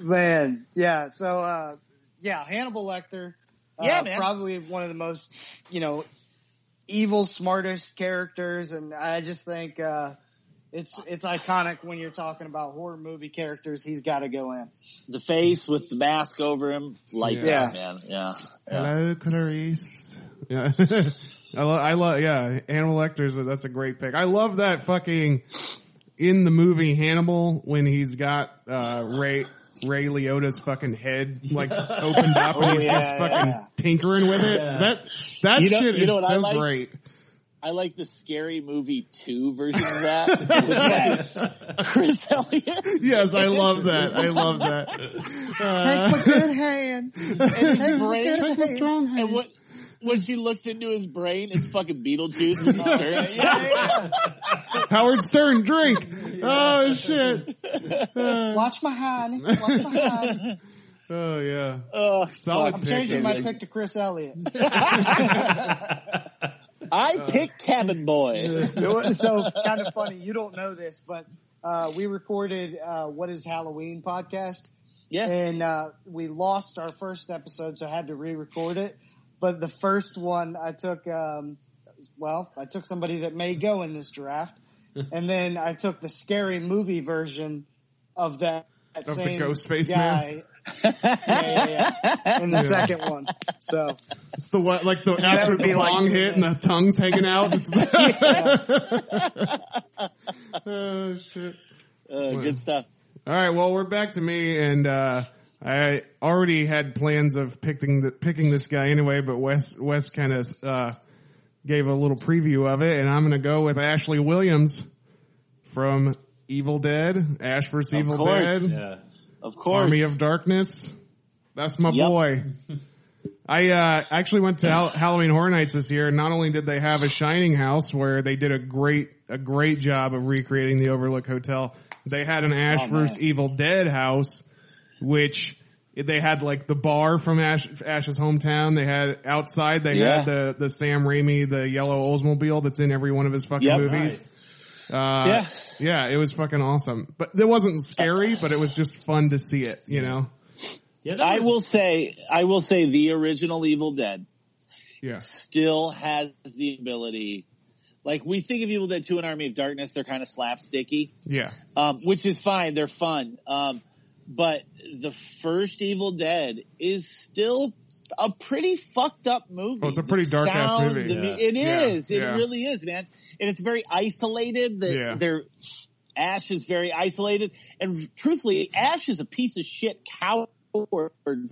S4: Man, yeah. So, uh, yeah, Hannibal Lecter. Uh,
S3: Yeah, man.
S4: Probably one of the most, you know, evil, smartest characters, and I just think uh, it's it's iconic when you're talking about horror movie characters. He's got to go in.
S3: the face with the mask over him, lights
S4: Yeah.
S3: out, man. Yeah.
S2: Hello, Clarice. Yeah. I love, I love, yeah, Animal Lecter's, a- that's a great pick. I love that fucking, in the movie Hannibal, when he's got, uh, Ray, Ray Liotta's fucking head, like, opened up
S3: Oh,
S2: and he's just
S4: yeah,
S2: fucking
S4: yeah.
S2: tinkering with it. That, that
S3: You know-
S2: shit
S3: you
S2: is
S3: know what I
S2: so
S3: like?
S2: great.
S3: I like the scary movie two version of that. with Chris Elliott.
S2: Yes, I love that. I love that. Uh,
S4: Take my good hand.
S3: And his
S4: Take my
S3: brain-
S4: good
S2: take my
S4: hand.
S2: strong hand.
S3: and what when she looks into his brain, it's fucking Beetlejuice. with his shirt.
S2: Howard Stern drink. Oh shit.
S4: Watch my hand. Watch my hand.
S2: Oh yeah.
S3: Ugh.
S2: Solid
S4: I'm
S2: pick.
S4: changing
S2: dude.
S4: my pick to Chris Elliott.
S3: I
S2: Uh,
S3: pick Cabin Boy.
S4: It was- so kind of funny. You don't know this, but uh, we recorded uh, what is Halloween podcast,
S3: Yeah.
S4: and uh, we lost our first episode, so I had to re-record it. But the first one, I took um, well, I took somebody that may go in this draft, and then I took the scary movie version of that. that
S2: Of the
S4: same
S2: ghost face
S4: guy.
S2: mask?
S4: Yeah, yeah, yeah. In the second one, so
S2: It's the what, like the after
S4: would
S2: the
S4: be like-
S2: long hit and the tongue's hanging out. It's the- oh shit!
S3: Uh, good stuff.
S2: All right, well we're back to me, and uh, I already had plans of picking the, picking this guy anyway, but Wes Wes kind of uh, gave a little preview of it, and I'm going to go with Ashley Williams from Evil Dead, Ash vs Evil
S3: course.
S2: Dead,
S1: yeah.
S3: Of course.
S2: Army of Darkness. That's my
S3: Yep.
S2: boy. I uh, actually went to Hal- Halloween Horror Nights this year. Not only did they have a Shining house where they did a great a great job of recreating the Overlook Hotel, they had an
S3: Oh,
S2: Ash vs Evil Dead house, which they had like the bar from Ash, Ash's hometown. They had outside. They
S3: Yeah.
S2: had the the Sam Raimi the yellow Oldsmobile that's in every one of his fucking
S3: Yep.
S2: movies. Uh,
S3: Yeah.
S2: yeah, it was fucking awesome. But it wasn't scary, but it was just fun to see it, you know?
S1: yeah that
S3: I
S1: was-
S3: will say, I will say the original Evil Dead
S2: Yeah.
S3: still has the ability. Like we think of Evil Dead 2 and Army of Darkness, they're kind of slapsticky,
S2: Yeah.
S3: um, which is fine. They're fun. Um, but the first Evil Dead is still a pretty fucked up movie.
S2: Oh, it's a
S3: The
S2: pretty dark-ass
S3: sound,
S2: movie.
S3: the
S1: Yeah.
S3: mu- It
S2: Yeah.
S3: is. It
S2: Yeah.
S3: really is, man. And it's very isolated. The,
S2: Yeah.
S3: Their Ash is very isolated. And truthfully, Ash is a piece of shit coward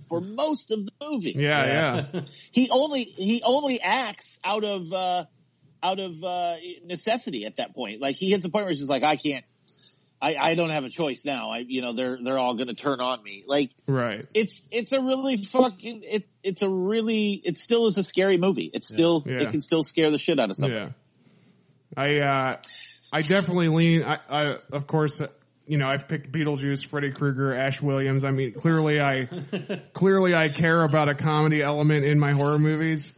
S3: for most of the movie
S2: Yeah, yeah.
S3: he only he only acts out of uh out of uh necessity at that point like he hits a point where he's just like i can't i i don't have a choice now i you know they're they're all gonna turn on me like
S2: Right.
S3: it's it's a really fucking it it's a really it still is a scary movie it's still
S2: Yeah.
S3: it can still scare the shit out of something
S2: Yeah. I, uh, I definitely lean, I, I, of course, uh, you know, I've picked Beetlejuice, Freddy Krueger, Ash Williams. I mean, clearly I, clearly I care about a comedy element in my horror movies.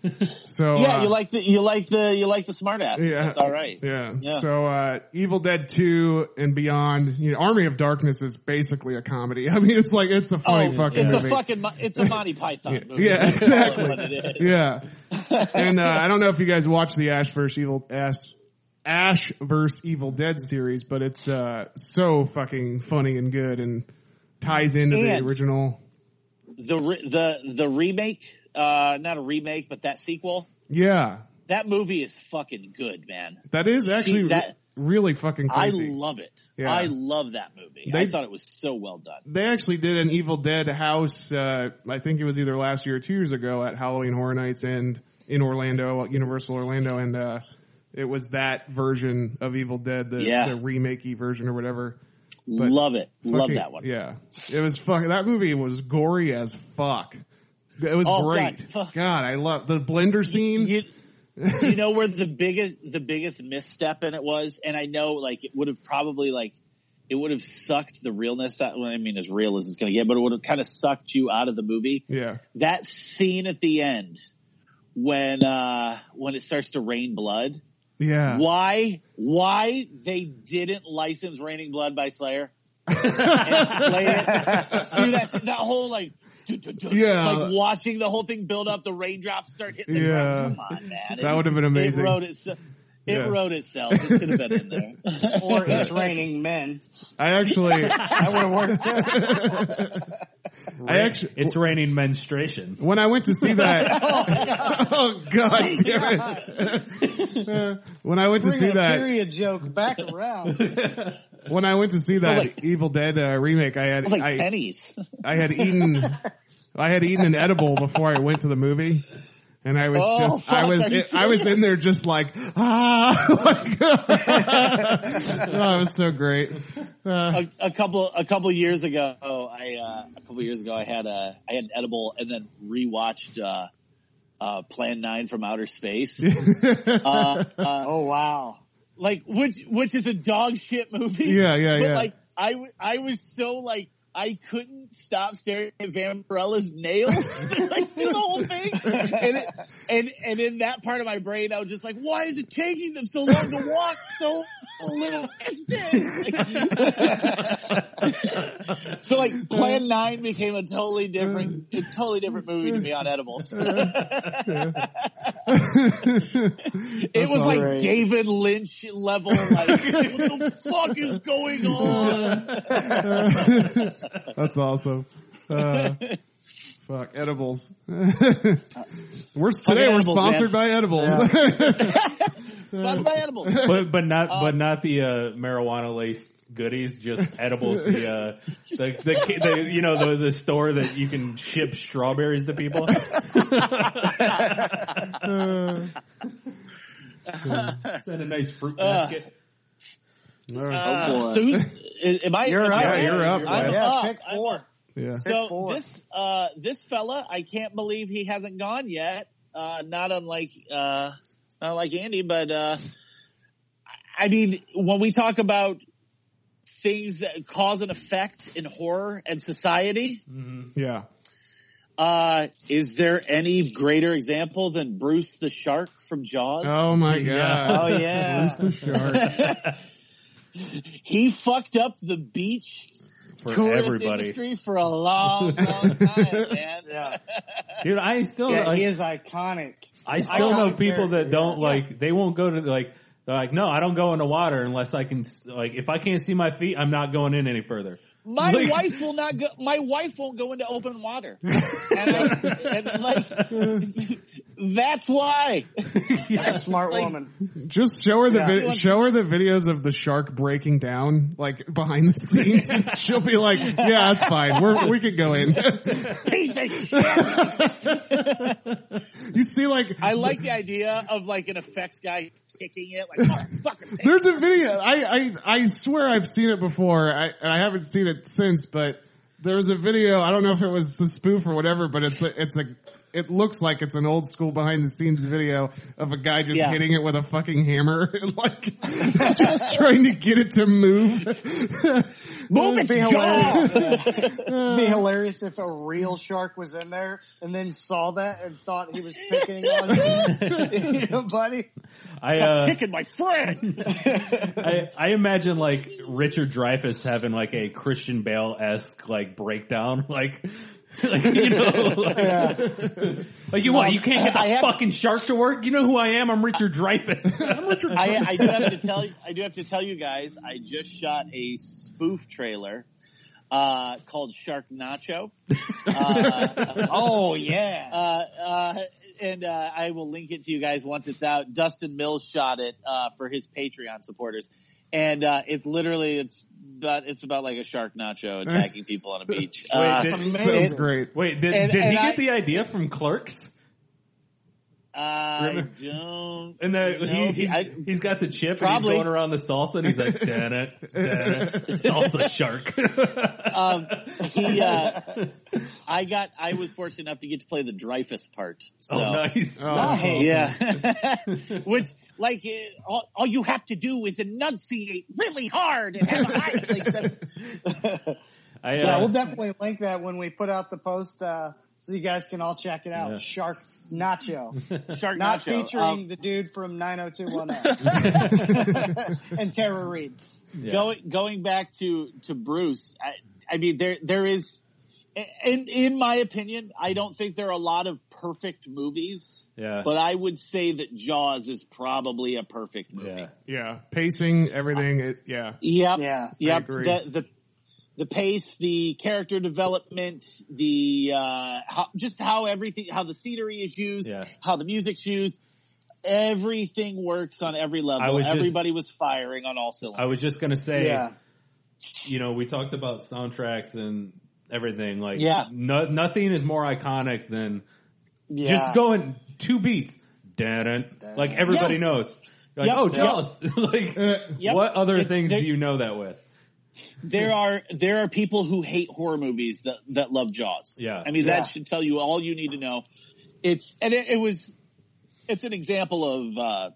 S2: So,
S3: yeah,
S2: uh,
S3: you like the you like the you like the smart ass
S2: Yeah.
S3: that's all right
S2: Yeah.
S3: Yeah.
S2: So, uh, Evil Dead 2 and beyond, you know, Army of Darkness is basically a comedy. I mean, it's like, it's a funny
S3: Oh,
S2: fucking
S3: it's
S2: movie.
S3: a fucking, Mo- it's a Monty Python movie.
S2: Yeah,
S3: That's all
S2: exactly.
S3: what it is.
S2: yeah. And uh, I don't know if you guys watched the Ash vs Evil Ash Ash vs Evil Dead series, but it's uh, so fucking funny and good and ties into
S3: And-
S2: the original.
S3: the re- the the remake, uh, not a remake, but that sequel.
S2: Yeah,
S3: That movie is fucking good, man.
S2: that is
S3: She-
S2: actually
S3: that
S2: really fucking
S3: I
S2: crazy.
S3: love it.
S2: Yeah.
S3: I love that movie. I
S2: They-
S3: thought it was so well done.
S2: they actually did an Evil Dead house. Uh, I think it was either last year or two years ago at Halloween Horror Nights and in Orlando, Universal Orlando, and uh, it was that version of Evil Dead, the,
S3: Yeah.
S2: the remakey version or whatever.
S3: love it. love
S2: Fucking-
S3: that one.
S2: Yeah, it was fucking. That movie was gory as fuck. It was
S3: Oh,
S2: great.
S3: God, fuck.
S2: God, I love the blender scene.
S3: You, you know where the biggest the biggest misstep in it was, and I know like it would have probably like it would have sucked the realness out. Well, I mean, as real as it's going to get, but it would have kind of sucked you out of the movie.
S2: yeah,
S3: That scene at the end when uh when it starts to rain blood.
S2: yeah.
S3: Why? Why they didn't license "Raining Blood" by Slayer? and play it through that that whole like, duh, duh, duh,
S2: Yeah.
S3: like watching the whole thing build up, the raindrops start hitting. The
S2: Yeah.
S3: ground. come on, man,
S2: That would have been amazing.
S3: It wrote itself. It
S2: Yeah.
S3: wrote itself. It could have been in there.
S4: or it's raining men.
S2: I actually,
S4: That would have worked too.
S2: I actually,
S1: It's raining menstruation.
S2: when I went to see that, oh god damn it! Uh, when I went to see
S4: Bring that
S2: that,
S4: period joke back around.
S2: when I went to see that
S3: like-
S2: Evil Dead uh, remake, I had
S3: It's like
S2: I,
S3: pennies.
S2: I had eaten I had eaten an edible before I went to the movie. And I was
S3: Oh,
S2: just, I
S3: fuck,
S2: was,
S3: are you
S2: I was in there just like, ah, like, oh, it was so great. Uh,
S3: a, a couple a couple years ago, I uh, a couple years ago I had a I had an edible and then rewatched uh, uh, Plan Nine from Outer Space. uh, uh,
S4: Oh wow.
S3: like which which is a dog shit movie.
S2: Yeah, yeah,
S3: but
S2: yeah.
S3: Like I w- I was so like I couldn't stop staring at Vampirella's nails like through the whole thing, and, it, and and in that part of my brain I was just like, why is it taking them so long to walk so little? distance?" so like Plan Nine became a totally different, a totally different movie to me on edibles. It was like
S4: alright.
S3: David Lynch level, like, what the fuck is going on?
S2: That's awesome. Uh, fuck, edibles. we're, today we're
S3: edibles,
S2: sponsored
S3: man.
S2: by edibles.
S3: Sponsored by edibles.
S1: But but not
S4: Um,
S1: but not the uh, marijuana laced goodies, just edibles. The uh, the, the, the you know the, the store that you can ship strawberries to people.
S2: Uh,
S1: Send a nice fruit
S4: Uh.
S1: basket.
S2: all right.
S3: Uh, so who's, is- am I?
S4: You're
S3: am I
S4: up.
S3: next?
S2: Yeah, Oh, you're up,
S3: I'm
S2: Wes.
S4: yeah,
S3: up.
S4: pick
S3: I'm
S4: four.
S3: up.
S2: yeah.
S4: Pick
S3: So
S4: four.
S3: this, uh, this fella, I can't believe he hasn't gone yet. Uh, not unlike, uh, not like Andy, but, uh, I mean, when we talk about things that cause and effect in horror and society,
S1: Mm-hmm.
S2: Yeah.
S3: Uh, is there any greater example than Bruce the Shark from Jaws?
S2: Oh my
S1: Yeah.
S4: Oh
S2: god.
S4: yeah.
S2: Where's the shark?
S3: He fucked up the beach
S1: for
S3: tourist
S1: everybody.
S3: industry for a long, long time, man.
S4: Yeah.
S1: Dude, I still
S4: yeah,
S1: like,
S4: he is iconic.
S1: I still know
S4: iconic
S1: people that
S4: character,
S1: don't
S4: yeah.
S1: like they won't go to like they're like no, I don't go in the water unless I can like if I can't see my feet, I'm not going in any further.
S3: My
S1: Like-
S3: wife will not go. My wife won't go into open water, and, I, and like that's why.
S4: A smart
S3: Like-
S4: woman.
S2: Just show her the
S4: Yeah.
S2: vid- show her the videos of the shark breaking down, like behind the scenes. She'll be like, "Yeah, that's fine. We're, we can go in."
S3: Piece of shit.
S2: you see, like
S3: I like the idea of like an effects guy kicking it, like motherfucker. pick
S2: there's a video. I I, I swear I've seen it before. I, and I haven't seen it since, but there was a video. I don't know if it was a spoof or whatever, but it's a, it's a it looks like it's an old school behind the scenes video of a guy just
S3: Yeah.
S2: hitting it with a fucking hammer and like just trying to get it to move.
S3: Move its
S4: Be
S3: jaw.
S4: hilarious. It'd be hilarious if a real shark was in there and then saw that and thought he was picking on you know, buddy.
S1: I uh,
S3: Kicking my friend.
S1: I, I imagine like Richard Dreyfuss having like a Christian Bale esque like breakdown, like like you know, like, like, you what? You can't get the
S3: I have-
S1: fucking shark to work. You know who I am? I'm Richard Dreyfuss. I'm Richard.
S3: I, I do have to tell you, I do have to tell you guys, I just shot a spoof trailer uh, called Shark Nacho. Uh,
S4: Oh yeah.
S3: uh, uh, and uh, I will link it to you guys once it's out. Dustin Mills shot it uh, for his Patreon supporters, and uh, it's literally it's about it's about like a shark nacho attacking people on a beach. Uh,
S1: did-
S2: Sounds great.
S1: Wait, did,
S3: And-
S1: did
S3: and
S1: he
S3: I-
S1: get the idea from Clerks?
S3: I
S1: Remember-
S3: don't.
S1: And that
S3: know
S1: he,
S3: if he-
S1: he's,
S3: I-
S1: he's got the chip
S3: Probably.
S1: and he's going around the salsa and he's like, damn it, damn it, salsa shark.
S3: um, he, uh, I got. I was fortunate enough to get to play the Dreyfus part. So.
S1: oh, nice.
S3: Ah.
S4: Nice.
S3: Yeah, which like uh, all, all you have to do is enunciate really hard and have a high place.
S1: I, uh,
S4: Yeah, we'll definitely link that when we put out the post, uh, so you guys can all check it out.
S1: Yeah.
S4: Shark Nacho,
S3: Shark
S4: not
S3: Nacho.
S4: featuring
S3: Um,
S4: the dude from 90210 oh. and Tara Reid.
S1: yeah.
S3: Going going back to to Bruce, I, I mean there there is, in in my opinion, I don't think there are a lot of perfect movies.
S1: Yeah.
S3: But I would say that Jaws is probably a perfect movie.
S1: yeah.
S2: Yeah, pacing, everything. It, yeah,
S3: Yep.
S4: Yeah.
S3: Yep.
S2: agree.
S3: The, the the pace, the character development, the uh, how, just how everything, how the scenery is used,
S1: Yeah.
S3: how the music's used. Everything works on every
S1: I
S3: level.
S1: was just-
S3: Everybody was firing on all cylinders.
S1: I was just going to say,
S4: Yeah.
S1: you know, we talked about soundtracks and everything. Like,
S3: Yeah.
S1: no, nothing is more iconic than
S4: Yeah.
S1: just going two beats. Dun, dun. Like everybody
S3: Yeah.
S1: knows. You're like,
S3: Yep.
S1: oh,
S3: Yep.
S1: Jaws. like,
S3: Yep.
S1: what other
S3: It's-
S1: things do
S3: they-
S1: you know that with?
S3: there are there are people who hate horror movies that that love Jaws.
S1: Yeah.
S3: I mean
S4: Yeah.
S3: that should tell you all you need to know. It's and it, it was it's an example of uh,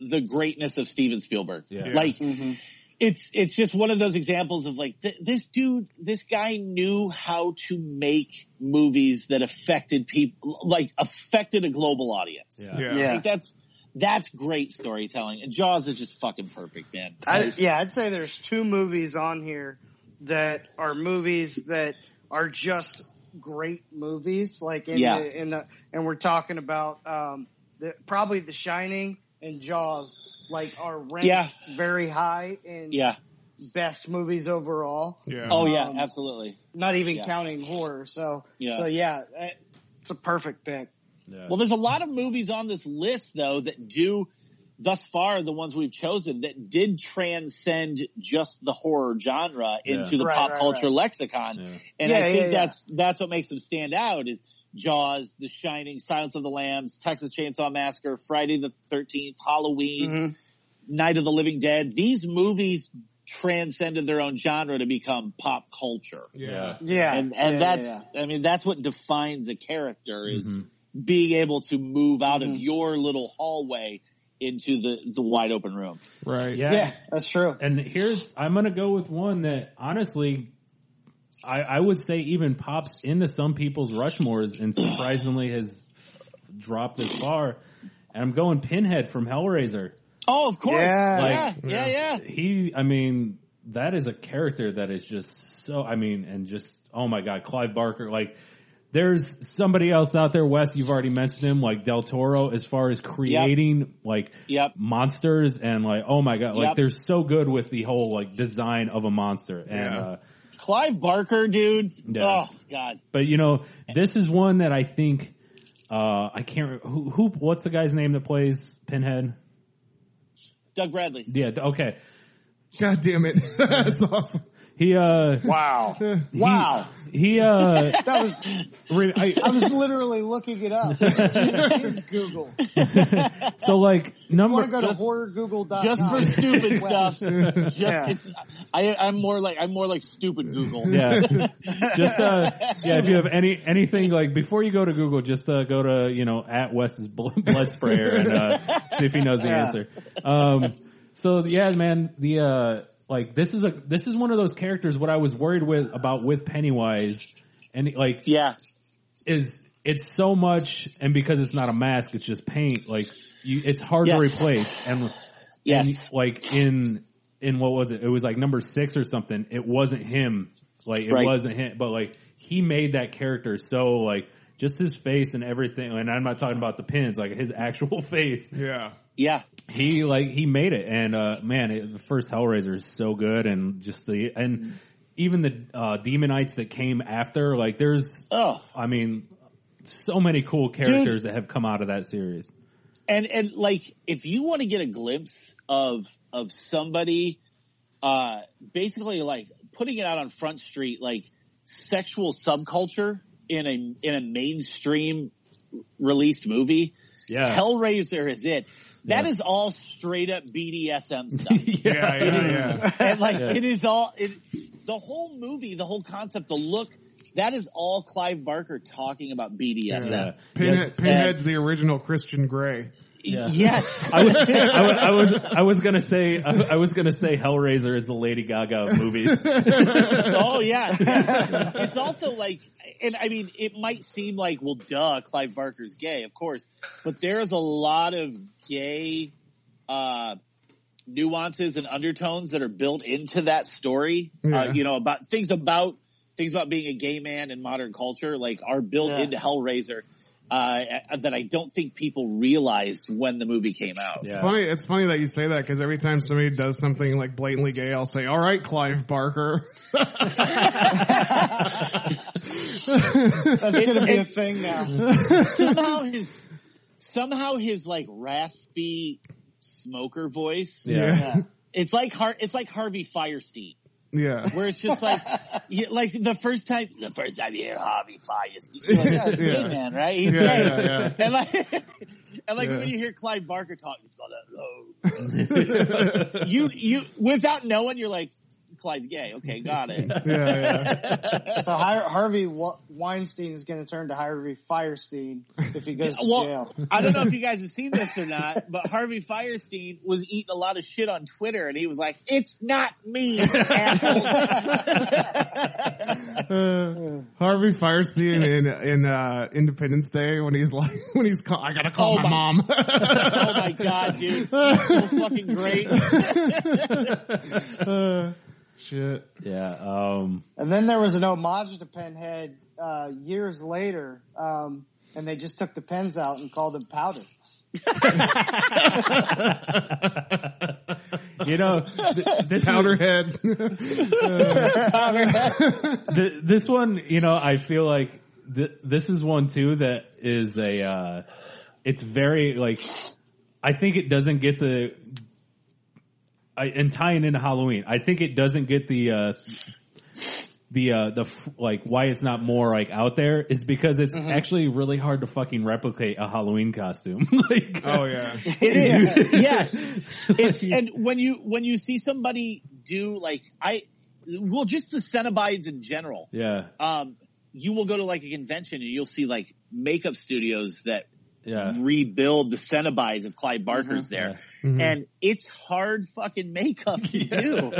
S3: the greatness of Steven Spielberg.
S1: Yeah. Yeah.
S3: Like
S4: Mm-hmm.
S3: it's it's just one of those examples of like th- this dude, this guy knew how to make movies that affected people, like affected a global audience.
S2: yeah.
S4: Yeah.
S3: Like that's. That's great storytelling. And Jaws is just fucking perfect, man.
S4: I, yeah, I'd say there's two movies on here that are movies that are just great movies. Like in
S3: Yeah.
S4: the, in the and we're talking about um, the, probably The Shining and Jaws. Like are ranked
S3: Yeah.
S4: very high in
S3: Yeah.
S1: Uh-huh.
S4: best movies overall.
S2: yeah.
S3: Oh yeah,
S4: Um,
S3: absolutely.
S4: Not even
S3: Yeah.
S4: counting horror. So
S3: Yeah.
S4: so yeah, eh, it's a perfect pick.
S1: Yeah.
S3: Well, there's a lot of movies on this list though that do thus far the ones we've chosen that did transcend just the horror genre into the
S4: Right,
S3: pop
S4: right,
S3: culture
S4: right.
S3: lexicon.
S1: Yeah.
S3: And
S4: Yeah,
S3: I think
S4: yeah, yeah.
S3: that's that's what makes them stand out is Jaws, The Shining, Silence of the Lambs, Texas Chainsaw Massacre, Friday the 13th, Halloween,
S4: Mhm.
S3: Night of the Living Dead. These movies transcended their own genre to become pop culture
S2: yeah,
S4: Yeah,
S3: and
S4: Yeah,
S3: and that's
S4: yeah,
S3: I mean that's what defines a character is
S1: Mhm.
S3: being able to move out
S4: Mm-hmm.
S3: of your little hallway into the the wide open room.
S2: right.
S1: Yeah.
S4: yeah. yeah, that's true.
S1: And here's, I'm going to go with one that honestly, I, I would say even pops into some people's Rushmores and surprisingly has dropped this far. And I'm going Pinhead from Hellraiser.
S3: Oh, of course.
S4: Yeah.
S3: Yeah.
S1: Like-
S3: yeah, yeah,
S1: He, I mean, that is a character that is just so, I mean, and just, oh my God, Clive Barker, like, there's somebody else out there, Wes, you've already mentioned him, like Del Toro, as far as creating, like,
S3: Yep.
S1: monsters and like oh my god like
S3: Yep.
S1: they're so good with the whole like design of a monster and
S2: Yeah.
S1: uh
S3: Clive Barker, dude.
S1: Yeah.
S3: Oh god.
S1: but you know this is one that i think uh i can't re- who, who what's the guy's name that plays pinhead
S3: Doug Bradley.
S1: yeah okay
S2: God damn it, that's awesome.
S1: he uh
S4: Wow,
S1: he-
S3: Wow.
S1: he, uh
S4: that was
S1: re- I,
S4: I was literally looking it up. It's Google.
S1: so like number
S4: want to go to
S3: Just-
S4: horrorgoogle.com.
S3: Just for stupid
S4: Well,
S3: stuff. Just
S4: Yeah.
S3: it's I I'm more like I'm more like stupid Google.
S1: yeah just uh yeah if you have any anything like before you go to google just uh go to you know at wes's bl- blood sprayer and uh see if he knows the
S4: Yeah.
S1: answer um so yeah man the uh like this is a this is one of those characters what i was worried with about with pennywise and like
S3: Yeah.
S1: is it's so much and because it's not a mask it's just paint like you it's hard to
S3: Yes.
S1: replace and
S3: Yes.
S1: and, like in in what was it? It was like number six or something. It wasn't him. Like it
S3: Right.
S1: wasn't him. But like he made that character so like just his face and everything. And I'm not talking about the pins, like his actual face.
S2: Yeah,
S3: Yeah.
S1: He like he made it. And uh man, it, the first Hellraiser is so good, and just the and even the uh Demonites that came after. Like there's,
S3: Oh.
S1: I mean. so many cool characters that have come out of that series.
S3: and and like if you want to get a glimpse of of somebody uh basically like putting it out on front street like sexual subculture in a in a mainstream released movie
S1: Yeah.
S3: hellraiser is it That is
S1: Yeah.
S3: all straight up BDSM stuff
S2: Yeah, yeah, yeah.
S3: and like
S1: Yeah.
S3: it is all it, the whole movie the whole concept the look that is all clive barker talking about bdsm
S1: Yeah.
S2: Pinhead,
S3: Yeah.
S2: Pinhead's the original Christian Grey.
S1: Yeah.
S3: yes
S1: I was, I was, I was, I was gonna say, I, I was gonna say Hellraiser is the Lady Gaga of movies.
S3: oh yeah. it's also like, and I mean, it might seem like, well, duh, Clive Barker's gay, of course, but there is a lot of gay, uh, nuances and undertones that are built into that story.
S2: Yeah.
S3: Uh, you know, about things about, things about being a gay man in modern culture, like are built
S4: Yeah.
S3: into Hellraiser. Uh, that I don't think people realized when the movie came out.
S2: It's funny. It's funny that you say that because every time somebody does something like blatantly gay, I'll say, "All right, Clive Barker."
S4: That's going to be a thing now.
S3: somehow his somehow his like raspy smoker voice.
S1: Yeah.
S3: It's like Har- it's like Harvey Firestein,
S2: yeah.
S3: where it's just like yeah, like the first time the first time you hear Harvey Firestein, you're like, yeah, it's
S2: Yeah.
S3: gay man, right? He's
S2: Yeah,
S3: gay.
S2: yeah, yeah.
S3: And like and like
S2: Yeah.
S3: when you hear Clive Barker talk, he's got that low. you you without knowing, you're like Clive's gay. Okay, got it.
S2: yeah, yeah.
S4: So Har- Harvey Wa- Weinstein is going to turn to Harvey Firestein if he goes to
S3: Well,
S4: jail.
S3: I don't know if you guys have seen this or not, but Harvey Firestein was eating a lot of shit on Twitter, and he was like, "It's not me." asshole."
S2: Uh, Harvey Firestein in in uh, Independence Day when he's like when he's call, I gotta call
S3: Oh,
S2: my,
S3: my-
S2: mom.
S3: oh my god, dude, That's so fucking great.
S2: Uh, shit.
S1: Yeah. Um,
S4: And then there was an homage to Penhead uh, years later, um, and they just took the pens out and called them powder.
S1: you know, th- this is-
S2: Powderhead.
S1: th- this one, you know, I feel like th- this is one too that is a, uh, it's very like, I think it doesn't get the, I, and tying into Halloween, I think it doesn't get the, uh, the uh the f- like why it's not more like out there is because it's actually really hard to fucking replicate a Halloween costume. like
S2: oh yeah.
S3: It is, yeah. It's, and when you when you see somebody do like I, well, just the Cenobites in general,
S1: yeah,
S3: um, you will go to like a convention and you'll see like makeup studios that
S1: yeah.
S3: rebuild the Cenobites of Clyde Barker's there. And it's hard fucking makeup to do.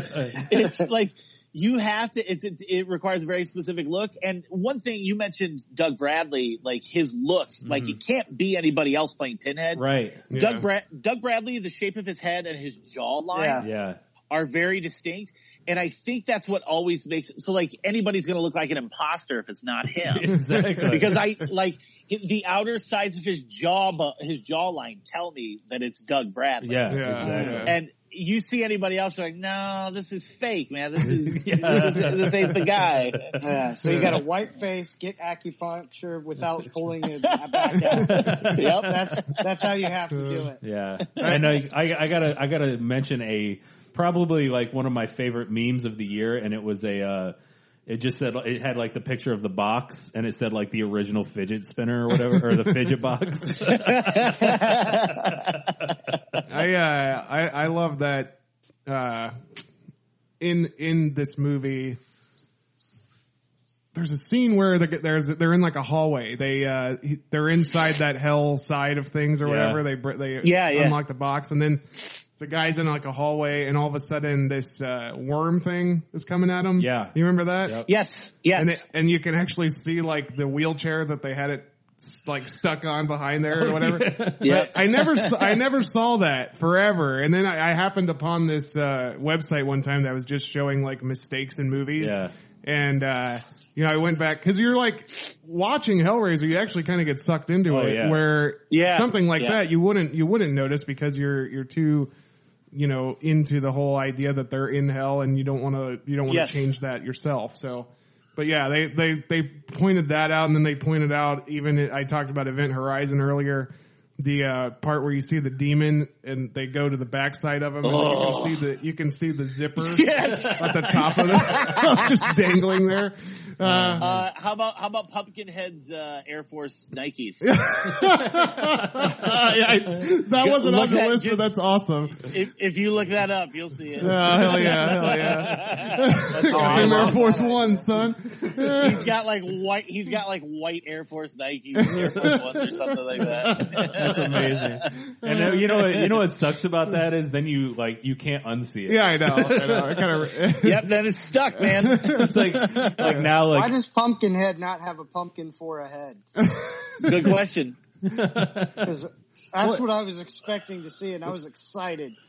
S3: it's like you have to, it, it, it requires a very specific look. And one thing you mentioned Doug Bradley, like his look,
S1: Mm-hmm.
S3: like it can't be anybody else playing Pinhead.
S1: Right.
S2: Yeah.
S3: Doug, Bra- Doug Bradley, the shape of his head and his jawline
S4: Yeah.
S1: Yeah.
S3: are very distinct. And I think that's what always makes it. So like anybody's going to look like an imposter if it's not him
S1: Exactly.
S3: because I like the outer sides of his jaw, bu- his jawline tell me that it's Doug Bradley.
S1: yeah,
S2: Yeah,
S1: exactly.
S2: yeah.
S3: And you see anybody else, you're like, no, this is fake, man. This is,
S1: Yeah.
S3: this, is this ain't the guy.
S4: Yeah, so you got a white face, get acupuncture without pulling it back out.
S3: Yep.
S4: That's that's how you have to do it.
S1: Yeah, and I, I, I gotta, I gotta mention a probably like one of my favorite memes of the year, and it was a, uh, it just said it had like the picture of the box, and it said like the original fidget spinner or whatever, or the fidget box.
S2: I, uh, I I love that uh, in in this movie. There's a scene where they get- there's they're in like a hallway. They uh, he- they're inside that hell side of things or
S1: Yeah.
S2: whatever. They br- they
S3: Yeah, yeah.
S2: unlock the box and then the guy's in like a hallway and all of a sudden this uh, worm thing is coming at him.
S1: Yeah.
S2: you remember that?
S1: Yep.
S3: Yes. Yes.
S2: And it, and you can actually see like the wheelchair that they had it s- like stuck on behind there
S1: Oh,
S2: or whatever.
S3: yeah.
S2: I never, s- I never saw that forever. And then I, I happened upon this uh, website one time that was just showing like mistakes in movies.
S1: Yeah.
S2: And uh, you know, I went back because you're like watching Hellraiser, you actually kind of get sucked into
S1: Oh,
S2: it.
S1: yeah.
S2: Where
S3: Yeah.
S2: something like
S3: Yeah.
S2: that you wouldn't you wouldn't notice because you're you're too you know into the whole idea that they're in hell and you don't want to you don't want to
S3: Yes.
S2: change that yourself. So But yeah, they, they, they pointed that out and then they pointed out even, I talked about Event Horizon earlier, the, uh, part where you see the demon and they go to the backside of him and you can
S3: Oh.
S2: see the, you can see the zipper
S3: Yes.
S2: at the top of the, just dangling there. Uh,
S3: Uh, how about how about Pumpkinhead's uh, Air Force Nikes? Uh,
S2: I- that wasn't
S3: look
S2: on the
S3: at-
S2: list, but that's awesome.
S3: if, if you look that up, you'll see it.
S2: Oh, hell yeah, hell yeah. Goddamn Air Force One, son.
S3: he's got like white. He's got like white Air Force Nikes, and Air Force Ones, or something like that.
S1: That's amazing. And then, you know what, you know what sucks about that is then you like you can't unsee it.
S2: Yeah, I know. I know. I kind of.
S3: yep, that is stuck, man.
S1: It's like like now
S4: Why
S1: like
S4: does Pumpkinhead not have a pumpkin for a head?
S3: Good question.
S4: 'Cause that's what I was expecting to see, and I was excited.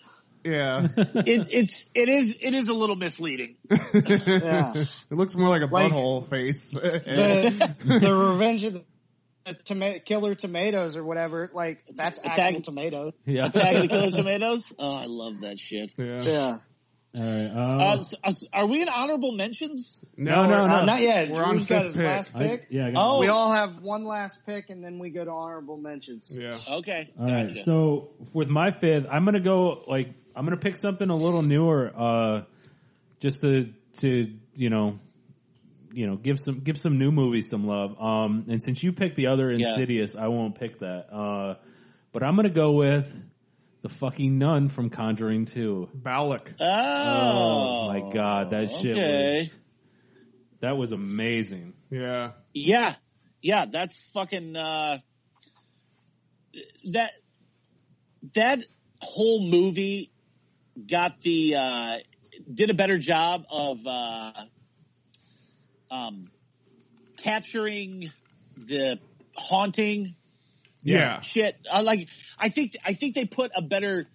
S2: Yeah,
S3: It, it's it is it is a little misleading.
S4: Yeah.
S2: it looks more like a
S4: Like-
S2: butthole face.
S4: the, the Revenge of the, the toma- Killer Tomatoes or whatever, like that's
S3: Attack-
S4: actual tomato.
S1: yeah.
S3: Attack of the Killer Tomatoes. Oh, I love that shit.
S2: yeah.
S4: Yeah.
S1: All right. um,
S3: Uh, s- uh, s- are we in honorable mentions?
S1: no, no,
S4: Uh,
S1: no.
S4: not yet.
S2: We're on
S4: Drew's got
S2: fifth
S4: his
S2: pick.
S4: last
S1: I-
S4: pick.
S1: yeah. I
S3: Oh.
S4: We all have one last pick, and then we go to honorable mentions.
S2: Yeah.
S3: Okay.
S1: All right.
S3: gotcha.
S1: So with my fifth, I'm gonna go like I'm gonna pick something a little newer, uh, just to to you know, you know, give some give some new movies some love. Um, and since you picked the other
S3: Yeah.
S1: Insidious, I won't pick that. Uh, but I'm gonna go with the fucking nun from Conjuring Two.
S2: Balak.
S3: Oh,
S1: Oh, my god, that shit
S3: okay.
S1: was that was amazing.
S2: Yeah.
S3: Yeah, yeah, that's fucking uh, that that whole movie got the uh, did a better job of uh, um, capturing the haunting
S2: Yeah.
S3: shit. I like I think I think they put a better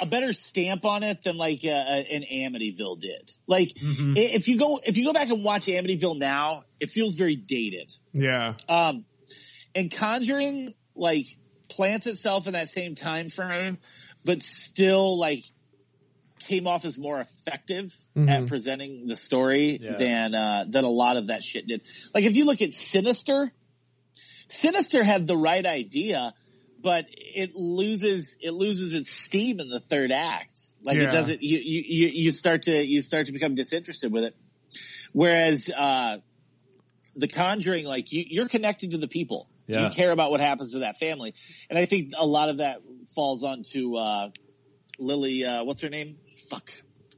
S3: a better stamp on it than like uh, an Amityville did. Like i if you go if you go back and watch Amityville now, it feels very dated.
S2: Yeah.
S3: Um, and Conjuring like plants itself in that same time frame, but still like came off as more effective at presenting the story
S1: Yeah.
S3: than uh, than a lot of that shit did. Like if you look at Sinister, Sinister had the right idea, but it loses it loses its steam in the third act. Like
S2: Yeah.
S3: it doesn't. You, you you you start to you start to become disinterested with it. Whereas uh, the Conjuring, like you, you're connected to the people.
S1: Yeah.
S3: You care about what happens to that family, and I think a lot of that falls onto uh, Lily. Uh, what's her name? Fuck,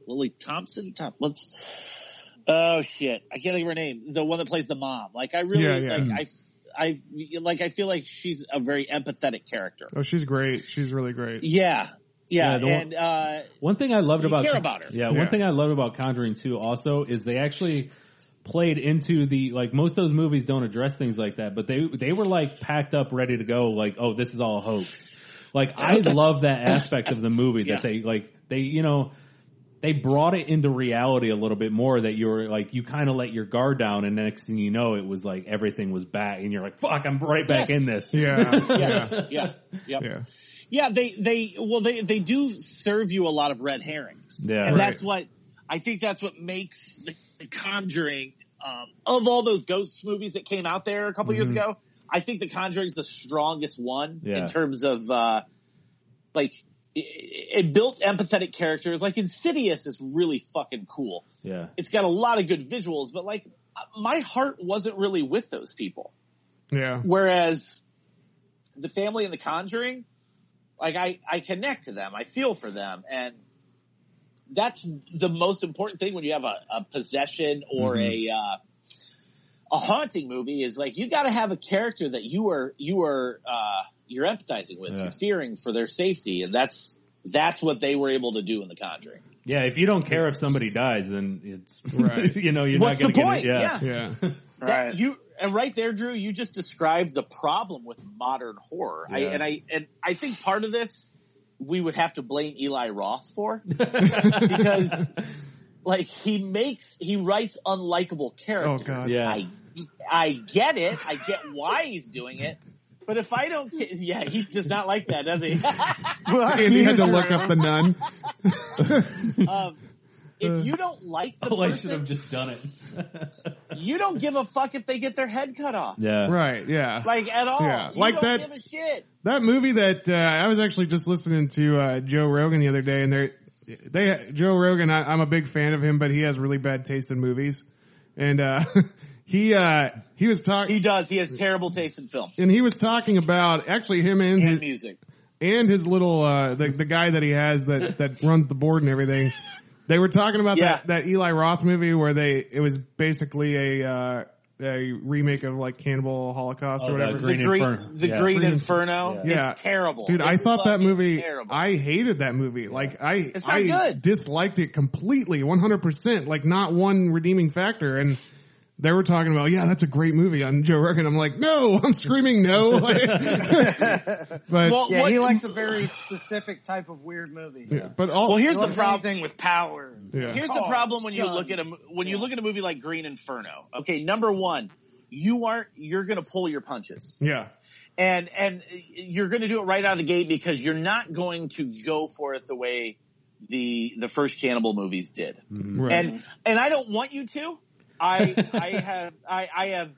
S3: Lily Thompson. Tom, what's Oh shit! I can't think of her name. The one that plays the mom. Like I really
S2: Yeah, yeah.
S3: like I, I like I feel like she's a very empathetic character.
S2: Oh, she's great. She's really great.
S3: Yeah, yeah,
S1: Yeah, the one-
S3: and uh,
S1: One thing I loved
S3: You
S1: about
S3: care about her.
S1: Yeah,
S2: Yeah.
S1: one thing I loved about Conjuring 2 also is they actually played into the like most of those movies don't address things like that, but they they were like packed up ready to go like, "Oh, this is all a hoax." Like I love that aspect of the movie that
S3: Yeah.
S1: they like they, you know, they brought it into reality a little bit more that you were like you kind of let your guard down and next thing you know it was like everything was back and you're like, "Fuck, I'm right back
S3: Yes.
S1: in this."
S2: Yeah.
S3: yes, yeah, yeah, yeah.
S2: Yeah.
S3: They they well they they do serve you a lot of red herrings.
S1: Yeah.
S3: and
S2: Right.
S3: that's what I think that's what makes the, the Conjuring um, of all those ghost movies that came out there a couple years ago. I think the Conjuring's the strongest one
S1: Mm-hmm. Yeah.
S3: in terms of uh, like it, it built empathetic characters. Like Insidious is really fucking cool.
S1: Yeah.
S3: It's got a lot of good visuals, but like my heart wasn't really with those people.
S2: Yeah.
S3: Whereas the family in The Conjuring, like I, I connect to them, I feel for them, and that's the most important thing when you have a, a possession or a uh, a haunting movie is like you got to have a character that you are you are uh, you're empathizing with,
S1: Yeah.
S3: you're fearing for their safety, and that's that's what they were able to do in The Conjuring.
S1: Yeah, if you don't care if somebody dies, then it's
S2: Right.
S1: you know, you're
S3: What's
S1: not
S3: the
S1: going to get
S3: point?
S1: it.
S3: yeah.
S2: Yeah.
S3: That-
S4: Right.
S3: you and right there, Drew, you just described the problem with modern horror. I,
S1: Yeah.
S3: and I and I think part of this we would have to blame Eli Roth for because like he makes he writes unlikable characters.
S2: Oh, God.
S1: Yeah.
S3: I I get it. I get why he's doing it. But if I don't, ca- yeah, he does not like that, does he?
S2: Andy had to look up the nun.
S3: um, if you don't like the
S1: Oh, I should have
S3: person,
S1: just done it.
S3: you don't give a fuck if they get their head cut off.
S1: yeah.
S2: Right, yeah.
S3: Like at all.
S2: Yeah,
S3: You
S2: like
S3: don't
S2: that-
S3: give a shit.
S2: That movie that uh, I was actually just listening to uh, Joe Rogan the other day, and they they Joe Rogan. I, I'm a big fan of him, but he has really bad taste in movies, and uh, he uh, he was
S3: He
S2: talking
S3: does. He has terrible taste in film
S2: and he was talking about actually him and
S3: and
S2: his,
S3: music.
S2: and his little uh, the the guy that he has that that runs the board and everything. They were talking about
S3: Yeah.
S2: that that Eli Roth movie where they it was basically a uh, a remake of like Cannibal Holocaust
S1: Oh,
S2: or
S1: the
S2: whatever.
S1: Green
S3: the Green,
S1: Inferno.
S3: The
S1: Yeah.
S3: Green
S2: Green-
S3: Inferno.
S2: Yeah.
S3: It's terrible.
S2: Dude, I
S3: It's
S2: thought that
S3: fucking
S2: movie.
S3: terrible.
S2: I hated that movie. Like I,
S3: not
S2: I
S3: good.
S2: disliked it completely, one hundred percent. Like not one redeeming factor. And they were talking about, yeah, that's a great movie on Joe Rogan. I'm like, no, I'm screaming no. Like, but
S3: well,
S4: Yeah,
S3: what-
S4: he likes a very specific type of weird movie.
S2: but all
S3: well,
S4: He
S3: here's the
S4: loves
S3: problem.
S4: anything with power.
S2: yeah.
S3: Here's the
S4: Cars,
S3: problem when you look at a
S4: guns.
S3: mo- when you look at a movie like Green Inferno. Okay, number one, you aren't you're going to pull your punches,
S2: yeah.
S3: and and you're going to do it right out of the gate because you're not going to go for it the way the the first Cannibal movies did.
S2: Right.
S3: Mm. and and I don't want you to. I I have I, I have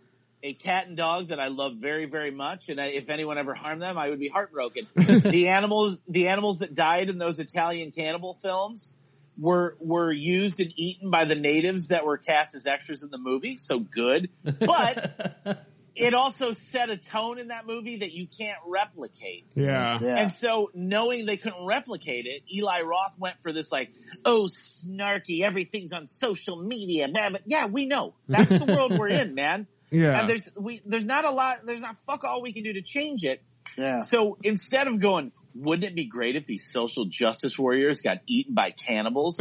S3: a cat and dog that I love very very much, and I, if anyone ever harmed them, I would be heartbroken. the animals the animals that died in those Italian cannibal films were were used and eaten by the natives that were cast as extras in the movie. So good, but. It also set a tone in that movie that you can't replicate.
S2: yeah.
S4: Yeah.
S3: And so, knowing they couldn't replicate it, Eli Roth went for this like, oh, snarky, everything's on social media, man. But yeah, we know that's the world we're in, man.
S2: Yeah.
S3: And there's we there's not a lot, there's not fuck all we can do to change it.
S4: yeah.
S3: So instead of going, wouldn't it be great if these social justice warriors got eaten by cannibals?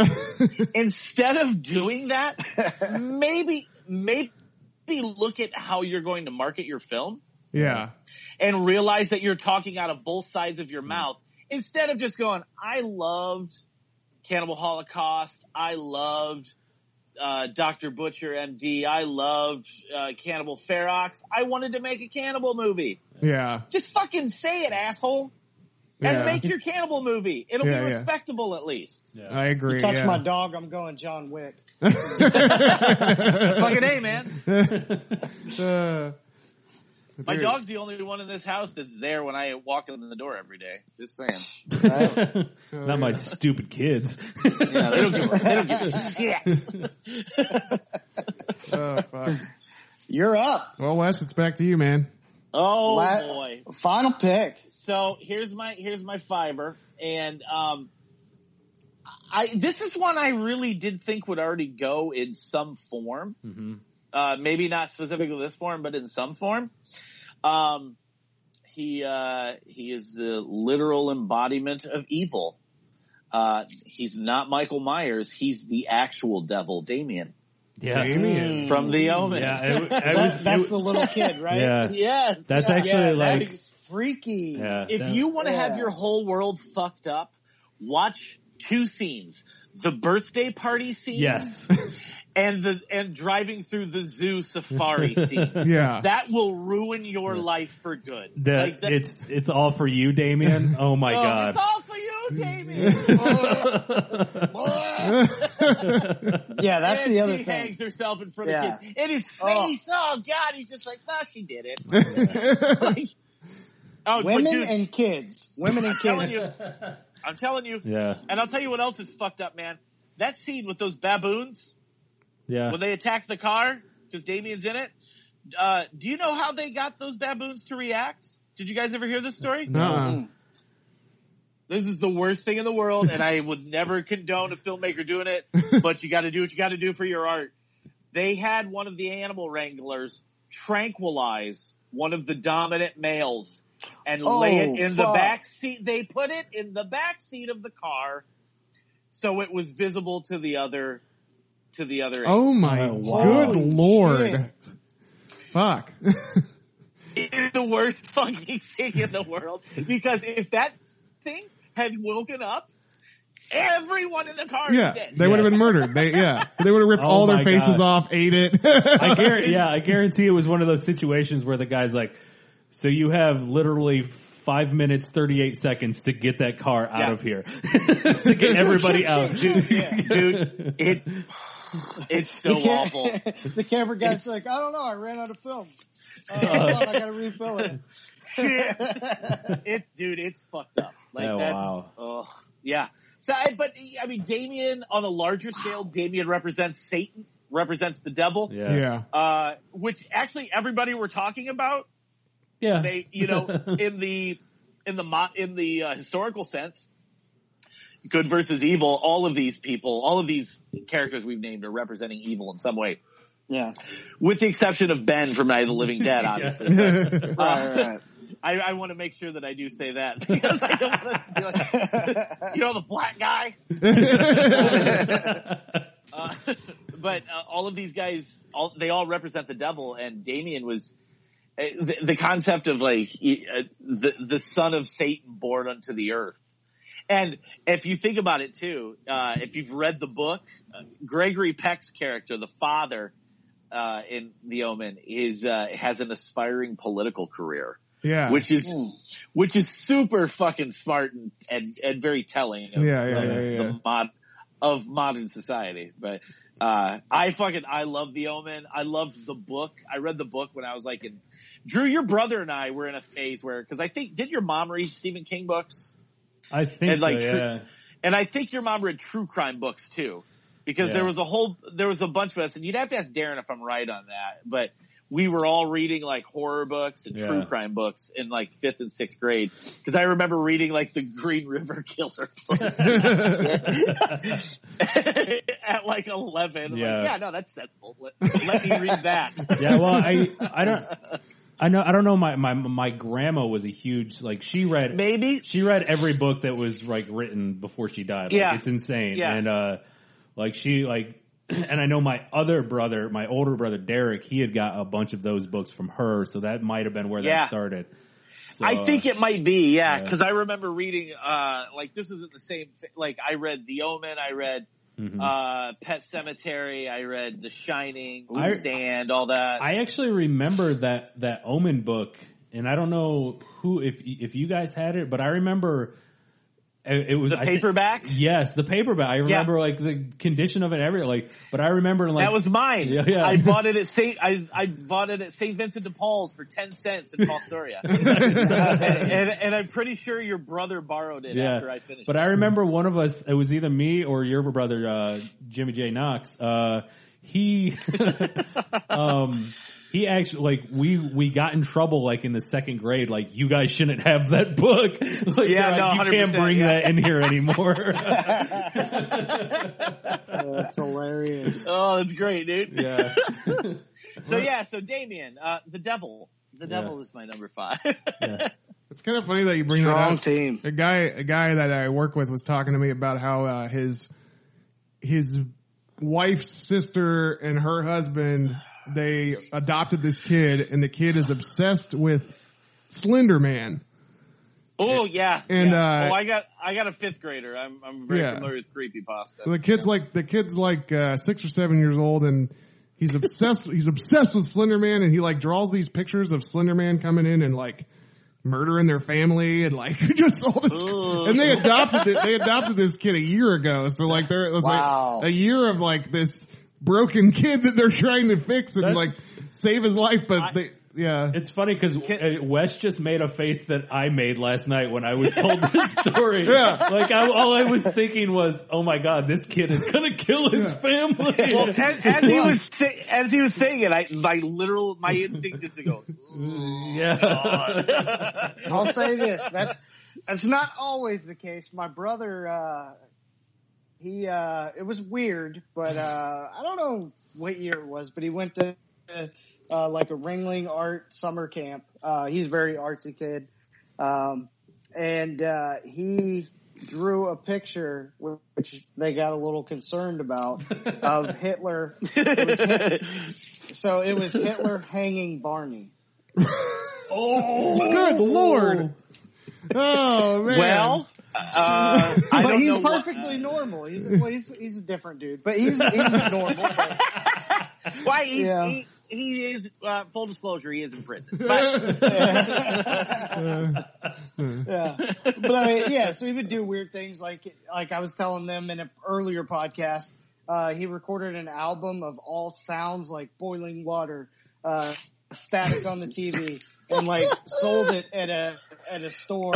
S3: instead of doing that, maybe maybe look at how you're going to market your film
S2: yeah.
S3: and realize that you're talking out of both sides of your
S2: Mm.
S3: mouth instead of just going, I loved Cannibal Holocaust. I loved uh, Dr. Butcher MD. I loved uh, Cannibal Ferox. I wanted to make a cannibal movie.
S2: Yeah.
S3: Just fucking say it, asshole. And
S2: Yeah.
S3: make your cannibal movie. It'll
S2: Yeah,
S3: be
S2: yeah.
S3: respectable at least.
S2: I agree.
S4: Touch
S2: yeah.
S4: my dog, I'm going John Wick.
S3: Fucking A, man.
S2: Uh,
S3: My
S2: dude.
S3: dog's the only one in this house that's there when I walk in the door every day. Just saying.
S1: Not my stupid kids.
S3: Yeah, they don't give a, they don't give a shit.
S2: Oh, fuck.
S4: You're up.
S2: Well, Wes, it's back to you, man.
S3: Oh,
S4: La-
S3: boy.
S4: Final pick.
S3: so here's my here's my fiber and um i this is one i really did think would already go in some form
S1: Mm-hmm.
S3: uh maybe not specifically this form but in some form um he uh he is the literal embodiment of evil uh he's not michael myers he's the actual devil damien
S1: yeah.
S3: from the omen
S1: Mm, Yeah, it, it
S4: That-
S1: was,
S4: that's
S1: it-
S4: the little kid, right?
S1: yeah.
S3: yes
S1: That's
S3: yeah.
S1: actually like
S4: That's freaky.
S1: yeah,
S3: if
S1: Uh, that-
S3: you want to have
S4: Yeah.
S3: your whole world fucked up, watch two scenes: the birthday party scene,
S1: yes,
S3: and the and driving through the zoo safari scene.
S2: Yeah.
S3: That will ruin your life for good.
S1: the,
S3: Like, that-
S1: it's it's all for you, Damien. Oh my
S3: Oh,
S1: god.
S3: It's all for you, Damien.
S4: Yeah, that's
S3: And
S4: the other
S3: she
S4: thing.
S3: hangs herself in front
S4: Yeah.
S3: of kids. In his
S4: Oh.
S3: face, oh. god, he's just like, no, she did it. Like, oh, but
S4: Women
S3: dude,
S4: and kids. Women and
S3: telling
S4: kids.
S3: you, I'm telling you,
S1: yeah,
S3: and I'll tell you what else is fucked up, man. That scene with those baboons.
S1: yeah.
S3: when they attacked the car because Damien's in it. Uh, do you know how they got those baboons to react? Did you guys ever hear this story?
S2: Uh-uh.
S3: This is the worst thing in the world, and I would never condone a filmmaker doing it. But you got to do what you got to do for your art. They had one of the animal wranglers tranquilize one of the dominant males and lay
S4: Oh,
S3: it in the
S4: fuck.
S3: back seat. They put it in the back seat of the car, so it was visible to the other to the other.
S2: Oh my
S1: Oh, wow.
S2: good
S4: Holy
S2: lord. Fuck.
S3: It is the worst fucking thing in the world because if that thing had woken up, everyone in the car
S2: yeah.
S3: is dead.
S2: They would have been murdered. They yeah. They would have ripped
S1: Oh
S2: all their
S1: my
S2: faces
S1: God.
S2: off, ate it.
S1: I guarantee, yeah, I guarantee it was one of those situations where the guy's like, "So you have literally five minutes, 38 seconds to get that car out
S3: Yeah.
S1: of here. to get everybody out.
S6: dude, it it's so
S4: The ca-
S6: awful.
S4: the camera guy's
S6: It's-
S4: like, I don't know, I ran out of film. Uh, hold on, I gotta refill it.
S3: it, dude, it's fucked up. Like
S1: Oh,
S3: that's,
S1: wow.
S3: ugh. yeah. So, I, but I mean, Damien on a larger scale, Damien represents Satan, represents the devil.
S1: Yeah. Yeah.
S2: Yeah.
S3: Uh, which actually everybody we're talking about, they, you know, in the in the mo- in the uh, historical sense, good versus evil. All of these people, all of these characters we've named are representing evil in some way,
S4: Yeah.
S3: with the exception of Ben from Night of the Living Dead, obviously.
S4: Right, right.
S3: I, I want to make sure that I do say that because I don't want to be like, you know, the black guy. Uh, but uh, all of these guys, all, they all represent the devil, and Damien was uh, the, the concept of like he- uh, the the son of Satan born unto the earth. And if you think about it too, uh, if you've read the book, uh, Gregory Peck's character, the father uh, in The Omen, is uh, has an aspiring political career
S2: Yeah.
S3: which is which is super fucking smart and and, and very telling
S2: yeah,
S3: of,
S2: yeah,
S3: of
S2: yeah, yeah.
S3: the mod of modern society. But uh, I fucking I love The Omen. I loved the book. I read the book when I was like in Drew. Your brother and I were in a phase where because I think did your mom read Stephen King books?
S1: I think
S3: And, like,
S1: so,
S3: tr-
S1: yeah.
S3: And I think your mom read true crime books too, because
S1: Yeah.
S3: there was a whole, there was a bunch of us, and you'd have to ask Darren if I'm right on that, but we were all reading like horror books and
S1: Yeah.
S3: true crime books in like fifth and sixth grade, because I remember reading like the Green River Killer at like 11. I'm
S1: Yeah.
S3: like, yeah, no, that's sensible. Let, let me read that.
S1: yeah, well, I I don't I know I don't know my my my grandma was a huge like she read
S3: Maybe
S1: she read every book that was like written before she died. Like,
S3: Yeah.
S1: it's insane.
S3: Yeah.
S1: And uh, like she like, and I know my other brother, my older brother Derek, he had got a bunch of those books from her, so that might have been where
S3: Yeah.
S1: that started. So, uh,
S3: I think it might be, yeah,
S1: yeah.
S3: because I remember reading, uh, like this isn't the same. Thing. Like I read The Omen, I read
S1: mhm.
S3: uh, Pet Cemetery. I read The Shining,
S1: I-
S3: Stand, all that.
S1: I actually remember that that Omen book, and I don't know who if if you guys had it, but I remember uh, it, it was
S3: the
S1: I thi-
S3: paperback.
S1: Yes, the paperback. I remember like the condition of it, every like. But I remember like
S3: that was mine.
S1: Yeah, yeah.
S3: I bought it at Saint. I, I bought it at Saint Vincent de Paul's for ten cents in Palstoria, and, and, and I'm pretty sure your brother borrowed it after I finished.
S1: But I remember one of us, it was either me or your brother, uh, Jimmy J. Knox. Uh, he, um, he actually, like, we, we got in trouble, like, in the second grade, like, you guys shouldn't have that book. Like,
S3: Yeah,
S1: they're like,
S3: no,
S1: you can't
S3: 100%,
S1: bring
S3: yeah.
S1: that in here anymore.
S4: Uh, That's hilarious.
S3: oh, that's great, dude.
S1: yeah.
S3: So yeah, so Damien, uh, the devil. The
S1: Yeah.
S3: devil is my number five.
S2: It's kind of funny that you bring that
S4: Strong
S2: up.
S4: team.
S2: A guy, a guy that I work with was talking to me about how uh, his his wife's sister and her husband they adopted this kid, and the kid is obsessed with Slender Man.
S3: oh yeah,
S2: And,
S3: yeah.
S2: uh,
S3: oh, I got I got a fifth grader. I'm I'm very
S2: Yeah.
S3: familiar with creepy pasta.
S2: The kid's like the kid's like uh, six or seven years old, and he's obsessed. he's obsessed with Slender Man, and he like draws these pictures of Slender Man coming in and like murdering their family and like just all this and they adopted it they adopted this kid a year ago so like there it's
S4: Wow.
S2: like a year of like this broken kid that they're trying to fix and
S1: That's-
S2: like save his life but they yeah
S1: It's funny because Wes just made a face that I made last night when I was told this story.
S2: Yeah.
S1: Like, I, all I was thinking was, oh my god, this kid is gonna kill his family.
S3: Well, as, as he was say, as he was saying it, I my literal my instinct is to go.
S1: yeah.
S4: I'll say this. That's that's not always the case. My brother, uh, he uh, it was weird, but uh, I don't know what year it was, but he went to uh, like a Ringling Art summer camp. Uh, he's a very artsy kid, um, and uh, he drew a picture which they got a little concerned about of Hitler. It was Hit- so it was Hitler hanging Barney.
S2: good lord oh man
S3: Well, uh, I
S4: but
S3: don't
S4: he's
S3: know what-
S4: perfectly normal. He's, well, he's he's a different dude, but he's he's normal.
S3: why he's,
S4: Yeah.
S3: he, he is uh, full disclosure. He is in prison. But,
S4: yeah. But I mean, yeah, so he would do weird things like like I was telling them in an earlier podcast. Uh, he recorded an album of all sounds like boiling water, uh, static on the TV, and like sold it at a at a store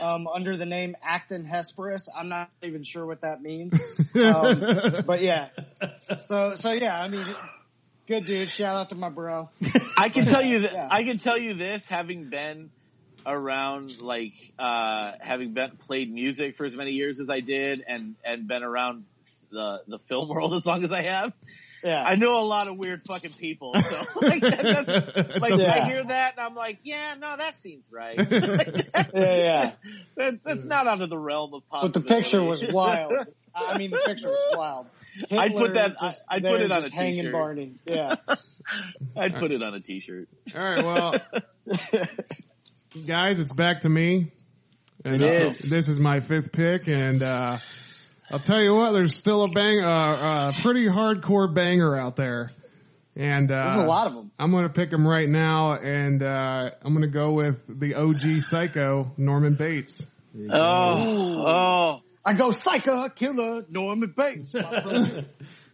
S4: um, under the name Acton Hesperus. I'm not even sure what that means, um, but yeah. So so yeah, I mean, good dude. Shout out to my bro.
S3: I can tell you that
S4: Yeah.
S3: I can tell you this, having been around like uh having been played music for as many years as I did and and been around the the film world as long as I have.
S4: Yeah,
S3: I know a lot of weird fucking people. So like, that, that's, like I
S4: Yeah.
S3: hear that and I'm like, yeah, no, that seems right.
S4: yeah, yeah.
S3: that, that's not out of the realm of
S4: But the
S3: possibility.
S4: picture was wild. I mean, the picture was wild.
S3: I'd put that- I- I'd put
S4: there
S3: it on
S4: just
S3: a
S4: hanging
S3: t-shirt.
S4: Barney. Yeah,
S3: I'd put it on a t-shirt.
S2: All right, well, guys, it's back to me. And
S3: It
S2: this,
S3: is.
S2: this is my fifth pick, and uh, I'll tell you what, there's still a bang, uh, a pretty hardcore banger out there, and uh,
S4: there's a lot of them.
S2: I'm going to pick him right now, and uh, I'm going to go with the OG Psycho Norman Bates.
S3: Oh, oh,
S4: I go psycho killer Norman Bates. my brother.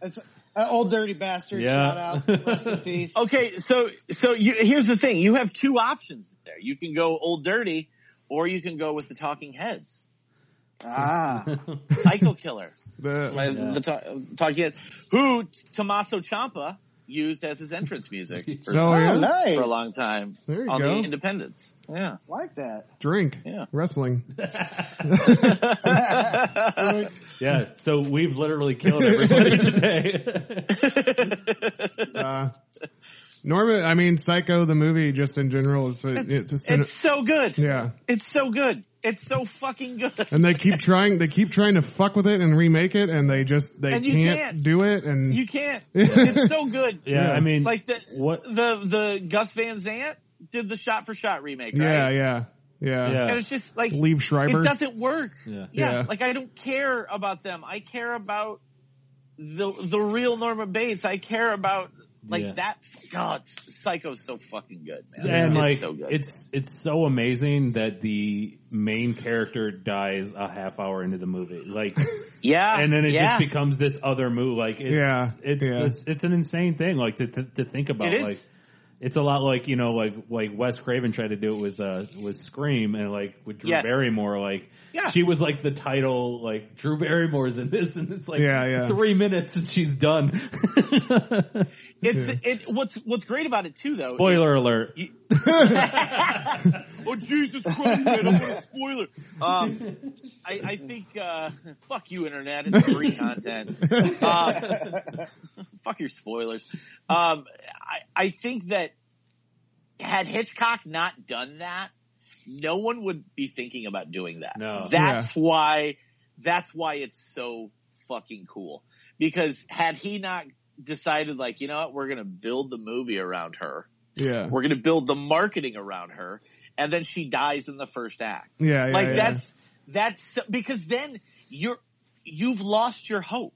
S4: That's an old dirty bastard.
S1: Yeah.
S4: Shout out. Rest in peace.
S3: okay. So, so you, here's the thing: you have two options there. You can go old dirty, or you can go with the Talking Heads,
S4: Ah,
S3: Psycho Killer,
S2: The
S3: Like, the ta- Talking Heads, who Tommaso Ciampa used as his entrance music for,
S2: Oh, yeah?
S4: Oh, nice.
S3: for a long time
S2: There you
S3: on
S2: go.
S3: the Independence. Yeah,
S4: like that.
S2: drink,
S3: Yeah.
S2: wrestling.
S1: Yeah, so we've literally killed everybody today.
S2: Uh, Norman, I mean Psycho, the movie, just in general, is it's, it's, just been-
S3: it's so good.
S2: yeah.
S3: It's so good. It's so fucking good.
S2: And they keep trying, they keep trying to fuck with it and remake it, and they just they
S3: And you
S2: can't,
S3: can't.
S2: do it. And
S3: You can't. It's so good.
S1: yeah, I mean,
S3: Like the
S1: what?
S3: the the Gus Van Zant did the shot for shot remake, right?
S2: yeah, yeah, yeah,
S1: Yeah.
S3: And it's just like
S2: Leave Schreiber.
S3: it doesn't work.
S1: Yeah.
S2: Yeah.
S3: Like I don't care about them. I care about the the real Norman Bates. I care about like
S1: Yeah.
S3: that. God, Psycho's so fucking good, man.
S1: and
S3: it's
S1: like
S3: so good.
S1: it's it's so amazing that the main character dies a half hour into the movie, like,
S3: yeah,
S1: and then it
S3: yeah.
S1: just becomes this other move. Like, it's,
S2: Yeah,
S1: it's,
S2: yeah.
S1: it's it's an insane thing. Like to to, to think about,
S3: It is.
S1: like it's a lot like you know, like like Wes Craven tried to do it with uh with Scream and like with Drew
S3: Yes.
S1: Barrymore, like
S3: Yeah.
S1: she was like the title, like Drew Barrymore's in this, and it's like
S2: Yeah, yeah.
S1: three minutes and she's done.
S3: it's it. What's what's great about it too, though. is-
S1: Spoiler alert.
S3: oh Jesus Christ, man! I'm a spoiler. Um, I, I think uh, fuck you, internet. It's free content. Um, fuck your spoilers. Um, I, I think that had Hitchcock not done that, no one would be thinking about doing that.
S1: No.
S3: That's why. That's why it's so fucking cool. Because had he not decided, like, you know what, we're gonna build the movie around her.
S2: yeah,
S3: We're going to build the marketing around her, and then she dies in the first act.
S2: yeah, yeah,
S3: like
S2: yeah.
S3: that's that's because then you're you've lost your hope.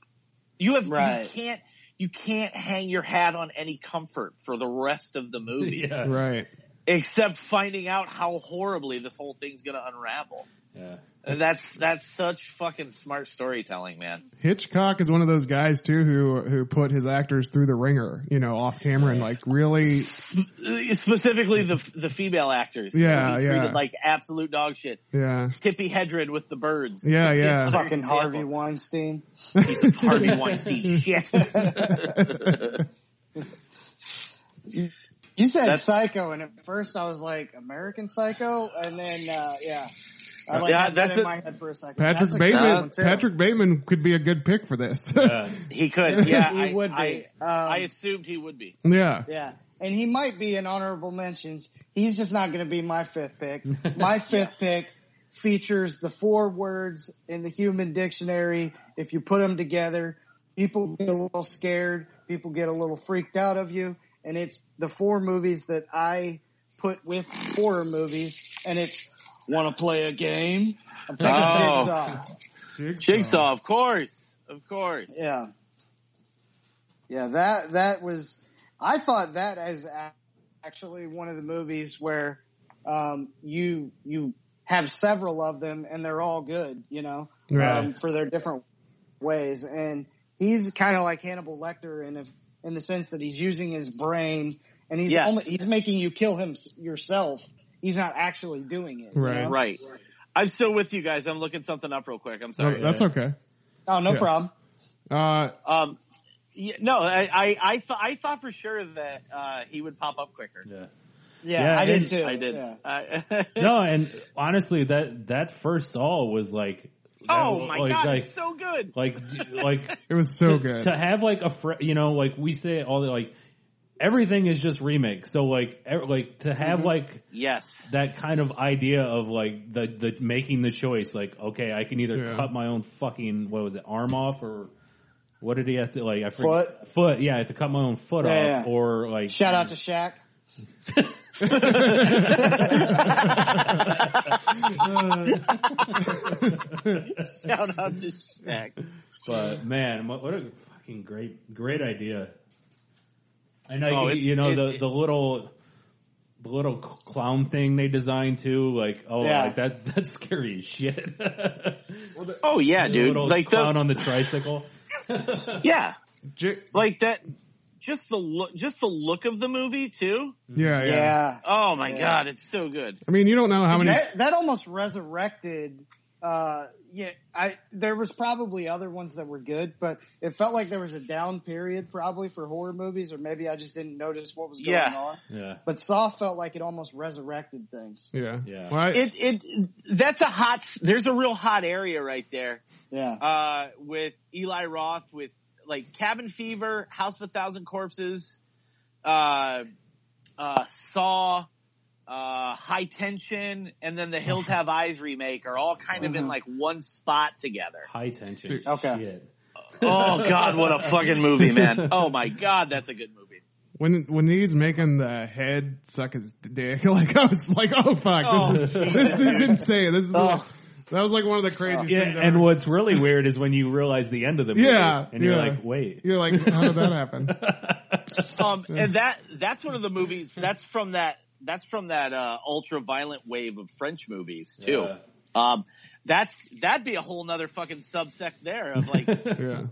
S3: You have
S4: Right.
S3: you can't you can't hang your hat on any comfort for the rest of the movie
S1: yeah.
S2: right.
S3: except finding out how horribly this whole thing's going to unravel.
S1: Yeah.
S3: And that's that's such fucking smart storytelling, man.
S2: Hitchcock is one of those guys too who who put his actors through the ringer, you know, off camera and like really,
S3: Specifically the the female actors. you know,
S2: Yeah,
S3: he
S2: yeah.
S3: treated like absolute dog shit.
S2: yeah,
S3: Tippy Hedren with the birds.
S2: yeah, yeah.
S4: Fucking Harvey Weinstein.
S3: piece of Harvey Weinstein shit.
S4: You said
S3: That's-
S4: psycho, and at first I was like American Psycho, and then uh, yeah, I like
S3: Yeah,
S4: had that
S3: that's
S4: in
S3: it.
S4: my head for a second.
S2: Patrick
S4: That's a good
S2: Bateman.
S4: one, too.
S2: Patrick Bateman could be a good pick for this.
S1: Uh,
S3: He could, yeah.
S4: He
S3: I,
S4: would be.
S3: I,
S4: Um,
S3: I assumed he would be.
S2: yeah,
S4: Yeah. And he might be in honorable mentions. He's just not going to be my fifth pick. My fifth pick features the four words in the human dictionary. If you put them together, people get a little scared. People get a little freaked out of you. And it's the four movies that I put with horror movies. And it's, want to play a game? I'm taking
S3: Oh.
S4: Jigsaw.
S3: Jigsaw, of course, of course.
S4: Yeah. Yeah, that that was I thought that as a- actually one of the movies where um, you you have several of them and they're all good, you know, um,
S2: Right.
S4: for their different ways. And he's kind of like Hannibal Lecter in a, in the sense that he's using his brain and he's
S3: Yes.
S4: only, he's making you kill him s- yourself. He's not actually doing it. you
S2: Right.
S4: know?
S3: Right. I'm still with you guys. I'm looking something up real quick. I'm sorry.
S2: No, that's okay.
S4: Oh, no
S2: Yeah.
S4: problem.
S2: Uh,
S3: Um, yeah, no, I I I, th- I thought for sure that uh, he would pop up quicker.
S1: Yeah.
S4: Yeah,
S1: Yeah,
S4: I did
S1: and-
S4: too.
S3: I did.
S4: Yeah.
S3: I-
S1: No, and honestly, that that first Saul was like,
S3: oh
S1: that-
S3: my
S1: like,
S3: god,
S1: like,
S3: it's so good.
S1: like, like
S2: it was so
S1: to,
S2: good.
S1: to have like a fr- you know like we say all the like everything is just remakes. So like e- like to have
S2: Mm-hmm.
S1: like
S3: Yes.
S1: that kind of idea of like the the making the choice like okay I can either
S2: Yeah.
S1: cut my own fucking what was it arm off or what did he have to like I
S4: Foot.
S1: forget foot yeah I have to cut my own foot
S4: Yeah,
S1: off
S4: yeah.
S1: or like
S4: Shout out to Shaq.
S3: Shout out to Shaq.
S1: But man, what, what a fucking great, great idea! And like
S3: Oh, it's-
S1: you know
S3: it-
S1: the
S3: it-
S1: the little the little clown thing they designed too, like oh
S4: Yeah.
S1: like that that's scary as shit.
S3: Oh yeah,
S1: The
S3: dude.
S1: little
S3: Like
S1: clown
S3: the
S1: on the tricycle.
S3: yeah,
S2: J-
S3: like that. Just the look, just the look of the movie too.
S2: yeah, yeah,
S4: Yeah.
S3: Oh my
S4: Yeah.
S3: god, it's so good.
S2: I mean, you don't know how many.
S4: that, that almost resurrected. Uh, yeah, I there was probably other ones that were good, but it felt like there was a down period probably for horror movies, or maybe I just didn't notice what was going
S3: Yeah.
S4: on.
S1: Yeah,
S4: But Saw felt like it almost resurrected things.
S2: Yeah.
S1: Yeah.
S2: Well, I-
S3: It it that's a hot. s- There's a real hot area right there.
S4: Yeah,
S3: uh, with Eli Roth, with like Cabin Fever, House of a Thousand Corpses, uh, uh, Saw, uh, High Tension, and then the Hills Have Eyes remake are all kind of in
S4: Mhm.
S3: like one spot together.
S1: high tension.
S2: Dude.
S4: Okay.
S1: Shit.
S3: Oh God, what a fucking movie, man! Oh my God, that's a good movie.
S2: when when he's making the head suck his dick, like I was like, oh fuck,
S3: Oh.
S2: this is this is insane. This is like,
S4: Oh.
S2: that was like one of the craziest
S1: Yeah,
S2: things.
S1: and
S2: ever.
S1: what's really weird is when you realize the end of the movie,
S2: Yeah,
S1: and you're
S2: yeah.
S1: like, wait,
S2: you're like, how did that happen?
S3: Um, and that that's one of the movies. That's from that. That's from that uh, ultra violent wave of French movies too.
S1: Yeah.
S3: Um, that's that'd be a whole nother fucking subsect there of like
S2: Yeah,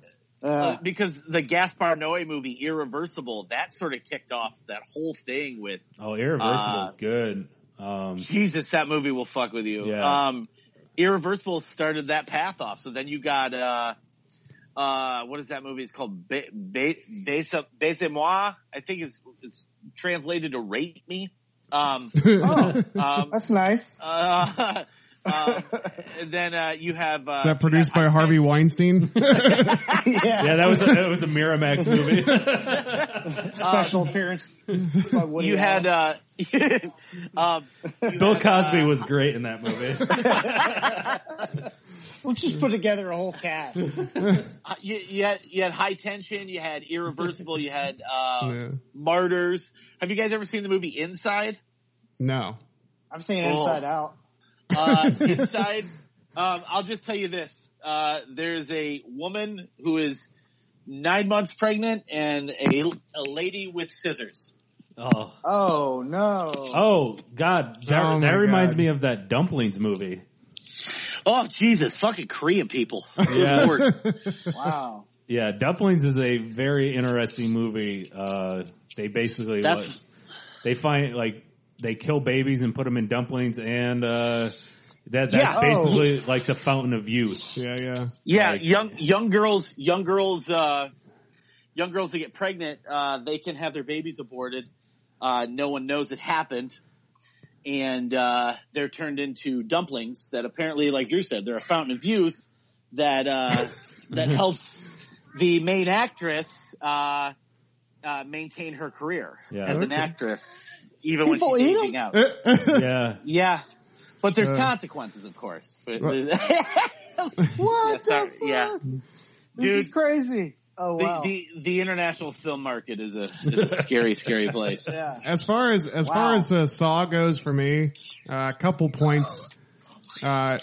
S3: Uh,
S4: uh,
S3: because the Gaspar Noé movie Irreversible that sort of kicked off that whole thing with
S1: oh, irreversible's
S3: Uh,
S1: good. Um,
S3: Jesus that movie will fuck with you.
S1: Yeah.
S3: Um Irreversible started that path off. So then you got uh uh what is that movie? It's called Ba- Ba- Besa Besa Moi. I think it's it's translated to Rape Me. Um
S4: oh,
S3: um
S4: that's nice.
S3: uh, um, and then uh, you have uh,
S2: is that produced by Harvey Weinstein?
S1: yeah, that was a, that was a Miramax movie.
S4: Special appearance. By Woody
S3: um, you had
S4: Allen.
S3: uh, um, you
S1: Bill
S3: had, uh,
S1: Cosby was great in that movie.
S4: Let's just put together a whole cast.
S3: Uh, you, you had you had high tension, you had irreversible, you had uh,
S2: Yeah.
S3: martyrs. Have you guys ever seen the movie Inside?
S2: No.
S4: I've seen
S3: Oh.
S4: Inside Out.
S3: Uh, Inside. Um, I'll just tell you this: uh, there's a woman who is nine months pregnant and a, a lady with scissors.
S1: Oh,
S4: Oh no.
S1: oh God, that,
S2: Oh, my
S1: that reminds
S2: God.
S1: me of that Dumplings movie.
S3: Oh Jesus, fucking Korean people!
S1: Yeah.
S3: Good lord.
S4: Wow.
S1: Yeah, Dumplings is a very interesting movie. Uh, they basically
S3: That's-
S1: what- they find like they kill babies and put them in dumplings, and uh, that that's
S3: Yeah. Oh.
S1: basically like the fountain of youth.
S2: Yeah, yeah.
S3: Yeah,
S1: Like-
S3: young young girls, young girls, uh, young girls that get pregnant, uh, they can have their babies aborted. Uh, no one knows it happened, and uh, they're turned into dumplings that apparently, like Drew said, they're a fountain of youth that uh, that helps the main actress uh, uh, maintain her career
S1: Yeah.
S3: as an
S2: Okay.
S3: actress, even
S4: People
S3: when she's
S4: eat 'em?
S3: aging out.
S1: Yeah,
S3: Yeah, but there's
S2: Uh.
S3: consequences, of course. But
S2: Right.
S3: there's-
S4: What
S3: Yeah, sorry,
S4: the fuck?
S3: yeah.
S4: This is
S3: Dude.
S4: crazy. Oh
S3: the,
S4: wow.
S3: the the international film market is a, is a scary, scary place.
S4: yeah.
S2: As far as as far
S4: Wow.
S2: as uh, Saw goes for me, uh, a couple points. Uh,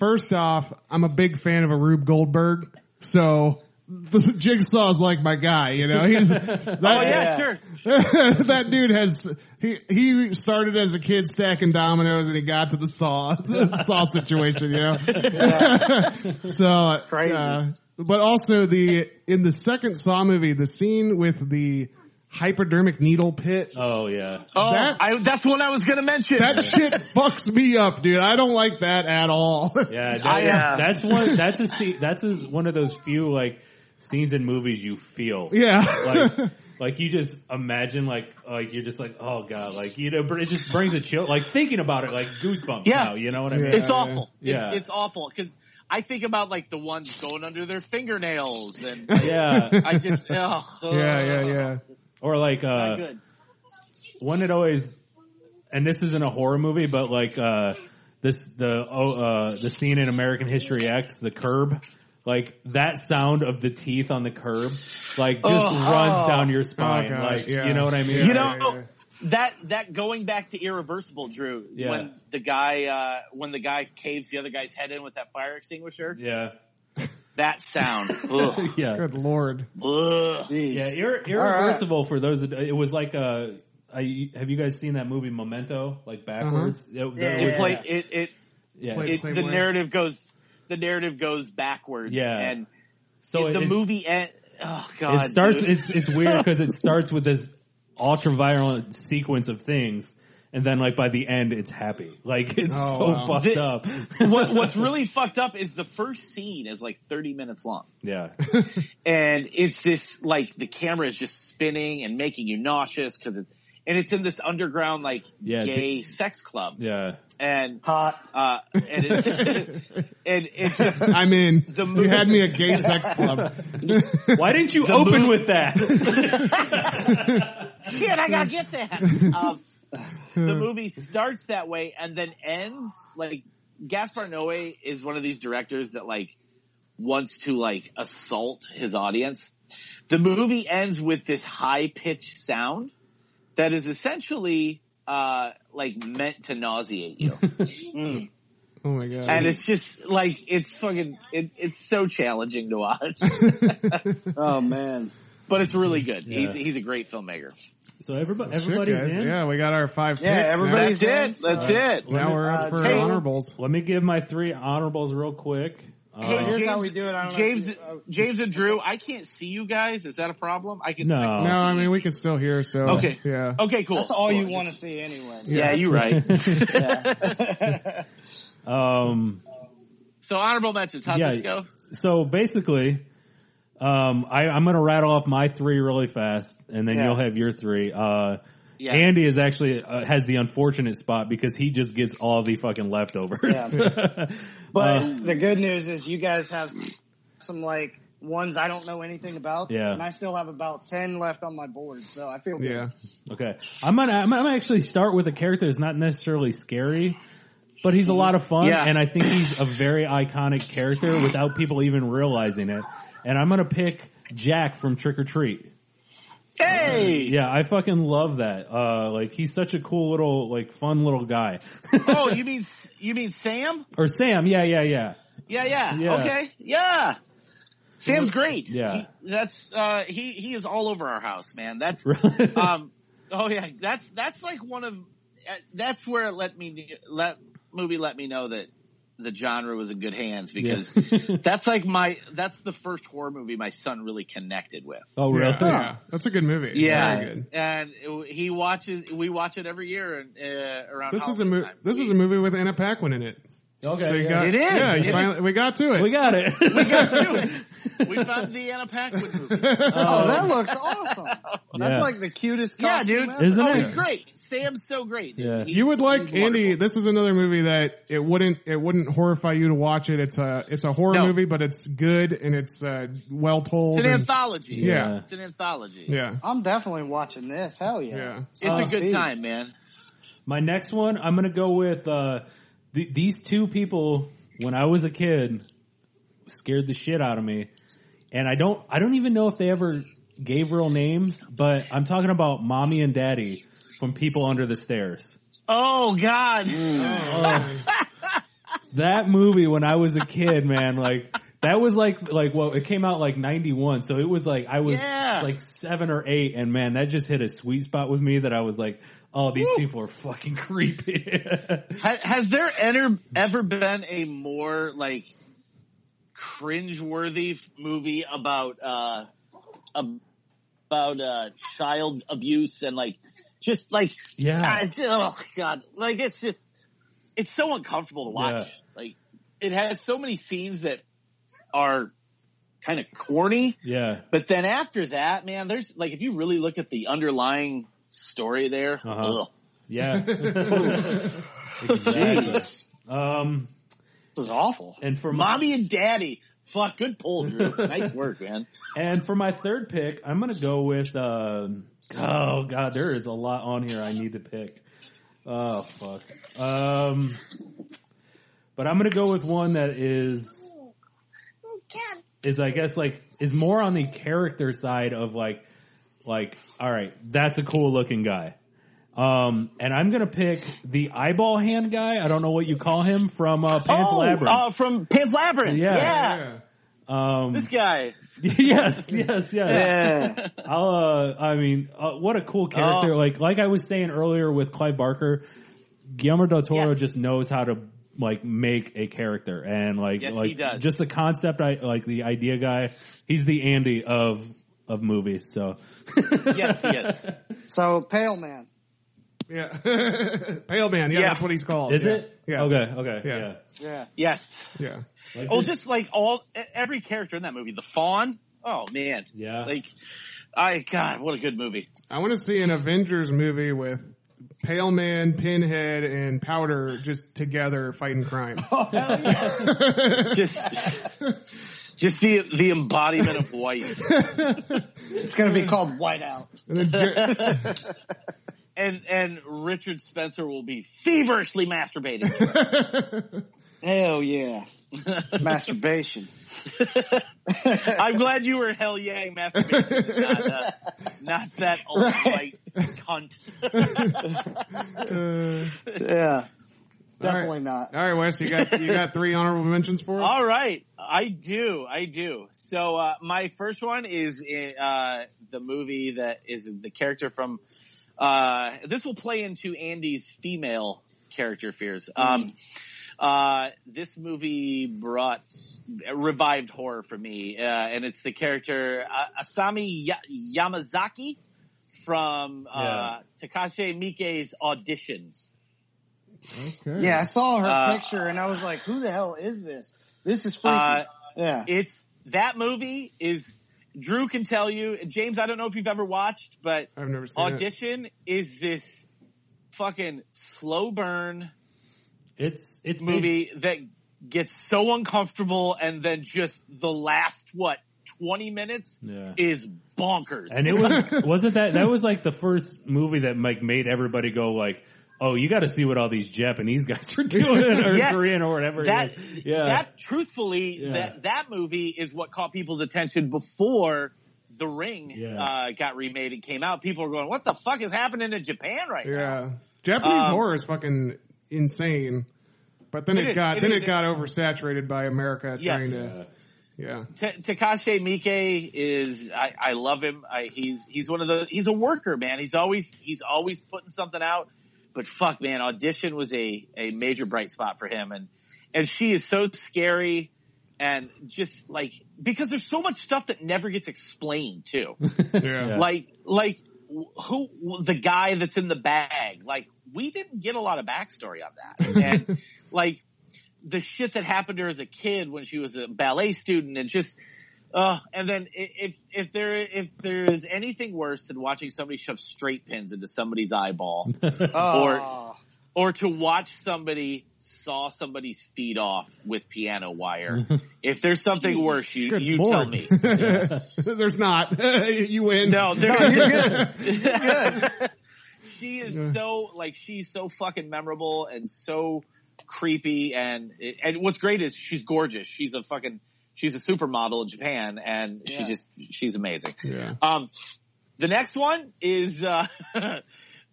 S2: first off, I'm a big fan of Arub Goldberg, so the jigsaw's like my guy, you know. He's that,
S3: Oh yeah, sure.
S2: that dude has he he started as a kid stacking dominoes and he got to the saw saw situation, you know. so uh,
S4: Crazy.
S2: but also the in the second Saw movie, the scene with the hypodermic needle pit.
S1: Oh yeah.
S3: Oh,
S2: That-
S3: I, that's what I was gonna mention.
S2: That shit fucks me up, dude. I don't like that at all.
S1: Yeah, that-
S3: I, uh,
S1: that's one. That's a scene. That's a, one of those few like scenes in movies you feel.
S2: Yeah.
S1: Like, like you just imagine like like you're just like oh god like you know br- it just brings a chill like thinking about it like goosebumps
S3: Yeah.
S1: now you know what I mean
S2: Yeah.
S3: It's awful.
S1: Yeah.
S3: It, it's awful because I think about like the ones going under their fingernails, and
S1: yeah
S3: I just ugh,
S2: yeah, yeah, yeah.
S1: or like
S3: Not
S1: uh
S3: good.
S1: one that always and this isn't a horror movie but like uh this the oh uh the scene in American History X the curb like that sound of the teeth on the curb like just
S3: Oh.
S1: runs
S3: Oh.
S1: down your spine
S2: Oh, God,
S1: like
S2: yeah.
S1: you know what I mean
S2: Yeah,
S3: You know
S2: yeah, yeah.
S3: that that going back to irreversible, Drew.
S1: Yeah.
S3: When the guy uh, when the guy caves the other guy's head in with that fire extinguisher,
S1: yeah
S3: that sound. ugh,
S1: yeah
S2: Good lord.
S3: ugh.
S4: Jeez.
S1: Yeah, ir- irreversible for those. That, it was like uh, I have you guys seen that movie Memento? Like
S2: Uh-huh.
S1: backwards. It- there
S3: It
S1: was-
S3: play it it,
S1: yeah.
S2: played-
S1: it-
S3: it
S2: same
S3: the
S2: way.
S3: narrative goes the narrative goes backwards.
S1: Yeah.
S3: And
S1: so
S3: the
S1: it,
S3: movie end. Oh
S1: It
S3: god.
S1: starts.
S3: dude.
S1: It's it's weird because it starts with this ultra violent sequence of things, and then like by the end, it's happy. Like it's
S2: Oh,
S1: so
S2: wow.
S1: fucked
S3: The-
S1: up.
S3: what, what's really fucked up is the first scene is like 30 minutes long.
S1: yeah.
S3: and it's this like the camera is just spinning and making you nauseous because it, and it's in this underground like
S1: Yeah,
S3: gay sex club
S1: Yeah.
S3: and
S4: Hot.
S3: uh and it's and it's just
S2: I'm in.
S3: The
S2: you
S3: movie-
S2: had me at gay sex club.
S1: Why didn't you open
S3: movie-
S1: with that?
S3: shit I gotta get that. Um, the movie starts that way and then ends like Gaspar Noé is one of these directors that like wants to like assault his audience. The movie ends with this high pitched sound that is essentially uh like meant to nauseate you.
S2: Oh my god.
S3: and it's just like it's fucking it, it's so challenging to watch.
S4: Oh man.
S3: but it's really good.
S1: Yeah.
S3: He's he's a great filmmaker.
S1: So everybody,
S2: Oh, Shit,
S1: everybody's
S2: guys.
S1: in.
S2: Yeah, we got our five
S4: Yeah,
S2: picks.
S4: everybody-
S3: That's it. That's it.
S2: Now, now we're up
S4: Uh,
S2: for
S4: Taylor-
S2: honorables.
S1: Let me give my three honorables real quick. Uh,
S4: Here's
S3: James-
S4: how we do it. I don't
S3: James,
S4: know Oh, if you-
S3: James and Drew, I can't see you guys. Is that a problem? I can.
S1: No.
S3: I
S2: No, I mean we can still hear. So
S3: Okay. Oh.
S2: yeah.
S3: can- okay. Cool.
S4: That's all you
S3: Cool.
S4: want to see anyway.
S3: Yeah, you're right.
S1: um.
S3: so honorable mentions. How's
S1: Yeah.
S3: this go?
S1: so basically, um, I, I'm going to rattle off my three really fast, and then
S4: Yeah.
S1: you'll have your three. Uh,
S3: Yeah.
S1: Andy is actually uh, has the unfortunate spot because he just gets all the fucking leftovers.
S4: But
S1: Uh,
S4: the good news is you guys have some like ones I don't know anything about.
S1: Yeah.
S4: And I still have about ten left on my board, so I feel good.
S2: Yeah.
S1: okay, I'm gonna I'm gonna actually start with a character that's not necessarily scary. But he's a lot of fun,
S3: Yeah.
S1: and I think he's a very iconic character without people even realizing it. And I'm gonna pick Jack from Trick or Treat.
S3: hey.
S1: Yeah, I fucking love that. Uh, like he's such a cool little, like fun little guy.
S3: Oh, you mean you mean Sam?
S1: Or Sam, yeah, yeah, yeah.
S3: Yeah, yeah.
S1: Yeah.
S3: Okay. Yeah. Sam's great.
S1: Yeah.
S3: He- that's uh he he is all over our house, man. That's
S1: Really?
S3: um oh yeah, that's that's like one of uh, that's where it let me let movie let me know that the genre was in good hands because that's like my that's the first horror movie my son really connected with.
S1: oh,
S2: Yeah,
S1: really?
S2: yeah. that's a good movie.
S3: Yeah,
S2: Very good.
S3: and it- he watches. We watch it every year and uh, around.
S2: This is a
S3: Halloween
S2: movie.
S3: time.
S2: This is a movie with Anna Paquin in it.
S1: Okay.
S2: So you
S1: yeah.
S2: got
S3: It is.
S2: Yeah,
S3: It
S2: you
S3: is.
S2: finally, we got to it.
S1: we got it.
S3: we found the Anna Paquin movie.
S4: Oh, that looks awesome. That's like the cutest
S3: Yeah,
S4: costume
S3: dude.
S4: ever.
S1: Isn't
S3: oh,
S1: it?
S3: he's great. Sam's so great. dude.
S1: Yeah.
S3: He's-
S2: you would like
S3: he's
S2: Andy.
S3: wonderful.
S2: This is another movie that it wouldn't it wouldn't horrify you to watch it. It's a it's a horror
S3: No.
S2: movie, but it's good and it's uh, well told.
S3: It's an
S2: and-
S3: anthology.
S2: Yeah.
S3: It's an anthology.
S2: yeah,
S4: I'm definitely watching this. Hell yeah.
S2: Yeah.
S3: It's
S1: Oh,
S3: a good time, man.
S1: My next one, I'm gonna go with uh, th- these two people. When I was a kid, scared the shit out of me, and I don't, I don't even know if they ever gave real names, but I'm talking about mommy and daddy from People Under the Stairs.
S3: Oh God.
S1: Mm. Oh. that movie when I was a kid, man, like That was like like well, it came out like ninety one, so it was like I was
S3: Yeah.
S1: like seven or eight, and man, that just hit a sweet spot with me that I was like, oh, these people are fucking creepy.
S3: Ha- has there ever ever been a more like cringeworthy f- movie about uh ab- about uh child abuse and like just like
S1: yeah,
S3: I- oh god like it's just it's so uncomfortable to watch
S1: Yeah.
S3: like it has so many scenes that are kind of corny
S1: yeah,
S3: but then after that man there's like if you really look at the underlying story there
S1: Uh-huh.
S3: ugh.
S1: yeah. exactly.
S4: Jeez.
S1: Um,
S3: This is awful.
S1: And for my-
S3: mommy and daddy. Fuck, good pull, Drew. nice work, man.
S1: and for my third pick, I'm gonna go with. Um, oh God, there is a lot on here I need to pick. Oh fuck. Um, but I'm gonna go with one that is is I guess like is more on the character side of like like all right, that's a cool looking guy. Um, and I'm gonna pick the eyeball hand guy. I don't know what you call him from uh, Pan's
S3: oh,
S1: Labyrinth.
S3: Uh, from Pan's Labyrinth.
S1: Yeah.
S3: Yeah.
S2: Yeah.
S1: um,
S3: This guy.
S1: yes, yes, yes.
S4: Yeah.
S1: I'll, uh, I mean, uh, what a cool character!
S3: Oh.
S1: Like, like I was saying earlier with Clive Barker, Guillermo del Toro
S3: Yes.
S1: just knows how to like make a character, and like,
S3: Yes, he
S1: like
S3: does.
S1: just the concept, I like the idea guy. He's the Andy of of movies. So
S3: Yes, yes.
S4: So Pale Man.
S2: Yeah. Pale man. Yeah,
S3: Yeah.
S2: that's what he's called.
S1: is
S2: yeah.
S1: it?
S2: Yeah.
S1: Okay. Okay.
S2: Yeah.
S1: Yeah.
S4: Yeah.
S3: Yes.
S2: Yeah.
S1: Like
S3: Oh,
S1: this-
S3: just like all e, every character in that movie. The Fawn. Oh man.
S1: yeah.
S3: Like, I God, what a good movie.
S2: I want to see an Avengers movie with Pale Man, Pinhead, and Powder just together fighting crime.
S3: Just, just the the embodiment of white.
S4: It's going to be called Whiteout.
S2: And then Ja-
S3: and and Richard Spencer will be feverishly masturbating.
S4: Hell yeah. Masturbation.
S3: I'm glad you were hell yeah masturbating, not, uh, not that old white cunt.
S2: uh,
S4: Yeah.
S2: All
S4: Definitely
S2: right.
S4: not.
S2: all right, Wes, you got you got three honorable mentions for us.
S3: All right, I do, I do. So uh, my first one is uh, the movie that is the character from. Uh, this will play into Andy's female character fears. Um, uh, this movie brought revived horror for me, uh, and it's the character uh, Asami Ya- Yamazaki from uh, Takashi Miike's auditions.
S2: Okay.
S4: Yeah, I saw her
S3: Uh,
S4: picture and I was like, who the hell is this? This is freaky.
S3: Uh,
S4: yeah.
S3: it's that movie is Drew can tell you. James, I don't know if you've ever watched, but
S2: I've never seen it.
S3: audition is this fucking slow burn
S1: it's it's made-
S3: movie that gets so uncomfortable, and then just the last what twenty minutes
S1: Yeah.
S3: is bonkers.
S1: And it was wasn't that that was like the first movie that like made everybody go like, oh, you got to see what all these Japanese guys are doing or
S3: Yes.
S1: Korean or whatever.
S3: that
S1: yeah,
S3: that truthfully
S1: Yeah.
S3: that that movie is what caught people's attention before the ring
S1: Yeah.
S3: uh, got remade and came out people were going what the fuck is happening in japan right now
S2: Yeah, Japanese
S3: Um,
S2: horror is fucking insane. But then
S3: It
S2: it,
S3: is,
S2: got
S3: it
S2: then
S3: is.
S2: it got oversaturated by America
S3: Yes.
S2: trying to. Yeah.
S3: T- Takashi Miike is I, I love him. I, he's he's one of the he's a worker man. He's always he's always putting something out. But fuck man, audition was a a major bright spot for him and and she is so scary and just like because there's so much stuff that never gets explained too.
S2: Yeah.
S3: like like who the guy that's in the bag like we didn't get a lot of backstory on that and like the shit that happened to her as a kid when she was a ballet student and just uh and then i- if if there if there is anything worse than watching somebody shove straight pins into somebody's eyeball
S4: Oh.
S3: or to watch somebody saw somebody's feet off with piano wire if there's something worse you
S2: Good
S3: you
S2: lord.
S3: tell me Uh,
S2: There's not. you win.
S3: No, there-
S2: good.
S3: she is
S2: Yeah.
S3: so like she's so fucking memorable and so creepy and and what's great is she's gorgeous. She's a fucking she's a supermodel in Japan and she
S4: Yeah.
S3: just she's amazing.
S2: yeah.
S3: Um, the next one is uh,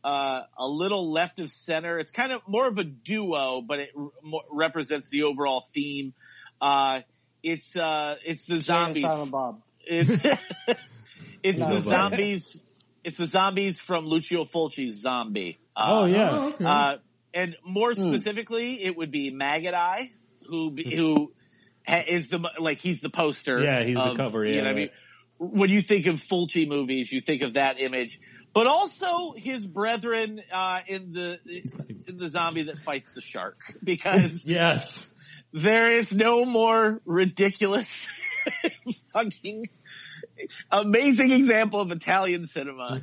S3: uh, a little left of center. It's kind of more of a duo, but it re- mo- represents the overall theme. Uh, It's uh, it's the
S4: Jay and
S3: zombies.
S4: Silent Bob.
S3: It's it's
S4: No,
S3: the
S4: but-
S3: zombies. It's the zombies from Lucio Fulci's Zombie. Uh,
S1: Oh yeah. Hmm.
S2: Oh, okay.
S3: Uh, and more specifically, it would be Maggot Eye, who be- who ha- is the mo- like he's the poster.
S1: Yeah, he's the
S3: of-
S1: cover,
S3: you
S1: yeah,
S3: know what I mean?
S1: right.
S3: When you think of Fulci movies, you think of that image, but also his brethren uh, in the in the zombie that fights the shark, because
S1: Yes.
S3: there is no more ridiculous fucking amazing example of Italian cinema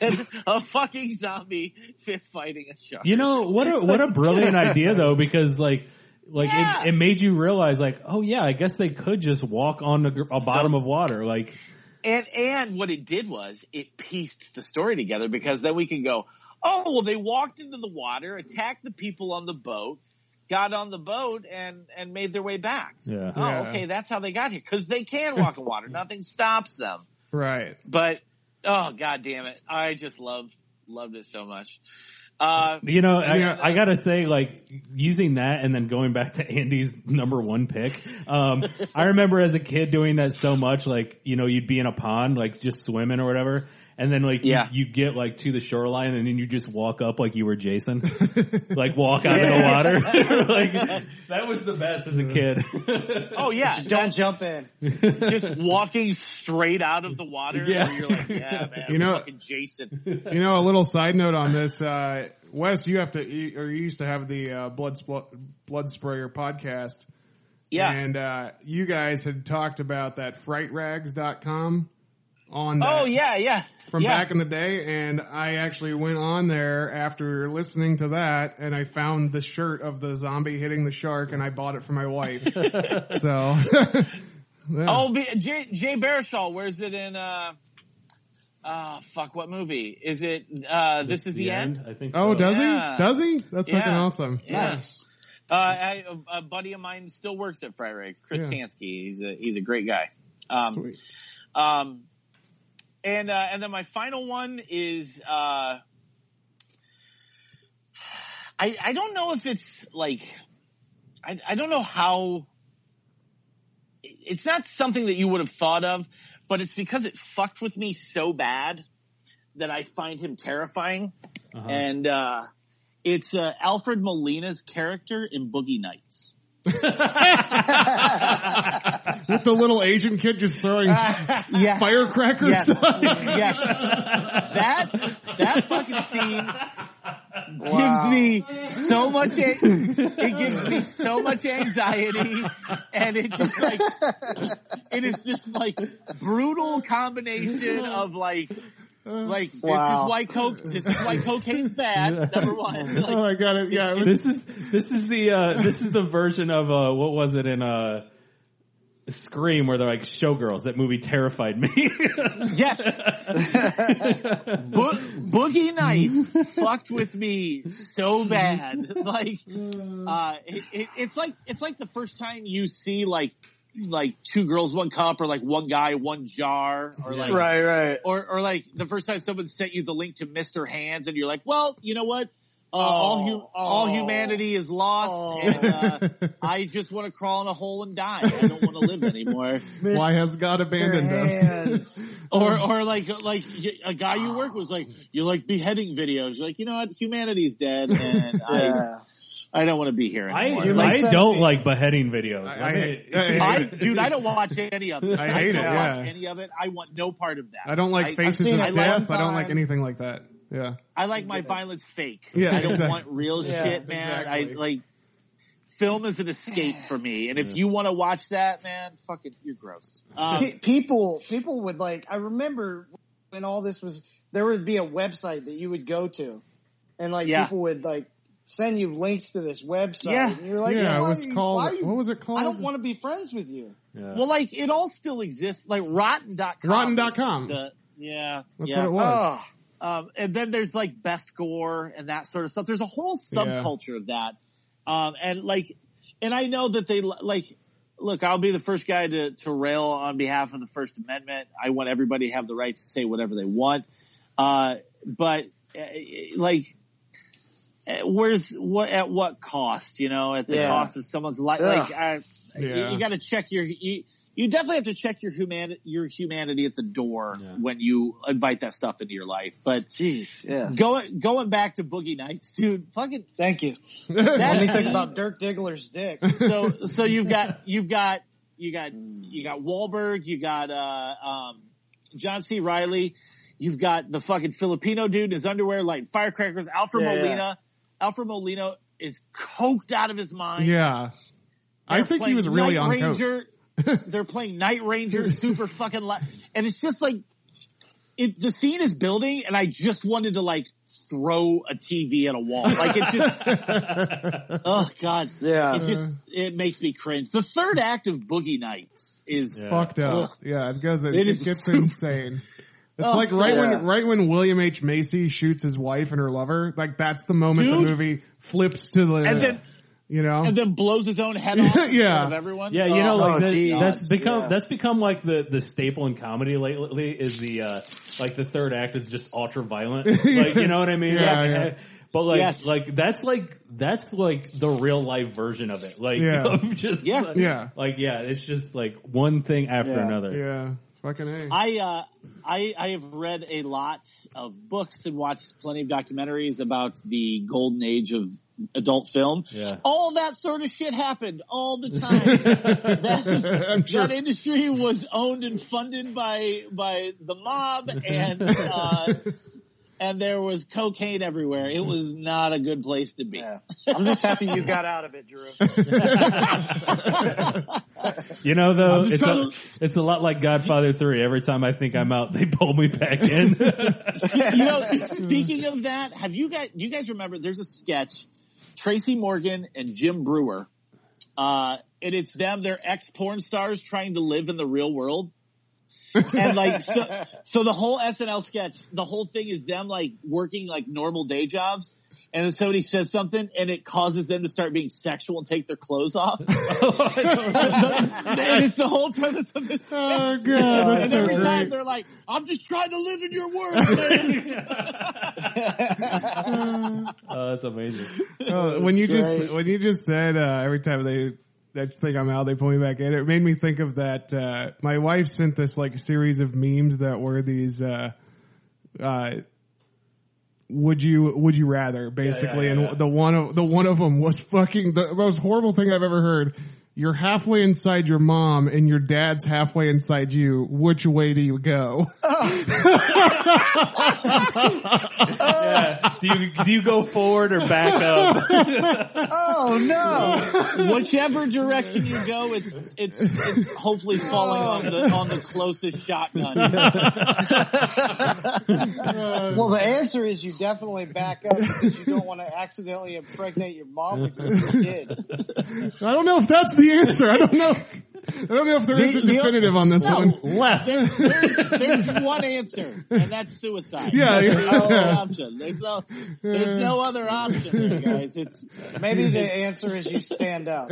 S3: than a fucking zombie fist fighting a shark.
S1: You know what? A, what a brilliant idea though, because like, like
S3: Yeah.
S1: it, it made you realize, like, oh yeah, I guess they could just walk on the, gr- a bottom of water. Like,
S3: And and what it did was it pieced the story together because then we can go, oh well, they walked into the water, attacked the people on the boat, got on the boat, and and made their way back.
S1: yeah,
S3: Oh,
S2: Yeah.
S3: okay, that's how they got here because they can walk in water. Nothing stops them.
S2: Right.
S3: But oh god damn it, I just love loved it so much. Uh,
S1: You know, I,
S2: Yeah.
S1: I gotta say, like using that and then going back to Andy's number one pick. Um, I remember as a kid doing that so much. Like, you know, you'd be in a pond, like just swimming or whatever, and then like you-
S3: Yeah.
S1: you, get like to the shoreline, and then you just walk up like you were Jason, like walk out in the water. like that was the best as a kid.
S3: oh yeah,
S4: Don't jump in.
S3: just walking straight out of the water.
S1: Yeah.
S3: where you're like, yeah, man,
S2: You know-
S3: fucking Jason.
S2: You know, a little side note on this, uh, Wes, you have to, you, or you used to have the uh, blood Spl- blood sprayer podcast,
S3: Yeah.
S2: and uh, you guys had talked about that frightrags.com on
S3: Oh
S2: that
S3: yeah, yeah.
S2: uh, from
S3: yeah.
S2: back in the day, and I actually went on there after listening to that, and I found the shirt of the zombie hitting the shark, and I bought it for my wife. so, yeah.
S3: Oh, be- Jay, Jay Baruchel, where's it in? uh uh fuck, what movie is it? uh This, is the, end.
S1: I think.
S2: Oh,
S1: so.
S2: does
S3: Yeah.
S2: he? Does he? That's fucking
S3: Yeah.
S2: awesome.
S3: Yeah.
S4: Nice.
S3: Uh, I, a buddy of mine still works at Fry Rigs, Chris
S2: Yeah.
S3: Tansky. He's a he's a great guy. Um,
S2: Sweet.
S3: Um, and uh, and then my final one is uh, I I don't know if it's like I I don't know how it's not something that you would have thought of, but it's because it fucked with me so bad that I find him terrifying,
S1: Uh-huh.
S3: and uh, it's uh, Alfred Molina's character in Boogie Nights.
S2: With the little Asian kid just throwing
S3: Yes.
S2: firecrackers.
S3: Yes. yes. That that fucking scene gives me so much an- it gives me so much anxiety and it just like it is this like brutal combination of like like this
S4: Wow.
S3: is why coke this is why cocaine's bad number one like,
S2: oh, I got it. Yeah, it was-
S1: this is this is the uh, this is the version of uh, what was it in uh, Scream where they're like showgirls. That movie terrified me.
S3: Yes. Bo- Boogie Nights fucked with me so bad. Like, uh, it, it, it's like it's like the first time you see like like two girls, one cup, or like one guy, one jar, or like
S4: Right, right.
S3: or or like the first time someone sent you the link to Mister Hands, and you're like, well, you know what? Uh, all hu- all
S4: oh.
S3: humanity is lost,
S4: Oh.
S3: and uh, I just want to crawl in a hole and die. I don't want to live anymore
S2: why has God abandoned us?
S3: or or like like y- a guy you work was like you like beheading videos. You're like you know what humanity's dead and
S4: Yeah.
S3: I I don't want to be here
S1: I,
S3: anymore.
S4: You're
S1: I
S4: like
S1: don't like beheading videos.
S2: I,
S1: I mean,
S2: I, I,
S3: I, dude, I don't watch any of it.
S2: I hate
S3: don't
S2: it,
S3: watch
S2: yeah.
S3: any of it. I want no part of that.
S2: I don't like
S3: I- I've
S2: faces
S4: seen
S2: of
S4: it one
S2: death. I don't like
S4: time.
S2: anything like that. Yeah.
S3: I like my violence fake.
S2: Yeah,
S3: I don't
S2: exact-
S3: want real
S4: Yeah,
S3: shit, man.
S2: exactly.
S3: I like film is an escape for me. And if you want to watch that, man, fucking, you're gross. Um,
S4: Pe- people people would like i remember when all this was there would be a website that you would go to and like
S3: Yeah.
S4: people would like send you links to this website
S3: Yeah.
S4: and you're like
S2: yeah,
S4: why
S2: it was
S4: are you- why
S2: called.
S4: are you-
S2: what was it called?
S4: i don't want to be friends with you
S1: yeah.
S3: well, like it all still exists. Like Rotten.com.
S2: Rotten.com.
S3: The, yeah,
S2: That's
S3: yeah.
S2: what it was.
S4: Oh,
S3: Um, and then there's like best gore and that sort of stuff. There's a whole subculture of that. Um, and like, and I know that they li- like, look, I'll be the first guy to, to rail on behalf of the first amendment. I want everybody to have the right to say whatever they want. Uh, but uh, like, eh, where's what at what cost? You know, at the
S4: Yeah.
S3: cost of someone's life.
S4: Ugh.
S3: Like, I, you-
S2: Yeah.
S3: you, got to check your you. You definitely have to check your human your humanity at the door
S1: Yeah.
S3: when you invite that stuff into your life. But
S4: Jeez, yeah.
S3: going going back to Boogie Nights, dude, fucking
S4: Thank you. Let me
S3: that,
S4: think about Dirk Diggler's dick.
S3: so so you've got you've got you got you got Wahlberg, you got uh um John C. Riley, you've got the fucking Filipino dude in his underwear lighting firecrackers, Alfred
S4: Yeah, yeah.
S3: Molina. Alfred Molina is coked out of his mind.
S2: Yeah. I
S3: They're
S2: think he
S3: playing
S2: was really on
S3: Night
S2: coke.
S3: Ranger. They're playing Night Ranger super fucking loud. And it's just like, it, the scene is building and I just wanted to like throw a TV at a wall. Like it just, oh God.
S4: Yeah.
S3: It just, it makes me cringe. The third act of Boogie Nights is,
S2: Fucked up. Yeah, it goes. It,
S3: It
S2: it,
S3: is
S2: gets
S3: super-
S2: insane. It's
S3: Oh,
S2: like right
S4: yeah.
S2: when right when William H Macy shoots his wife and her lover. Like that's the moment
S3: Dude.
S2: the movie flips to the.
S3: and then,
S2: you know.
S3: and then blows his own head off in
S2: Yeah.
S3: front of everyone.
S1: Yeah, you know, like
S4: oh,
S1: that-
S4: geez.
S1: that's become
S4: Yeah.
S1: that's become like the the staple in comedy lately is the uh like the third act is just ultra violent. Like you know what I mean?
S2: Yeah,
S1: Like,
S2: yeah.
S1: But like
S3: Yes.
S1: like that's like that's like the real life version of it. Like
S2: Yeah.
S1: of just
S3: Yeah.
S1: Like,
S2: Yeah.
S1: like, yeah, it's just like one thing after
S4: Yeah.
S1: another.
S2: yeah. Fucking a.
S3: I uh, I I have read a lot of books and watched plenty of documentaries about the golden age of adult film.
S1: Yeah.
S3: All that sort of shit happened all the time. that,
S2: I'm sure.
S3: that industry was owned and funded by by the mob and uh, and there was cocaine everywhere. It was not a good place to be.
S4: Yeah. I'm just happy you got out of it, Drew.
S1: You know though,
S3: just
S1: it's
S3: trying
S1: a, it's a lot like Godfather 3. Every time I think I'm out, they pull me back in.
S3: you know, speaking of that, have you guys? Do you guys remember? There's a sketch, Tracy Morgan and Jim Brewer, uh, and it's them. They're ex porn stars trying to live in the real world, and like so. So the whole SNL sketch, the whole thing is them like working like normal day jobs. And then somebody says something, and it causes them to start being sexual and take their clothes off. and it's the whole premise of this.
S2: Oh god, that's
S3: and
S2: so
S3: every time
S2: great.
S3: they're like, "I'm just trying to live in your world." man."
S1: oh, that's amazing.
S2: Oh, when you just
S4: Great.
S2: when you just said uh, every time they that thing I'm out, they pull me back in. It made me think of that. Uh, my wife sent this like series of memes that were these. Uh, uh, would you would you rather basically?
S1: yeah, yeah.
S2: And the one of the one of them was fucking the most horrible thing I've ever heard. You're halfway inside your mom, and your dad's halfway inside you. Which way do you go?
S1: Do you do you go forward or back up?
S4: Oh no!
S3: Whichever direction you go, it's it's, it's hopefully falling on the on the closest shotgun.
S4: Well, the answer is you definitely back up because you don't want to accidentally impregnate your mom with your kid.
S2: I don't know if that's the answer. I don't know. I don't know if there is a
S3: the-
S2: definitive on this one.
S1: Left.
S3: There's, there's, there's one answer, and that's suicide.
S2: Yeah,
S3: there's no other
S2: yeah.
S3: option. There's no there's no other option, there, guys. It's
S4: Maybe the answer is you stand up.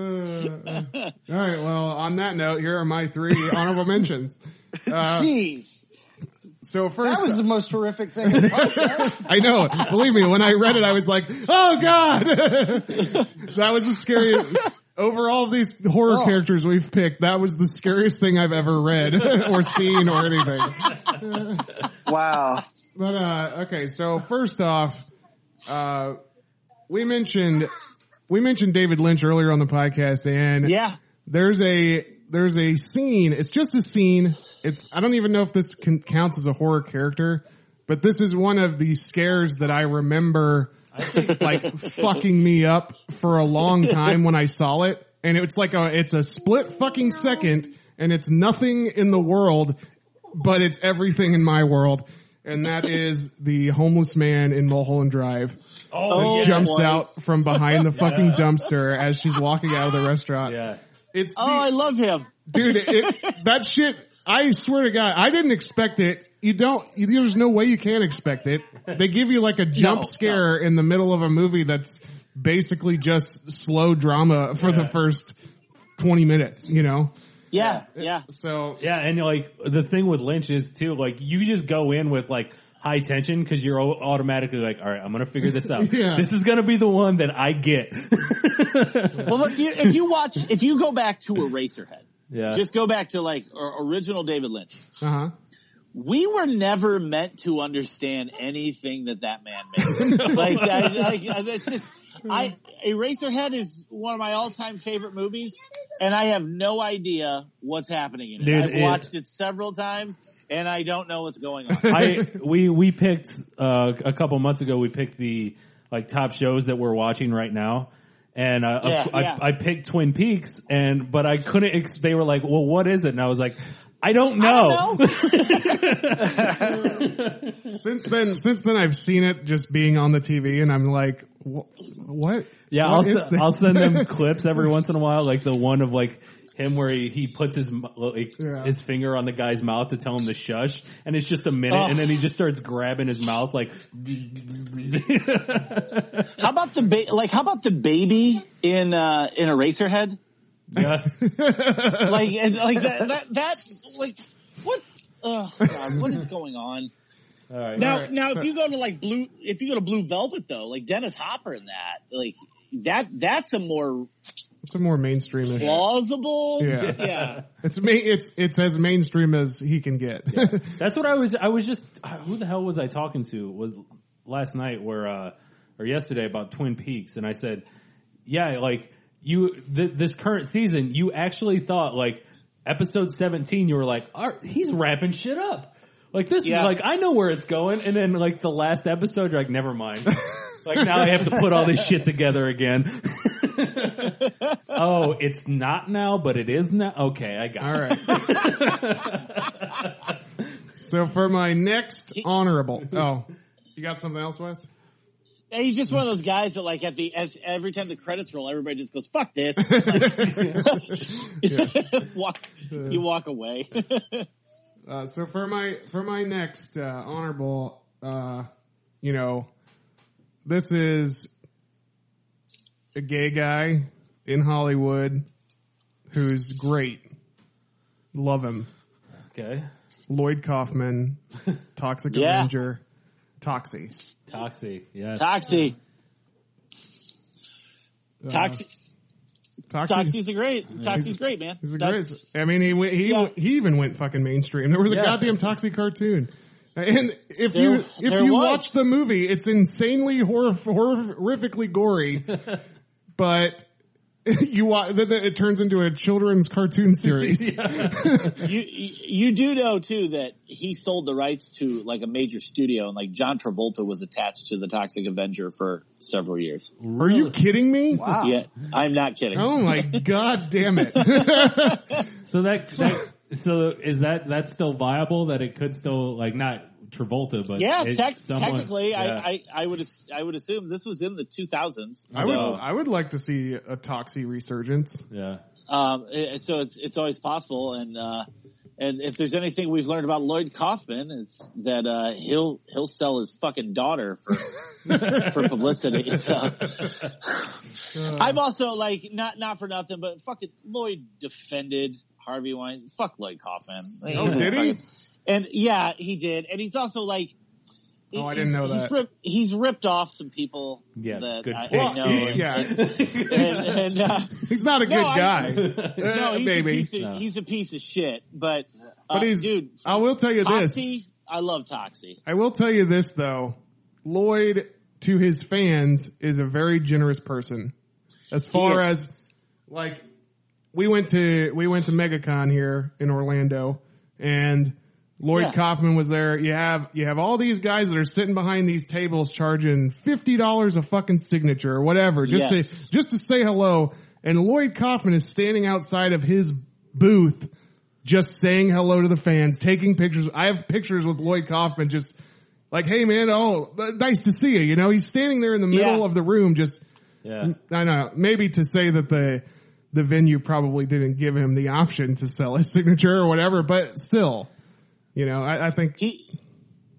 S2: All right. Well, on that note, here are my three honorable mentions. Uh,
S4: Jeez,
S2: so
S4: that
S2: first,
S4: was the most horrific thing. in the podcast.
S2: I know. Believe me, when I read it, I was like, "Oh God!" that was the scariest. Over all these horror
S4: Oh.
S2: characters we've picked, that was the scariest thing I've ever read or seen or anything.
S4: wow.
S2: But uh okay, so first off, uh we mentioned we mentioned David Lynch earlier on the podcast and
S3: yeah.
S2: there's a there's a scene. It's just a scene. It's I don't even know if this can, counts as a horror character, but this is one of the scares that I remember like fucking me up for a long time when I saw it. And it's like a it's a split fucking second, and it's nothing in the world, but it's everything in my world. And that is the homeless man in Mulholland Drive
S1: Oh, yeah.
S2: jumps
S3: boy.
S2: out from behind the fucking dumpster as she's walking out of the restaurant.
S1: Yeah.
S2: It's the,
S3: Oh, I love him.
S2: dude. It, that shit. I swear to God, I didn't expect it. You don't. You, there's no way you can expect it. They give you like a jump
S3: No,
S2: scare in the middle of a movie that's basically just slow drama for the first twenty minutes. You know.
S3: Yeah, yeah.
S2: So
S1: Yeah, and like the thing with Lynch is too, like you just go in with like, high tension because you're au- automatically like, all right, I'm gonna figure this out.
S2: Yeah.
S1: This is gonna be the one that I get.
S3: Well, look, you, if you watch, if you go back to Eraserhead,
S1: yeah,
S3: just go back to like or- original David Lynch.
S2: Uh huh.
S3: we were never meant to understand anything that that man made. like, I, I, that's just, I, Eraserhead is one of my all-time favorite movies, and I have no idea what's happening in it.
S1: Dude,
S3: I've
S1: it-
S3: watched it several times, and I don't know what's going on.
S1: I we we picked uh, a couple months ago. We picked the like top shows that we're watching right now, and uh,
S3: Yeah,
S1: I,
S3: yeah.
S1: I, picked Twin Peaks, and but I couldn't. Ex- they were like, "Well, what is it?" And I was like, "I don't know."
S3: don't
S2: Since then, since then, I've seen it just being on the TV, and I'm like, wh- what?
S1: yeah,
S2: What
S1: I'll,
S2: is
S1: se-
S2: this?
S1: I'll send them clips every once in a while, like the one of like. Him where he, he puts his mu- like,
S2: Yeah.
S1: his finger on the guy's mouth to tell him to shush, and it's just a minute,
S3: Oh.
S1: and then he just starts grabbing his mouth like.
S3: How about the ba- like? How about the baby in uh, in Eraserhead?
S1: yeah.
S3: Like, and, like that, that, that, like, what? Oh, God, what is going on?
S1: All right.
S3: Now,
S2: Alright,
S3: now,
S2: so-
S3: if you go to like blue, if you go to Blue Velvet though, like Dennis Hopper in that, like that, that's a more
S2: It's a more mainstream issue.
S3: plausible.
S2: Yeah.
S3: yeah.
S2: It's ma- it's it's as mainstream as he can get.
S1: That's what I was. I was just. ah, Who the hell was I talking to? Was last night where uh, or yesterday about Twin Peaks, and I said, yeah, like you th- this current season, you actually thought like episode seventeen, you were like, all right, he's wrapping shit up. Like this
S3: Yeah.
S1: is like I know where it's going, and then like the last episode, you're like, never mind. like now I have to put all this shit together again. oh, it's not now, but it is now. Okay, I got
S2: All
S1: it.
S2: right. so for my next honorable, oh, you got something else, Wes?
S3: And he's just one of those guys that like at the as every time the credits roll, everybody just goes fuck this. Like, walk, you walk away.
S2: Uh, so for my for my next uh, honorable, uh, you know, this is a gay guy in Hollywood who's great. Love him,
S1: Okay,
S2: Lloyd Kaufman, Toxic
S3: Yeah.
S2: Avenger, Toxie.
S1: Toxie. Yeah.
S3: Toxie, Toxie,
S2: Toxie.
S3: Toxie's a great. Toxie's great, man.
S2: He's a
S3: That's-
S2: great. I mean, he went, he
S3: Yeah.
S2: he even went fucking mainstream. There was a
S1: Yeah.
S2: goddamn Toxic cartoon, and if
S3: There-
S2: you if
S3: there
S2: you
S3: was.
S2: watch the movie, it's insanely hor- hor- horrifically gory, but you wa- then it turns into a children's cartoon series.
S3: you you do know too that he sold the rights to like a major studio and like John Travolta was attached to the Toxic Avenger for several years.
S2: Are you kidding me?
S4: Wow.
S3: Yeah, I'm not kidding.
S2: Oh my god damn it!
S1: So that, that so is that that's still viable? That it could still like not Travolta, but
S3: yeah,
S1: it-
S3: tec-
S1: someone-
S3: technically,
S1: yeah.
S3: I, I I would as- I would assume this was in the 2000s.
S2: I would
S1: So-
S2: I would like to see a Toxie resurgence.
S1: yeah.
S3: Um, eh, so it's it's always possible, and uh, and if there's anything we've learned about Lloyd Kaufman, it's that uh, he'll he'll sell his fucking daughter for for publicity. So.
S2: Uh,
S3: I'm also like not not for nothing, but fucking Lloyd defended Harvey Weinstein. Fuck Lloyd Kaufman. Like,
S2: Oh,
S3: he's a
S2: did he?
S3: fucking- And yeah, he did, and he's also like.
S2: Oh, I
S3: he's-
S2: didn't know
S3: he's
S2: that.
S3: Ripped, he's ripped off some people
S1: Yeah,
S3: that
S1: good
S3: I,
S1: pick.
S3: I know.
S2: He's, yeah,
S3: and, and, uh,
S2: he's not a good
S3: No, I-
S2: guy,
S3: no,
S2: Uh,
S3: he's a
S2: baby.
S3: piece of,
S1: No.
S3: he's a piece of shit. But, uh,
S2: But he's-
S3: dude,
S2: I will tell you this.
S3: Toxie, I love Toxie.
S2: I will tell you this though, Lloyd to his fans is a very generous person. As far
S3: is.
S2: as like we went to we went to MegaCon here in Orlando and Lloyd
S3: Yeah.
S2: Kaufman was there. You have you have all these guys that are sitting behind these tables charging fifty dollars a fucking signature or whatever just
S3: Yes.
S2: to just to say hello. And Lloyd Kaufman is standing outside of his booth just saying hello to the fans, taking pictures. I have pictures with Lloyd Kaufman just like, hey man, oh, th- nice to see you. You know, he's standing there in the middle
S3: Yeah.
S2: of the room just,
S1: yeah.
S2: I don't know, maybe to say that the, the venue probably didn't give him the option to sell his signature or whatever, but still, you know, I, I think,
S3: He,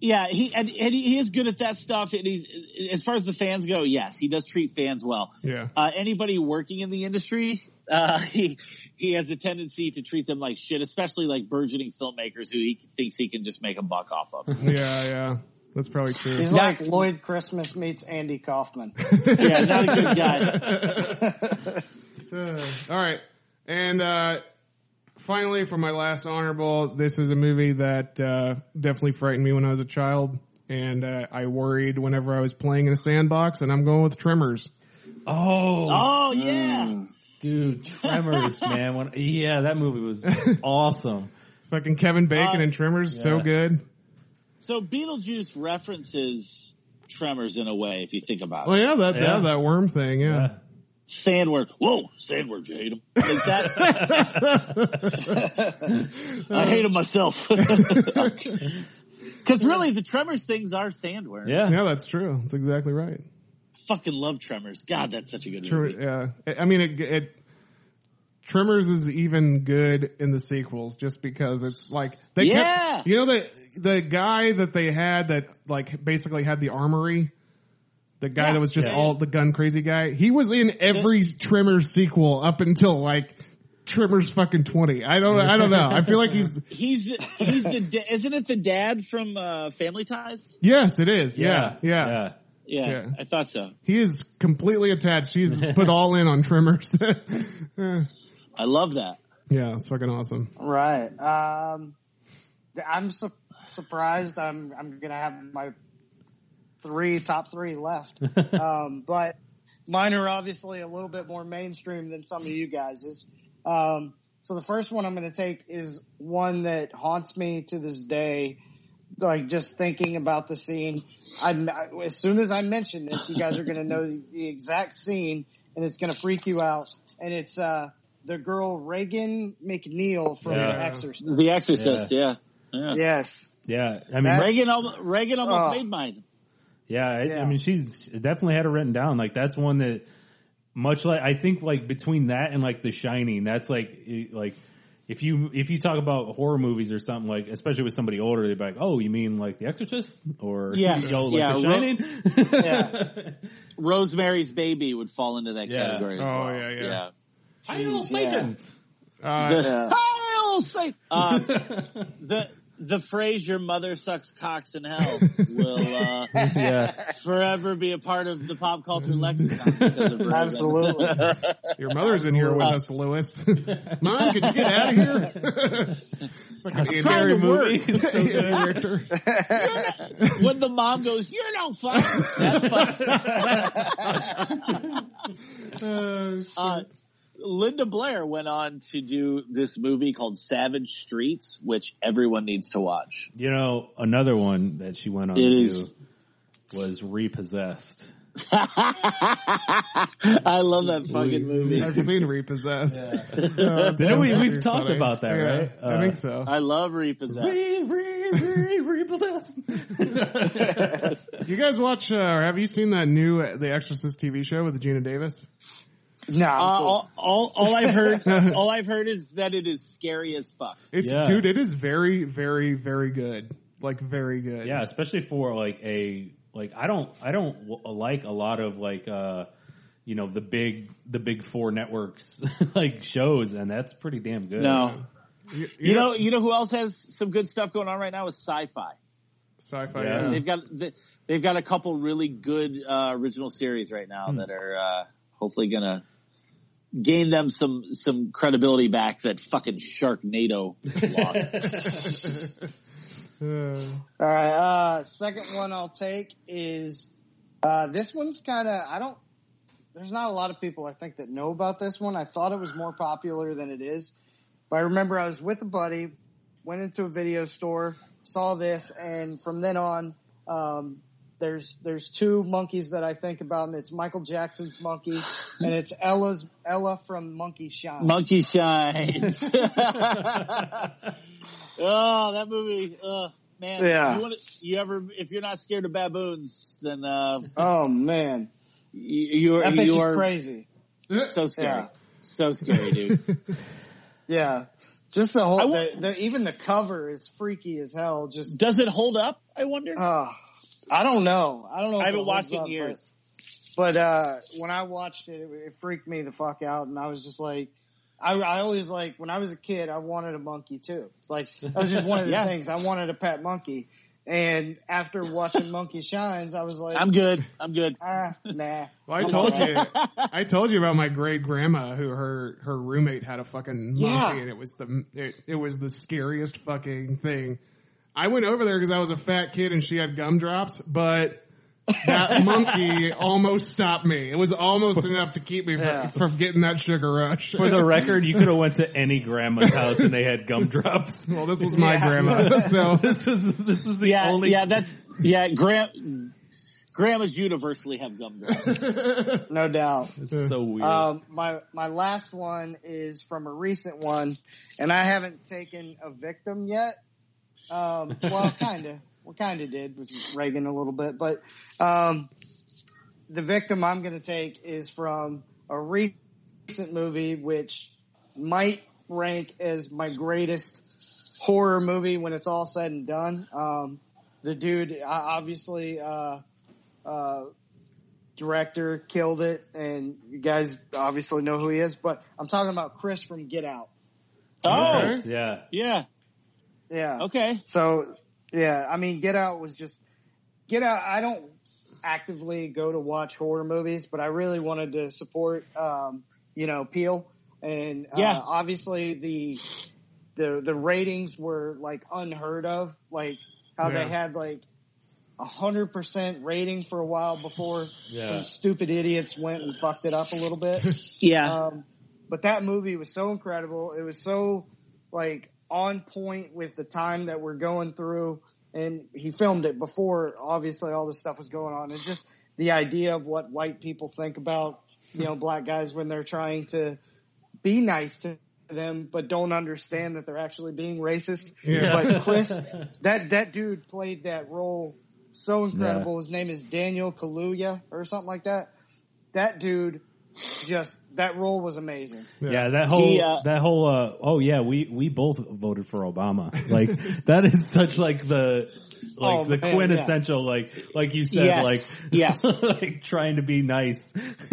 S3: yeah, he and, and he is good at that stuff. And he's as far as the fans go, yes, he does treat fans well.
S2: yeah.
S3: Uh, anybody working in the industry, uh, he he has a tendency to treat them like shit, especially like burgeoning filmmakers who he thinks he can just make a buck off of.
S2: Yeah, yeah. That's probably true.
S4: He's like Lloyd Christmas meets Andy Kaufman.
S3: Yeah, not a good guy.
S2: Uh, all right. And uh, finally, for my last honorable, this is a movie that uh, definitely frightened me when I was a child. And uh, I worried whenever I was playing in a sandbox, and I'm going with Tremors.
S7: Oh,
S3: Oh yeah.
S7: dude, Tremors, man. When, yeah, that movie was awesome.
S2: Fucking Kevin Bacon
S3: Uh,
S2: and Tremors, so
S7: Ah, yeah.
S2: good.
S3: So Beetlejuice references Tremors in a way, if you think about
S2: Well,
S3: it.
S2: Oh, yeah, that
S7: Yeah.
S2: yeah, that worm thing, yeah.
S7: Yeah.
S3: Sandworm. Whoa, Sandworm, you hate him. Like that. I hate him myself. Because really, the Tremors things are Sandworm.
S7: Yeah.
S2: Yeah, that's true. That's exactly right.
S3: Fucking love Tremors. God, that's such a good
S2: True.
S3: movie.
S2: Yeah, I- I mean, it, it Tremors is even good in the sequels just because it's like they
S3: Yeah.
S2: kept, you know the the guy that they had that like basically had the armory. The guy
S3: Yeah.
S2: that was just
S7: Yeah.
S2: all the gun crazy guy. He was in every Tremors sequel up until like Tremors fucking twenty. I don't. I don't know. I feel like he's.
S3: He's the, he's the da- isn't it the dad from uh, Family Ties?
S2: Yes, it is.
S7: Yeah.
S2: Yeah, yeah.
S3: Yeah,
S2: Yeah.
S3: I thought so.
S2: He is completely attached. He's put all in on Tremors. yeah,
S3: I love that.
S2: it's fucking awesome.
S4: Right. Um, th- I'm su- surprised. I'm I'm gonna have my three top three left, um, but mine are obviously a little bit more mainstream than some of you guys's. Um, so the first one I'm gonna take is one that haunts me to this day. Like just thinking about the scene, I as soon as I mention this, you guys are gonna know the, the exact scene, and it's gonna freak you out. And it's uh, the girl Reagan McNeil from
S7: Yeah.
S4: The Exorcist.
S3: The Exorcist. Yeah, yeah.
S4: Yes.
S7: Yeah. I mean,
S3: Reagan, al- Reagan almost
S4: Oh.
S3: made mine.
S7: Yeah, it's, I
S4: Yeah.
S7: mean, she's definitely had it written down. Like that's one that, much like I think, like between that and like The Shining, that's like i- like if you if you talk about horror movies or something like, especially with somebody older, they're like, oh, you mean like The Exorcist or
S3: Yes,
S7: you know, like
S3: yeah,
S7: The
S3: Ro-
S7: Shining?
S4: Yeah.
S3: Rosemary's Baby would fall into that
S7: Yeah.
S3: category. as
S2: Oh,
S3: well.
S2: yeah, yeah.
S7: Hail
S4: yeah.
S7: Satan!
S2: Uh,
S3: The, Hail Satan! Uh, the the phrase "Your mother sucks cocks in hell" will uh,
S7: Yeah,
S3: forever be a part of the pop culture lexicon. Because of Reagan.
S4: Absolutely.
S2: Your mother's in here with us, Lewis. Mom, could you get out of here? Fucking Andy
S7: Scary
S3: to work.
S7: movie. It's so good.
S2: character.
S3: When the mom goes, "You're no fun," that's fun.
S2: Uh,
S3: Uh, Linda Blair went on to do this movie called Savage Streets, which everyone needs to watch.
S7: You know, another one that she went on
S3: It
S7: to
S3: is-
S7: was Repossessed.
S3: I love that fucking movie.
S2: I've seen Repossessed.
S7: Then we
S2: That'd be
S7: we've talked
S2: funny.
S7: about that,
S2: Yeah,
S7: right?
S2: I
S7: Uh,
S2: think so.
S3: I love Repossessed.
S7: Re, re, re, repossessed.
S2: You guys watch, uh, or have you seen that new uh, The Exorcist TV show with Gina Davis?
S4: No,
S3: Uh,
S4: I'm cool.
S3: all, all, all I've heard, all I've heard is that it is scary as fuck.
S2: It's,
S7: Yeah.
S2: dude, it is very, very, very good. Like, very good.
S7: yeah especially for like a like i don't i don't w- like a lot of like uh you know the big the big four networks like shows and that's pretty damn good
S3: No,
S2: You,
S3: you know, you know who else has some good stuff going on right now is Sci-Fi.
S2: sci-fi.
S7: Yeah.
S2: Yeah.
S3: They've got they- they've got a couple really good uh, original series right now that are uh, hopefully gonna gain them some some credibility back that fucking Sharknado lost.
S2: Uh,
S4: All right. Uh, second one I'll take is uh, this one's kind of I don't. There's not a lot of people I think that know about this one. I thought it was more popular than it is, but I remember I was with a buddy, went into a video store, saw this, and from then on, um, there's there's two monkeys that I think about, and it's Michael Jackson's monkey, and it's Ella's Ella from Monkey Shine.
S3: Monkey Shines. oh, that movie. Uh, man.
S4: Yeah.
S3: You, wanna, you ever, if you're not scared of baboons, then, uh,
S4: oh man,
S3: you, you're,
S4: that bitch
S3: you
S4: is
S3: are
S4: crazy.
S3: so scary.
S4: Yeah.
S3: So scary, dude.
S4: Yeah. Just the whole,
S3: I wa-
S4: the, the, even the cover is freaky as hell. Just,
S3: Does it hold up? I wonder.
S4: uh, I don't know. I don't know.
S3: I
S4: if
S3: haven't
S4: holds
S3: watched it in
S4: up, but-
S3: years.
S4: But, uh, when I watched it, it, it freaked me the fuck out. And I was just like, I, I always like, when I was a kid, I wanted a monkey too. Like, that was just one of the
S3: Yeah.
S4: things. I wanted a pet monkey. And after watching Monkey Shines, I was like,
S3: I'm good. I'm good.
S4: ah, nah.
S2: Well, I told you, I told you about my great grandma who her her roommate had a fucking monkey,
S4: Yeah.
S2: and it was the it, it was the scariest fucking thing. I went over there because I was a fat kid and she had gumdrops, but that monkey almost stopped me. It was almost enough to keep me from,
S4: Yeah.
S2: from getting that sugar rush.
S1: For the record, you could have went to any grandma's house and they had gumdrops.
S2: well, this was my grandma, so
S1: This is this is the
S3: Yeah,
S1: only.
S3: yeah, that's yeah. Gram, grandmas universally have gum drops.
S4: No doubt.
S1: It's so weird.
S4: Um, my my last one is from a recent one, and I haven't taken a victim yet. Um, well, kind of. We kind of did with Reagan a little bit, but um, the victim I'm going to take is from a recent movie, which might rank as my greatest horror movie when it's all said and done. Um, the dude, uh, obviously. Uh, uh, director killed it, and you guys obviously know who he is. But I'm talking about Chris from Get Out.
S3: Oh,
S1: yeah.
S3: yeah.
S4: Yeah.
S3: Okay.
S4: So yeah, I mean, Get Out was just Get Out. I don't actively go to watch horror movies, but I really wanted to support, um, you know, Peel, and uh,
S3: Yeah.
S4: obviously the the the ratings were like unheard of, like how
S2: Yeah.
S4: they had like a hundred percent rating for a while before
S1: Yeah.
S4: some stupid idiots went and fucked it up a little bit.
S3: Yeah.
S4: Um, but that movie was so incredible. It was so like on point with the time that we're going through. And he filmed it before, obviously, all this stuff was going on. It's just the idea of what white people think about, you know, black guys when they're trying to be nice to them, but don't understand that they're actually being racist.
S2: Yeah.
S4: But Chris, that, that dude played that role so incredible. His name is Daniel Kaluuya or something like that. That dude just that role was amazing.
S1: Yeah, that whole
S3: He, uh,
S1: that whole uh, oh yeah, we we both voted for Obama. Like that is such like the like
S4: Oh,
S1: the
S4: man,
S1: quintessential like like you said
S3: Yes,
S1: like
S3: yes.
S1: like trying to be nice.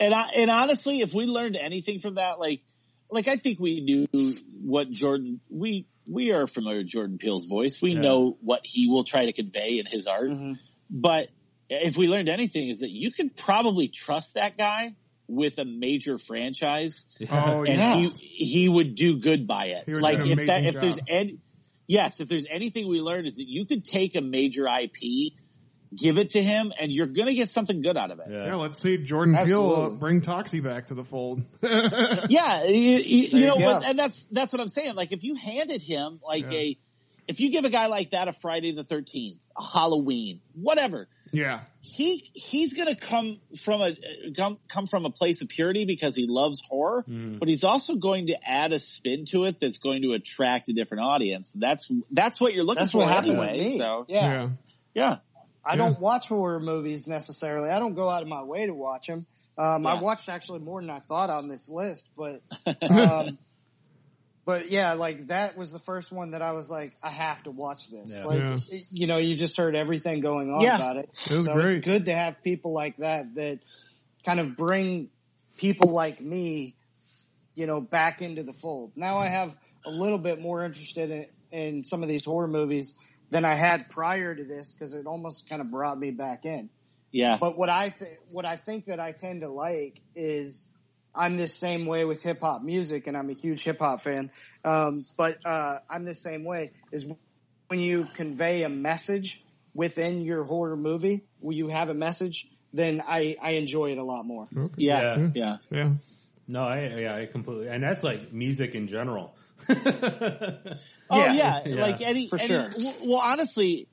S3: and I, and honestly, if we learned anything from that, like, like I think we knew what Jordan we we are familiar with Jordan Peele's voice. We
S1: Yeah.
S3: know what he will try to convey in his art.
S2: Mm-hmm.
S3: But if we learned anything, is that you can probably trust that guy with a major franchise,
S2: oh
S3: and
S2: yeah,
S3: he he would do good by it.
S2: He would
S3: like
S2: do an
S3: if that
S2: amazing
S3: if there's
S2: job.
S3: any yes, if there's anything we learned is that you could take a major IP, give it to him, and you're gonna get something good out of it.
S2: yeah.
S1: yeah.
S2: Let's see Jordan Peele
S4: Absolutely.
S2: uh, bring Toxie back to the fold.
S3: yeah, you, you, you
S4: you
S3: know,
S4: go.
S3: but and that's that's what I'm saying. Like if you handed him like
S2: Yeah.
S3: a, if you give a guy like that a Friday the 13th, a Halloween, whatever,
S2: yeah,
S3: he he's gonna come from a come come from a place of purity because he loves horror,
S4: Mm.
S3: but he's also going to add a spin to it that's going to attract a different audience. That's that's what you're looking
S4: That's
S3: for
S4: what happened
S3: anyway.
S4: with me.
S3: So yeah,
S4: Yeah.
S2: yeah.
S3: yeah,
S4: I
S2: Yeah.
S4: don't watch horror movies necessarily. I don't go out of my way to watch them. Um,
S3: Yeah.
S4: I watched actually more than I thought on this list, but um, but yeah, like that was the first one that I was like, I have to watch this.
S1: Yeah.
S4: Like
S2: Yeah.
S4: it- you know, you just heard everything going on
S3: Yeah.
S4: about it.
S2: It was
S4: so
S2: great.
S4: it's good to have people like that that kind of bring people like me, you know, back into the fold. Now I have a little bit more interested in, in some of these horror movies than I had prior to this because it almost kind of brought me back in.
S3: yeah,
S4: But what I th- what I think that I tend to like is I'm the same way with hip hop music, and I'm a huge hip hop fan. Um, but uh, I'm the same way is when you convey a message within your horror movie, when you have a message, then I I enjoy it a lot more.
S3: yeah,
S1: Yeah.
S3: yeah,
S2: Yeah.
S1: No, I yeah, I completely and that's like music in general.
S3: Oh
S4: Yeah.
S3: yeah,
S1: Yeah.
S3: like any
S4: For
S3: any-
S4: sure.
S3: w- Well, honestly,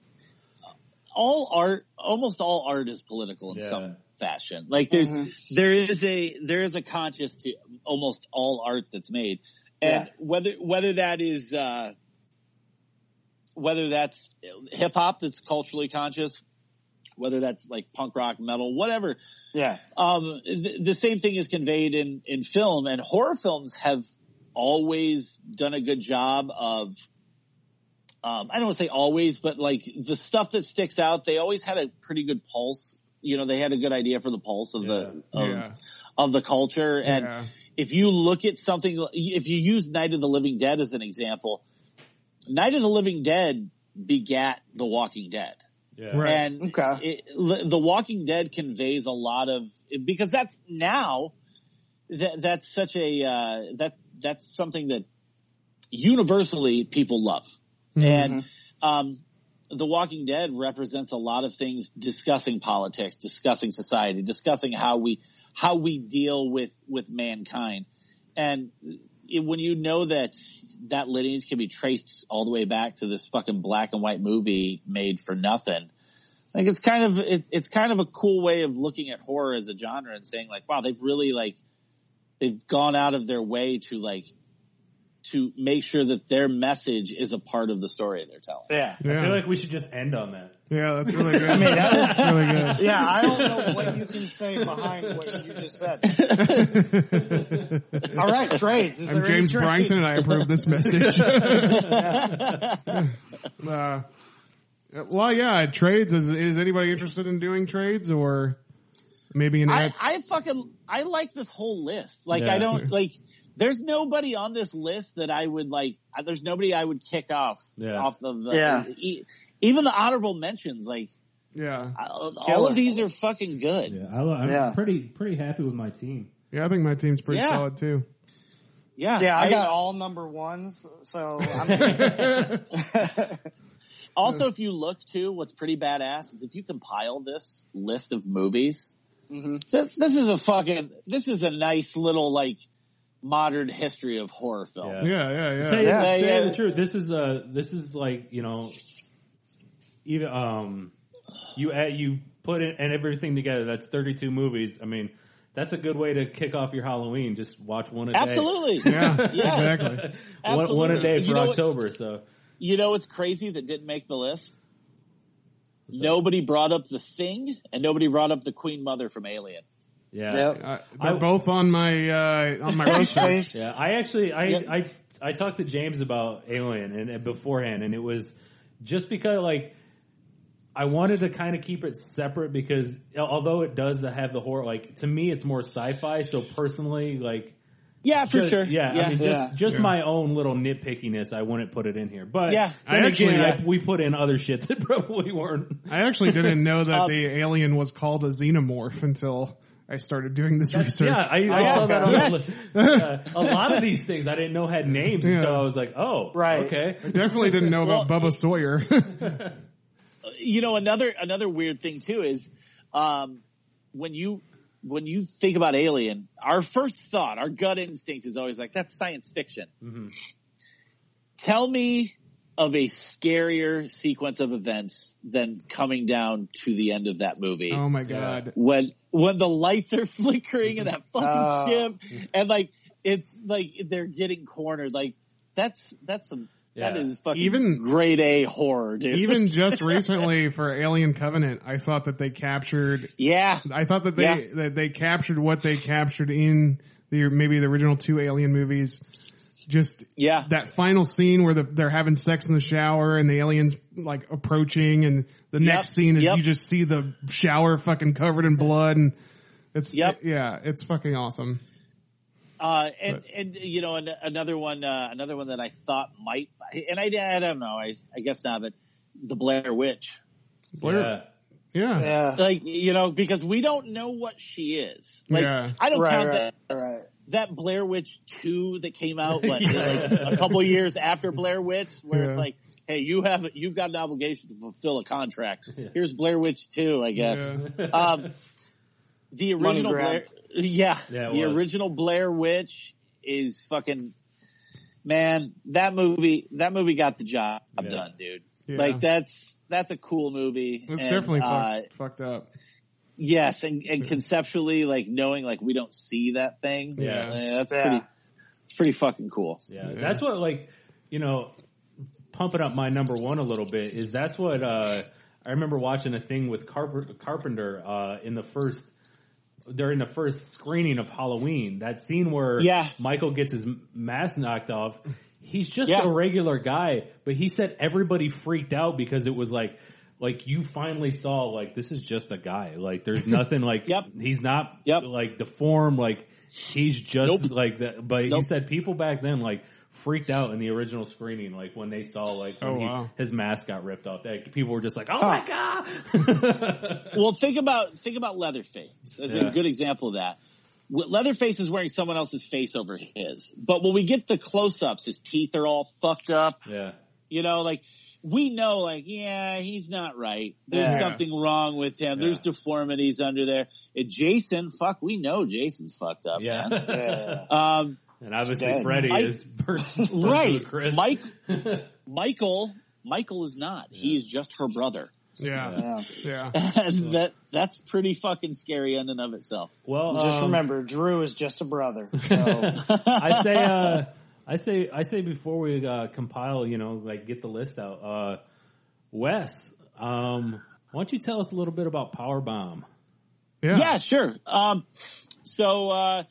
S3: all art, almost all art is political in
S1: Yeah.
S3: some fashion. Like there's
S4: Mm-hmm.
S3: there is a there is a conscience to almost all art that's made, and
S4: Yeah.
S3: whether whether that is uh, whether that's hip hop that's culturally conscious, whether that's like punk rock, metal, whatever
S4: Yeah,
S3: um, the, the same thing is conveyed in, in film and horror films have always done a good job of, um, I don't want to say always, but like the stuff that sticks out, they always had a pretty good pulse. You know, they had a good idea for the pulse of the, of,
S2: Yeah.
S3: of the culture. And
S2: Yeah.
S3: if you look at something, if you use Night of the Living Dead as an example, Night of the Living Dead begat The Walking Dead.
S1: Yeah.
S2: Right.
S3: And
S4: Okay.
S3: it, l- The Walking Dead conveys a lot of because that's now that that's such a uh, that that's something that universally people love, and um, The Walking Dead represents a lot of things discussing politics, discussing society, discussing how we how we deal with with mankind, and it, when you know that that lineage can be traced all the way back to this fucking black and white movie made for nothing. Like it's kind of it, it's kind of a cool way of looking at horror as a genre and saying like, wow, they've really like they've gone out of their way to like to make sure that their message is a part of the story they're telling.
S4: Yeah.
S1: I
S2: Yeah.
S1: feel like we should just end on that.
S2: yeah, that's really good.
S4: mean, that was-
S2: that's really good.
S4: Yeah, I don't know what you can say behind what you just said. All right, trades. Is
S2: I'm
S4: there
S2: James
S4: any trades?
S2: Bryington, and I approve this message. uh, well, yeah, trades. Is, is anybody interested in doing trades or maybe an
S3: I,
S2: ad?
S3: I fucking I like this whole list. Like
S1: Yeah.
S3: I don't like there's nobody on this list that I would like I- there's nobody I would kick off
S1: Yeah.
S3: off of the
S4: Yeah.
S3: e- even the honorable mentions like
S2: Yeah,
S3: I- all
S4: Killer.
S3: of these are fucking good.
S1: Yeah, I, am
S4: Yeah.
S1: pretty pretty happy with my team.
S2: yeah. I think my team's pretty
S3: Yeah.
S2: solid too.
S3: Yeah.
S4: Yeah, I got all number ones, so I'm
S3: also if you look to what's pretty badass is if you compile this list of movies this, this is a fucking this is a nice little like modern history of horror film.
S1: Yeah.
S2: Yeah, yeah, yeah.
S1: Tell you,
S4: Yeah.
S1: tell you
S3: Yeah, yeah.
S1: the truth, this is uh this is like you know, even um, you add, you put it and everything together. That's thirty two movies. I mean, that's a good way to kick off your Halloween. Just watch one a day.
S3: Absolutely.
S2: yeah,
S3: Yeah.
S2: exactly.
S1: one, one a day for
S3: You know what-
S1: October. So
S3: You know what's crazy that didn't make the list? Nobody brought up the thing, and nobody brought up the Queen Mother from Alien.
S1: yeah,
S2: Uh,
S1: I-
S2: they're both on my uh, on my roster.
S4: Ghostface.
S1: Yeah, I actually I,
S3: Yep.
S1: I I talked to James about Alien and, and beforehand, and it was just because like I wanted to kind of keep it separate because although it does have the horror, like to me it's more sci-fi. So personally, like
S3: Yeah, for
S1: just-
S3: sure.
S1: yeah, I mean
S4: yeah.
S1: just just
S2: Yeah.
S1: my own little nitpickiness, I wouldn't put it in here. But
S3: Yeah.
S1: then
S2: I actually-
S1: again, I, we put in other shit that probably weren't.
S2: I actually didn't know that
S3: Um,
S2: the alien was called a xenomorph until I started doing this research.
S1: Yeah, I, I saw that on
S3: Yes.
S1: the list. Yeah, uh, a lot of these things I didn't know had names
S2: Yeah.
S1: until I was like, oh,
S4: Right.
S1: okay,
S2: Definitely didn't know about Bubba Sawyer.
S3: You know, another another weird thing too is um, when you when you think about Alien, our first thought, our gut instinct is always like, "That's science fiction."
S2: Mm-hmm.
S3: Tell me of a scarier sequence of events than coming down to the end of that movie.
S2: oh my god.
S3: when when the lights are flickering in that
S2: Mm-hmm.
S3: fucking
S4: Oh.
S3: ship and like it's like they're getting cornered like that's that's some that
S1: Yeah.
S3: is fucking
S2: Even-
S3: grade A horror dude
S2: Even just recently for Alien Covenant, I thought that they captured
S3: yeah
S2: I thought that they
S3: Yeah.
S2: that they captured what they captured in the maybe the original two Alien movies. Just
S3: yeah
S2: that final scene where the, they're having sex in the shower and the aliens like approaching, and the next scene is
S3: yep.
S2: you just see the shower fucking covered in blood, and it's
S3: Yep.
S2: yeah, it's fucking awesome.
S3: uh and and you know an, another one uh, another one that I thought might and I, I don't know I I guess not but the Blair Witch
S2: Blair, yeah, yeah,
S4: Yeah.
S3: like you know because we don't know what she is like
S2: Yeah.
S3: I don't
S4: Right,
S3: count that
S4: right, right.
S3: that Blair Witch 2 that came out what, like a couple years after Blair Witch where it's
S2: Yeah.
S3: like, hey, you have, you've got an obligation to fulfill a contract. Here's Blair Witch 2, I guess. Um, the
S4: Money
S3: original
S4: grab.
S3: Blair, yeah,
S1: Yeah, it
S3: the
S1: was.
S3: original Blair Witch is fucking, man, that movie, that movie got the job
S1: Yeah.
S3: done, dude.
S2: Yeah.
S3: Like that's, that's a cool movie.
S2: it's
S3: and,
S2: definitely
S3: uh,
S2: fucked, fucked up.
S3: Yes, and, and conceptually, like knowing like we don't see that thing.
S1: Yeah.
S3: eh, that's
S4: Yeah.
S3: pretty. It's pretty fucking cool.
S1: Yeah, that's what like you know, pumping up my number one a little bit is that's what uh, I remember watching a thing with Carp- Carpenter uh, in the first during the first screening of Halloween. That scene where
S3: Yeah.
S1: Michael gets his m- mask knocked off. He's just
S3: Yeah.
S1: a regular guy, but he said everybody freaked out because it was like. Like you finally saw, like this is just a guy. Like there's nothing. Like
S3: Yep.
S1: he's not
S3: Yep.
S1: like deformed. Like he's just
S3: Nope.
S1: like that. But
S3: Nope.
S1: he said people back then like freaked out in the original screening, like when they saw like when
S2: Oh,
S1: he-
S2: wow.
S1: his mask got ripped off. That people were just like, "Oh my god!"
S3: Well, think about think about Leatherface. That's
S1: Yeah.
S3: a good example of that. What- Leatherface is wearing someone else's face over his, but when we get the close-ups, his teeth are all fucked up.
S1: yeah,
S3: You know, like we know, like yeah, he's not right. There's
S2: Yeah.
S3: something wrong with him. There's
S1: Yeah.
S3: deformities under there. And Jason, fuck, we know Jason's fucked up.
S1: yeah.
S3: man.
S5: Yeah.
S3: Um,
S1: And obviously,
S5: Dead.
S1: Freddy
S3: I-
S1: is burnt, burnt
S3: right,
S1: to a crisp.
S3: Mike. Michael. Michael is not. He is just her brother.
S2: Yeah.
S5: yeah.
S2: Yeah.
S3: And that that's pretty fucking scary in and of itself.
S1: well,
S4: Just
S1: um,
S4: remember, Drew is just a brother. So
S1: I say, uh, I say, I say before we uh, compile, you know, like get the list out. Uh, Wes, um, why don't you tell us a little bit about Powerbomb?
S2: Yeah.
S3: Yeah, sure. Um, so uh,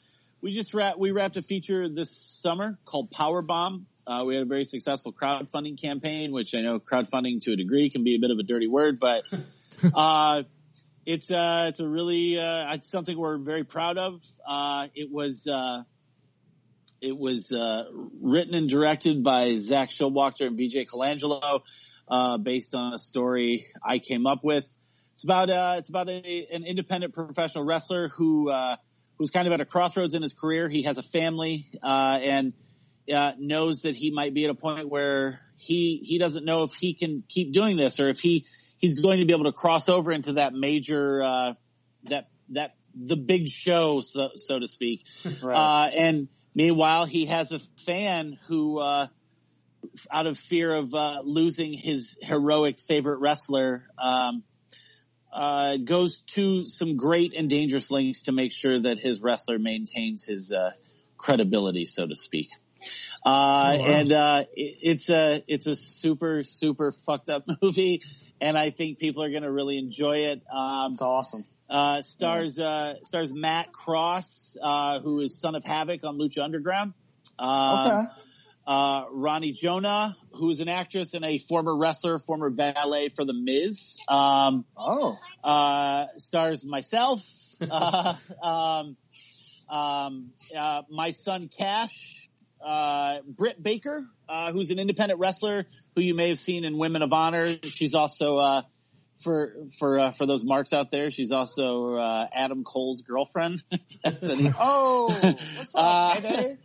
S3: we just wrap, we wrapped a feature this summer called Power Bomb. Uh, we had a very successful crowdfunding campaign, which I know crowdfunding to a degree can be a bit of a dirty word, but uh, it's uh, it's a really uh, it's something we're very proud of. Uh, it was uh, it was uh, written and directed by Zach Showalter and BJ Colangelo, uh, based on a story I came up with. It's about uh, it's about a, an independent professional wrestler who uh, who's kind of at a crossroads in his career. He has a family uh, and uh, knows that he might be at a point where he he doesn't know if he can keep doing this or if he he's going to be able to cross over into that major uh, that that the big show so so to speak. Uh, and meanwhile, he has a fan who. Uh, out of fear of uh, losing his heroic favorite wrestler, um, uh, goes to some great and dangerous links to make sure that his wrestler maintains his uh, credibility, so to speak. Uh, And uh, it, it's a it's a super super fucked up movie, and I think people are going to really enjoy it. Um,
S4: it's awesome.
S3: uh, stars uh, stars Matt Cross, uh, who is son of Havoc on Lucha Underground. Um,
S5: Okay.
S3: uh, Ronnie Jonah, who is an actress and a former wrestler, former valet for The Miz. Um,
S5: Oh.
S3: uh, stars myself, uh, um, um, uh, my son Cash, uh, Britt Baker, uh, who's an independent wrestler who you may have seen in Women of Honor. She's also uh, for for uh, for those marks out there. She's also uh, Adam Cole's girlfriend. That's an-
S4: Oh, what's up,
S3: Uh,
S4: baby?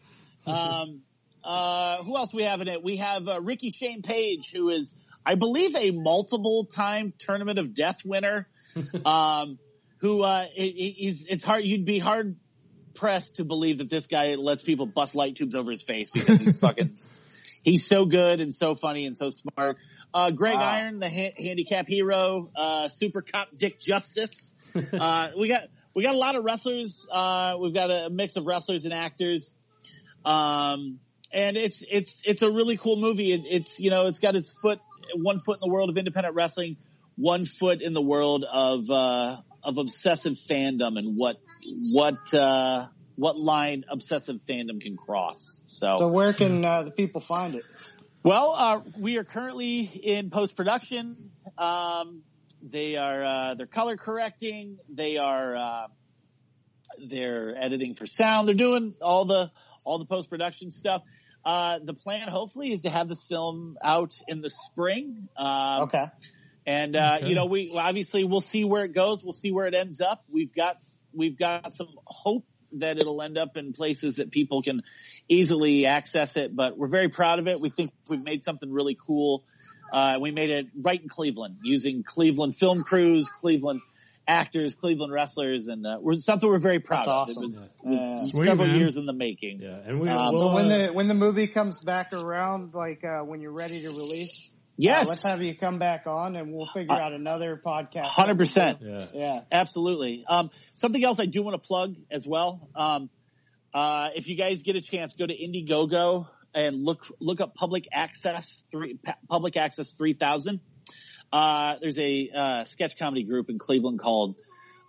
S3: um, uh, who else we have in it? We have uh, Ricky Shane Page, who is, I believe, a multiple-time Tournament of Death winner. um, who uh, i- i- he's, it's hard. You'd be hard pressed to believe that this guy lets people bust light tubes over his face because he's fucking. He's so good and so funny and so smart. Uh, Greg
S4: Wow.
S3: Iron, the ha- handicap hero, uh, super cop Dick Justice. uh, we got we got a lot of wrestlers. Uh, we've got a mix of wrestlers and actors. Um, and it's it's it's a really cool movie. It, it's you know it's got its foot one foot in the world of independent wrestling, one foot in the world of uh, of obsessive fandom and what what uh, what line obsessive fandom can cross. So,
S4: So where can uh, the people find it?
S3: well, uh, we are currently in post production. Um, they are uh, they're color correcting. They are uh, they're editing for sound. They're doing all the all the post production stuff. Uh, the plan, hopefully, is to have this film out in the spring. Um,
S4: Okay.
S3: and uh, you know, we well, obviously we'll see where it goes. We'll see where it ends up. We've got we've got some hope that it'll end up in places that people can easily access it. But we're very proud of it. We think we've made something really cool. Uh, we made it right in Cleveland using Cleveland film crews, Cleveland actors, Cleveland wrestlers, and uh, we're, something we're very proud
S4: That's
S3: of.
S4: awesome.
S3: It was uh,
S4: Yeah.
S2: Sweet,
S3: several
S2: man.
S3: years in the making.
S1: Yeah, and we
S3: Um,
S1: will uh,
S4: So when the when the movie comes back around, like uh, when you're ready to release, uh,
S3: Yes, Uh,
S4: let's have you come back on and we'll figure out another podcast.
S3: hundred percent.
S1: yeah.
S4: Yeah.
S3: Absolutely. Um, something else I do want to plug as well. Um, uh, if you guys get a chance, go to Indiegogo and look look up Public Access three Pa- Public Access three thousand. Uh, there's a uh, sketch comedy group in Cleveland called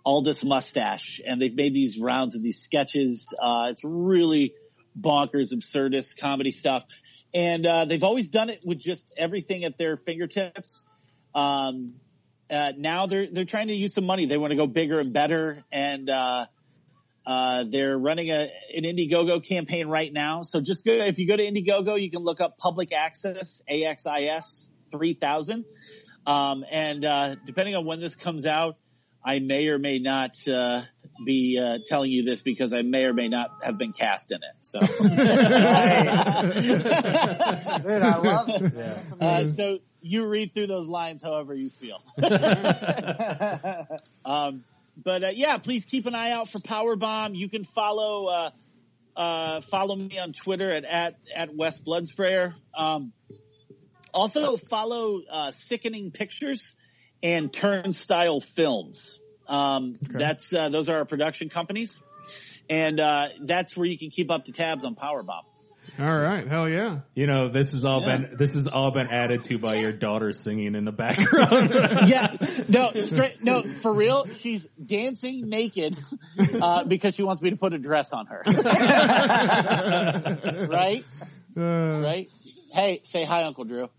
S3: Aldous Mustache, and they've made these rounds of these sketches. Uh, it's really bonkers, absurdist comedy stuff, and uh, they've always done it with just everything at their fingertips. Um, uh, now they're they're trying to use some money. They want to go bigger and better, and uh, Uh, they're running a, an Indiegogo campaign right now. So just go, if you go to Indiegogo, you can look up public access, AXIS 3000. Um, and, uh, depending on when this comes out, I may or may not, uh, be, uh, telling you this because I may or may not have been cast in it. So,
S4: Dude, I love it. That's
S3: uh,
S4: amazing.
S3: so you read through those lines however you feel. Um, but uh, yeah, please keep an eye out for Powerbomb. You can follow uh, uh, follow me on Twitter at at, at West Bloodsprayer. Um, also follow uh, Sickening Pictures and Turnstile Films. Um, That's uh, those are our production companies, and uh, that's where you can keep up to tabs on Powerbomb.
S2: All right. Hell yeah.
S1: You know, this has all been this has all been added to by your daughter singing in the background.
S3: yeah, no, straight, no, for real. She's dancing naked uh, because she wants me to put a dress on her. right,
S2: Uh,
S3: right. Hey, say hi, Uncle Drew.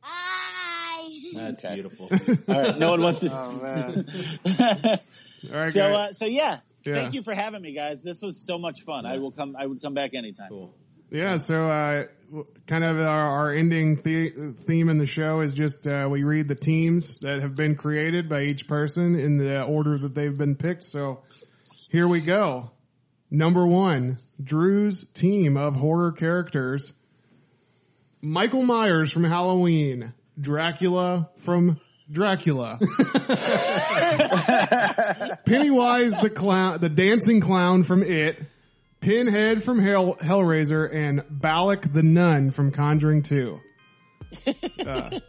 S5: Hi.
S1: That's beautiful.
S3: All right, no one wants to.
S4: Oh, man.
S2: All right,
S3: so,
S2: guys.
S3: uh, so yeah.
S2: Yeah.
S3: Thank you for having me, guys. This was so much fun. I will come. I would come back anytime.
S1: Cool.
S2: Yeah, so uh, w- kind of our, our ending the- theme in the show is just uh, we read the teams that have been created by each person in the order that they've been picked. So here we go. Number one, Drew's team of horror characters: Michael Myers from Halloween, Dracula from Dracula, Pennywise the clown, the dancing clown from It. Pinhead from Hell, Hellraiser and Balak the Nun from Conjuring 2. Uh,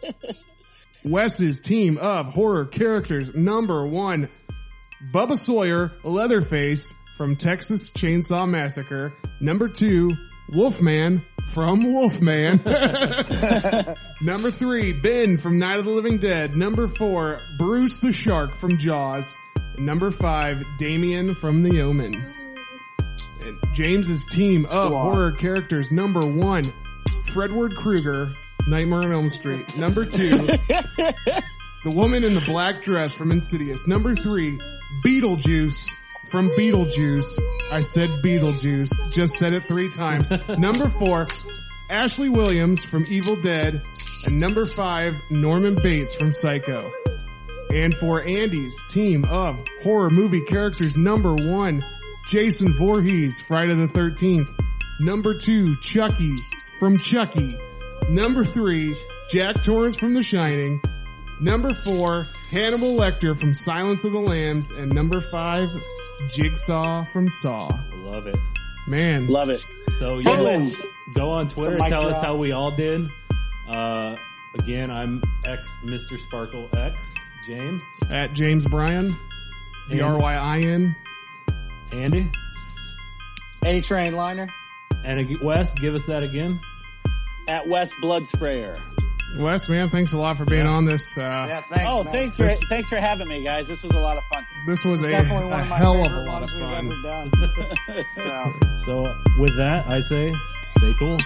S2: Wes's team of horror characters number one Bubba Sawyer, Leatherface from Texas Chainsaw Massacre. Number two, Wolfman from Wolfman. number three, Ben from Night of the Living Dead. Number four, Bruce the Shark from Jaws. And number five, Damien from The Omen. And James's team of horror characters number one, Fredward Krueger, Nightmare on Elm Street. Number two, the woman in the black dress from Insidious. Number three, Beetlejuice from Beetlejuice. I said Beetlejuice, just said it three times. number four, Ashley Williams from Evil Dead. And number five, Norman Bates from Psycho. And for Andy's team of horror movie characters, number one, Jason Voorhees, Friday the 13th. Number two, Chucky from Chucky. Number three, Jack Torrance from The Shining. Number four, Hannibal Lecter from Silence of the Lambs. And number five, Jigsaw from Saw.
S1: Love it.
S2: Man.
S3: Love it.
S1: So yeah,
S4: Boom.
S1: go on Twitter,
S4: It's a mic
S1: tell us
S4: drop.
S1: how we all did. Uh, again, I'm X Mr. Sparkle X James
S2: At James Bryan,
S1: And-
S2: B-R-Y-I-N.
S1: Andy
S4: A train liner.
S1: and ag- Wes. Give us that again.
S3: At West Blood Sprayer.
S2: Wes, man, thanks a lot for being on this. Uh,
S4: Yeah, thanks.
S3: oh,
S4: man.
S3: thanks for thanks for having me, guys. This was a lot of fun.
S2: This was a,
S4: Definitely one
S2: a
S4: of my
S2: hell of
S4: favorite
S2: a lot of
S4: ones
S2: fun.
S4: We've ever done. so.
S1: So with that, I say, stay cool.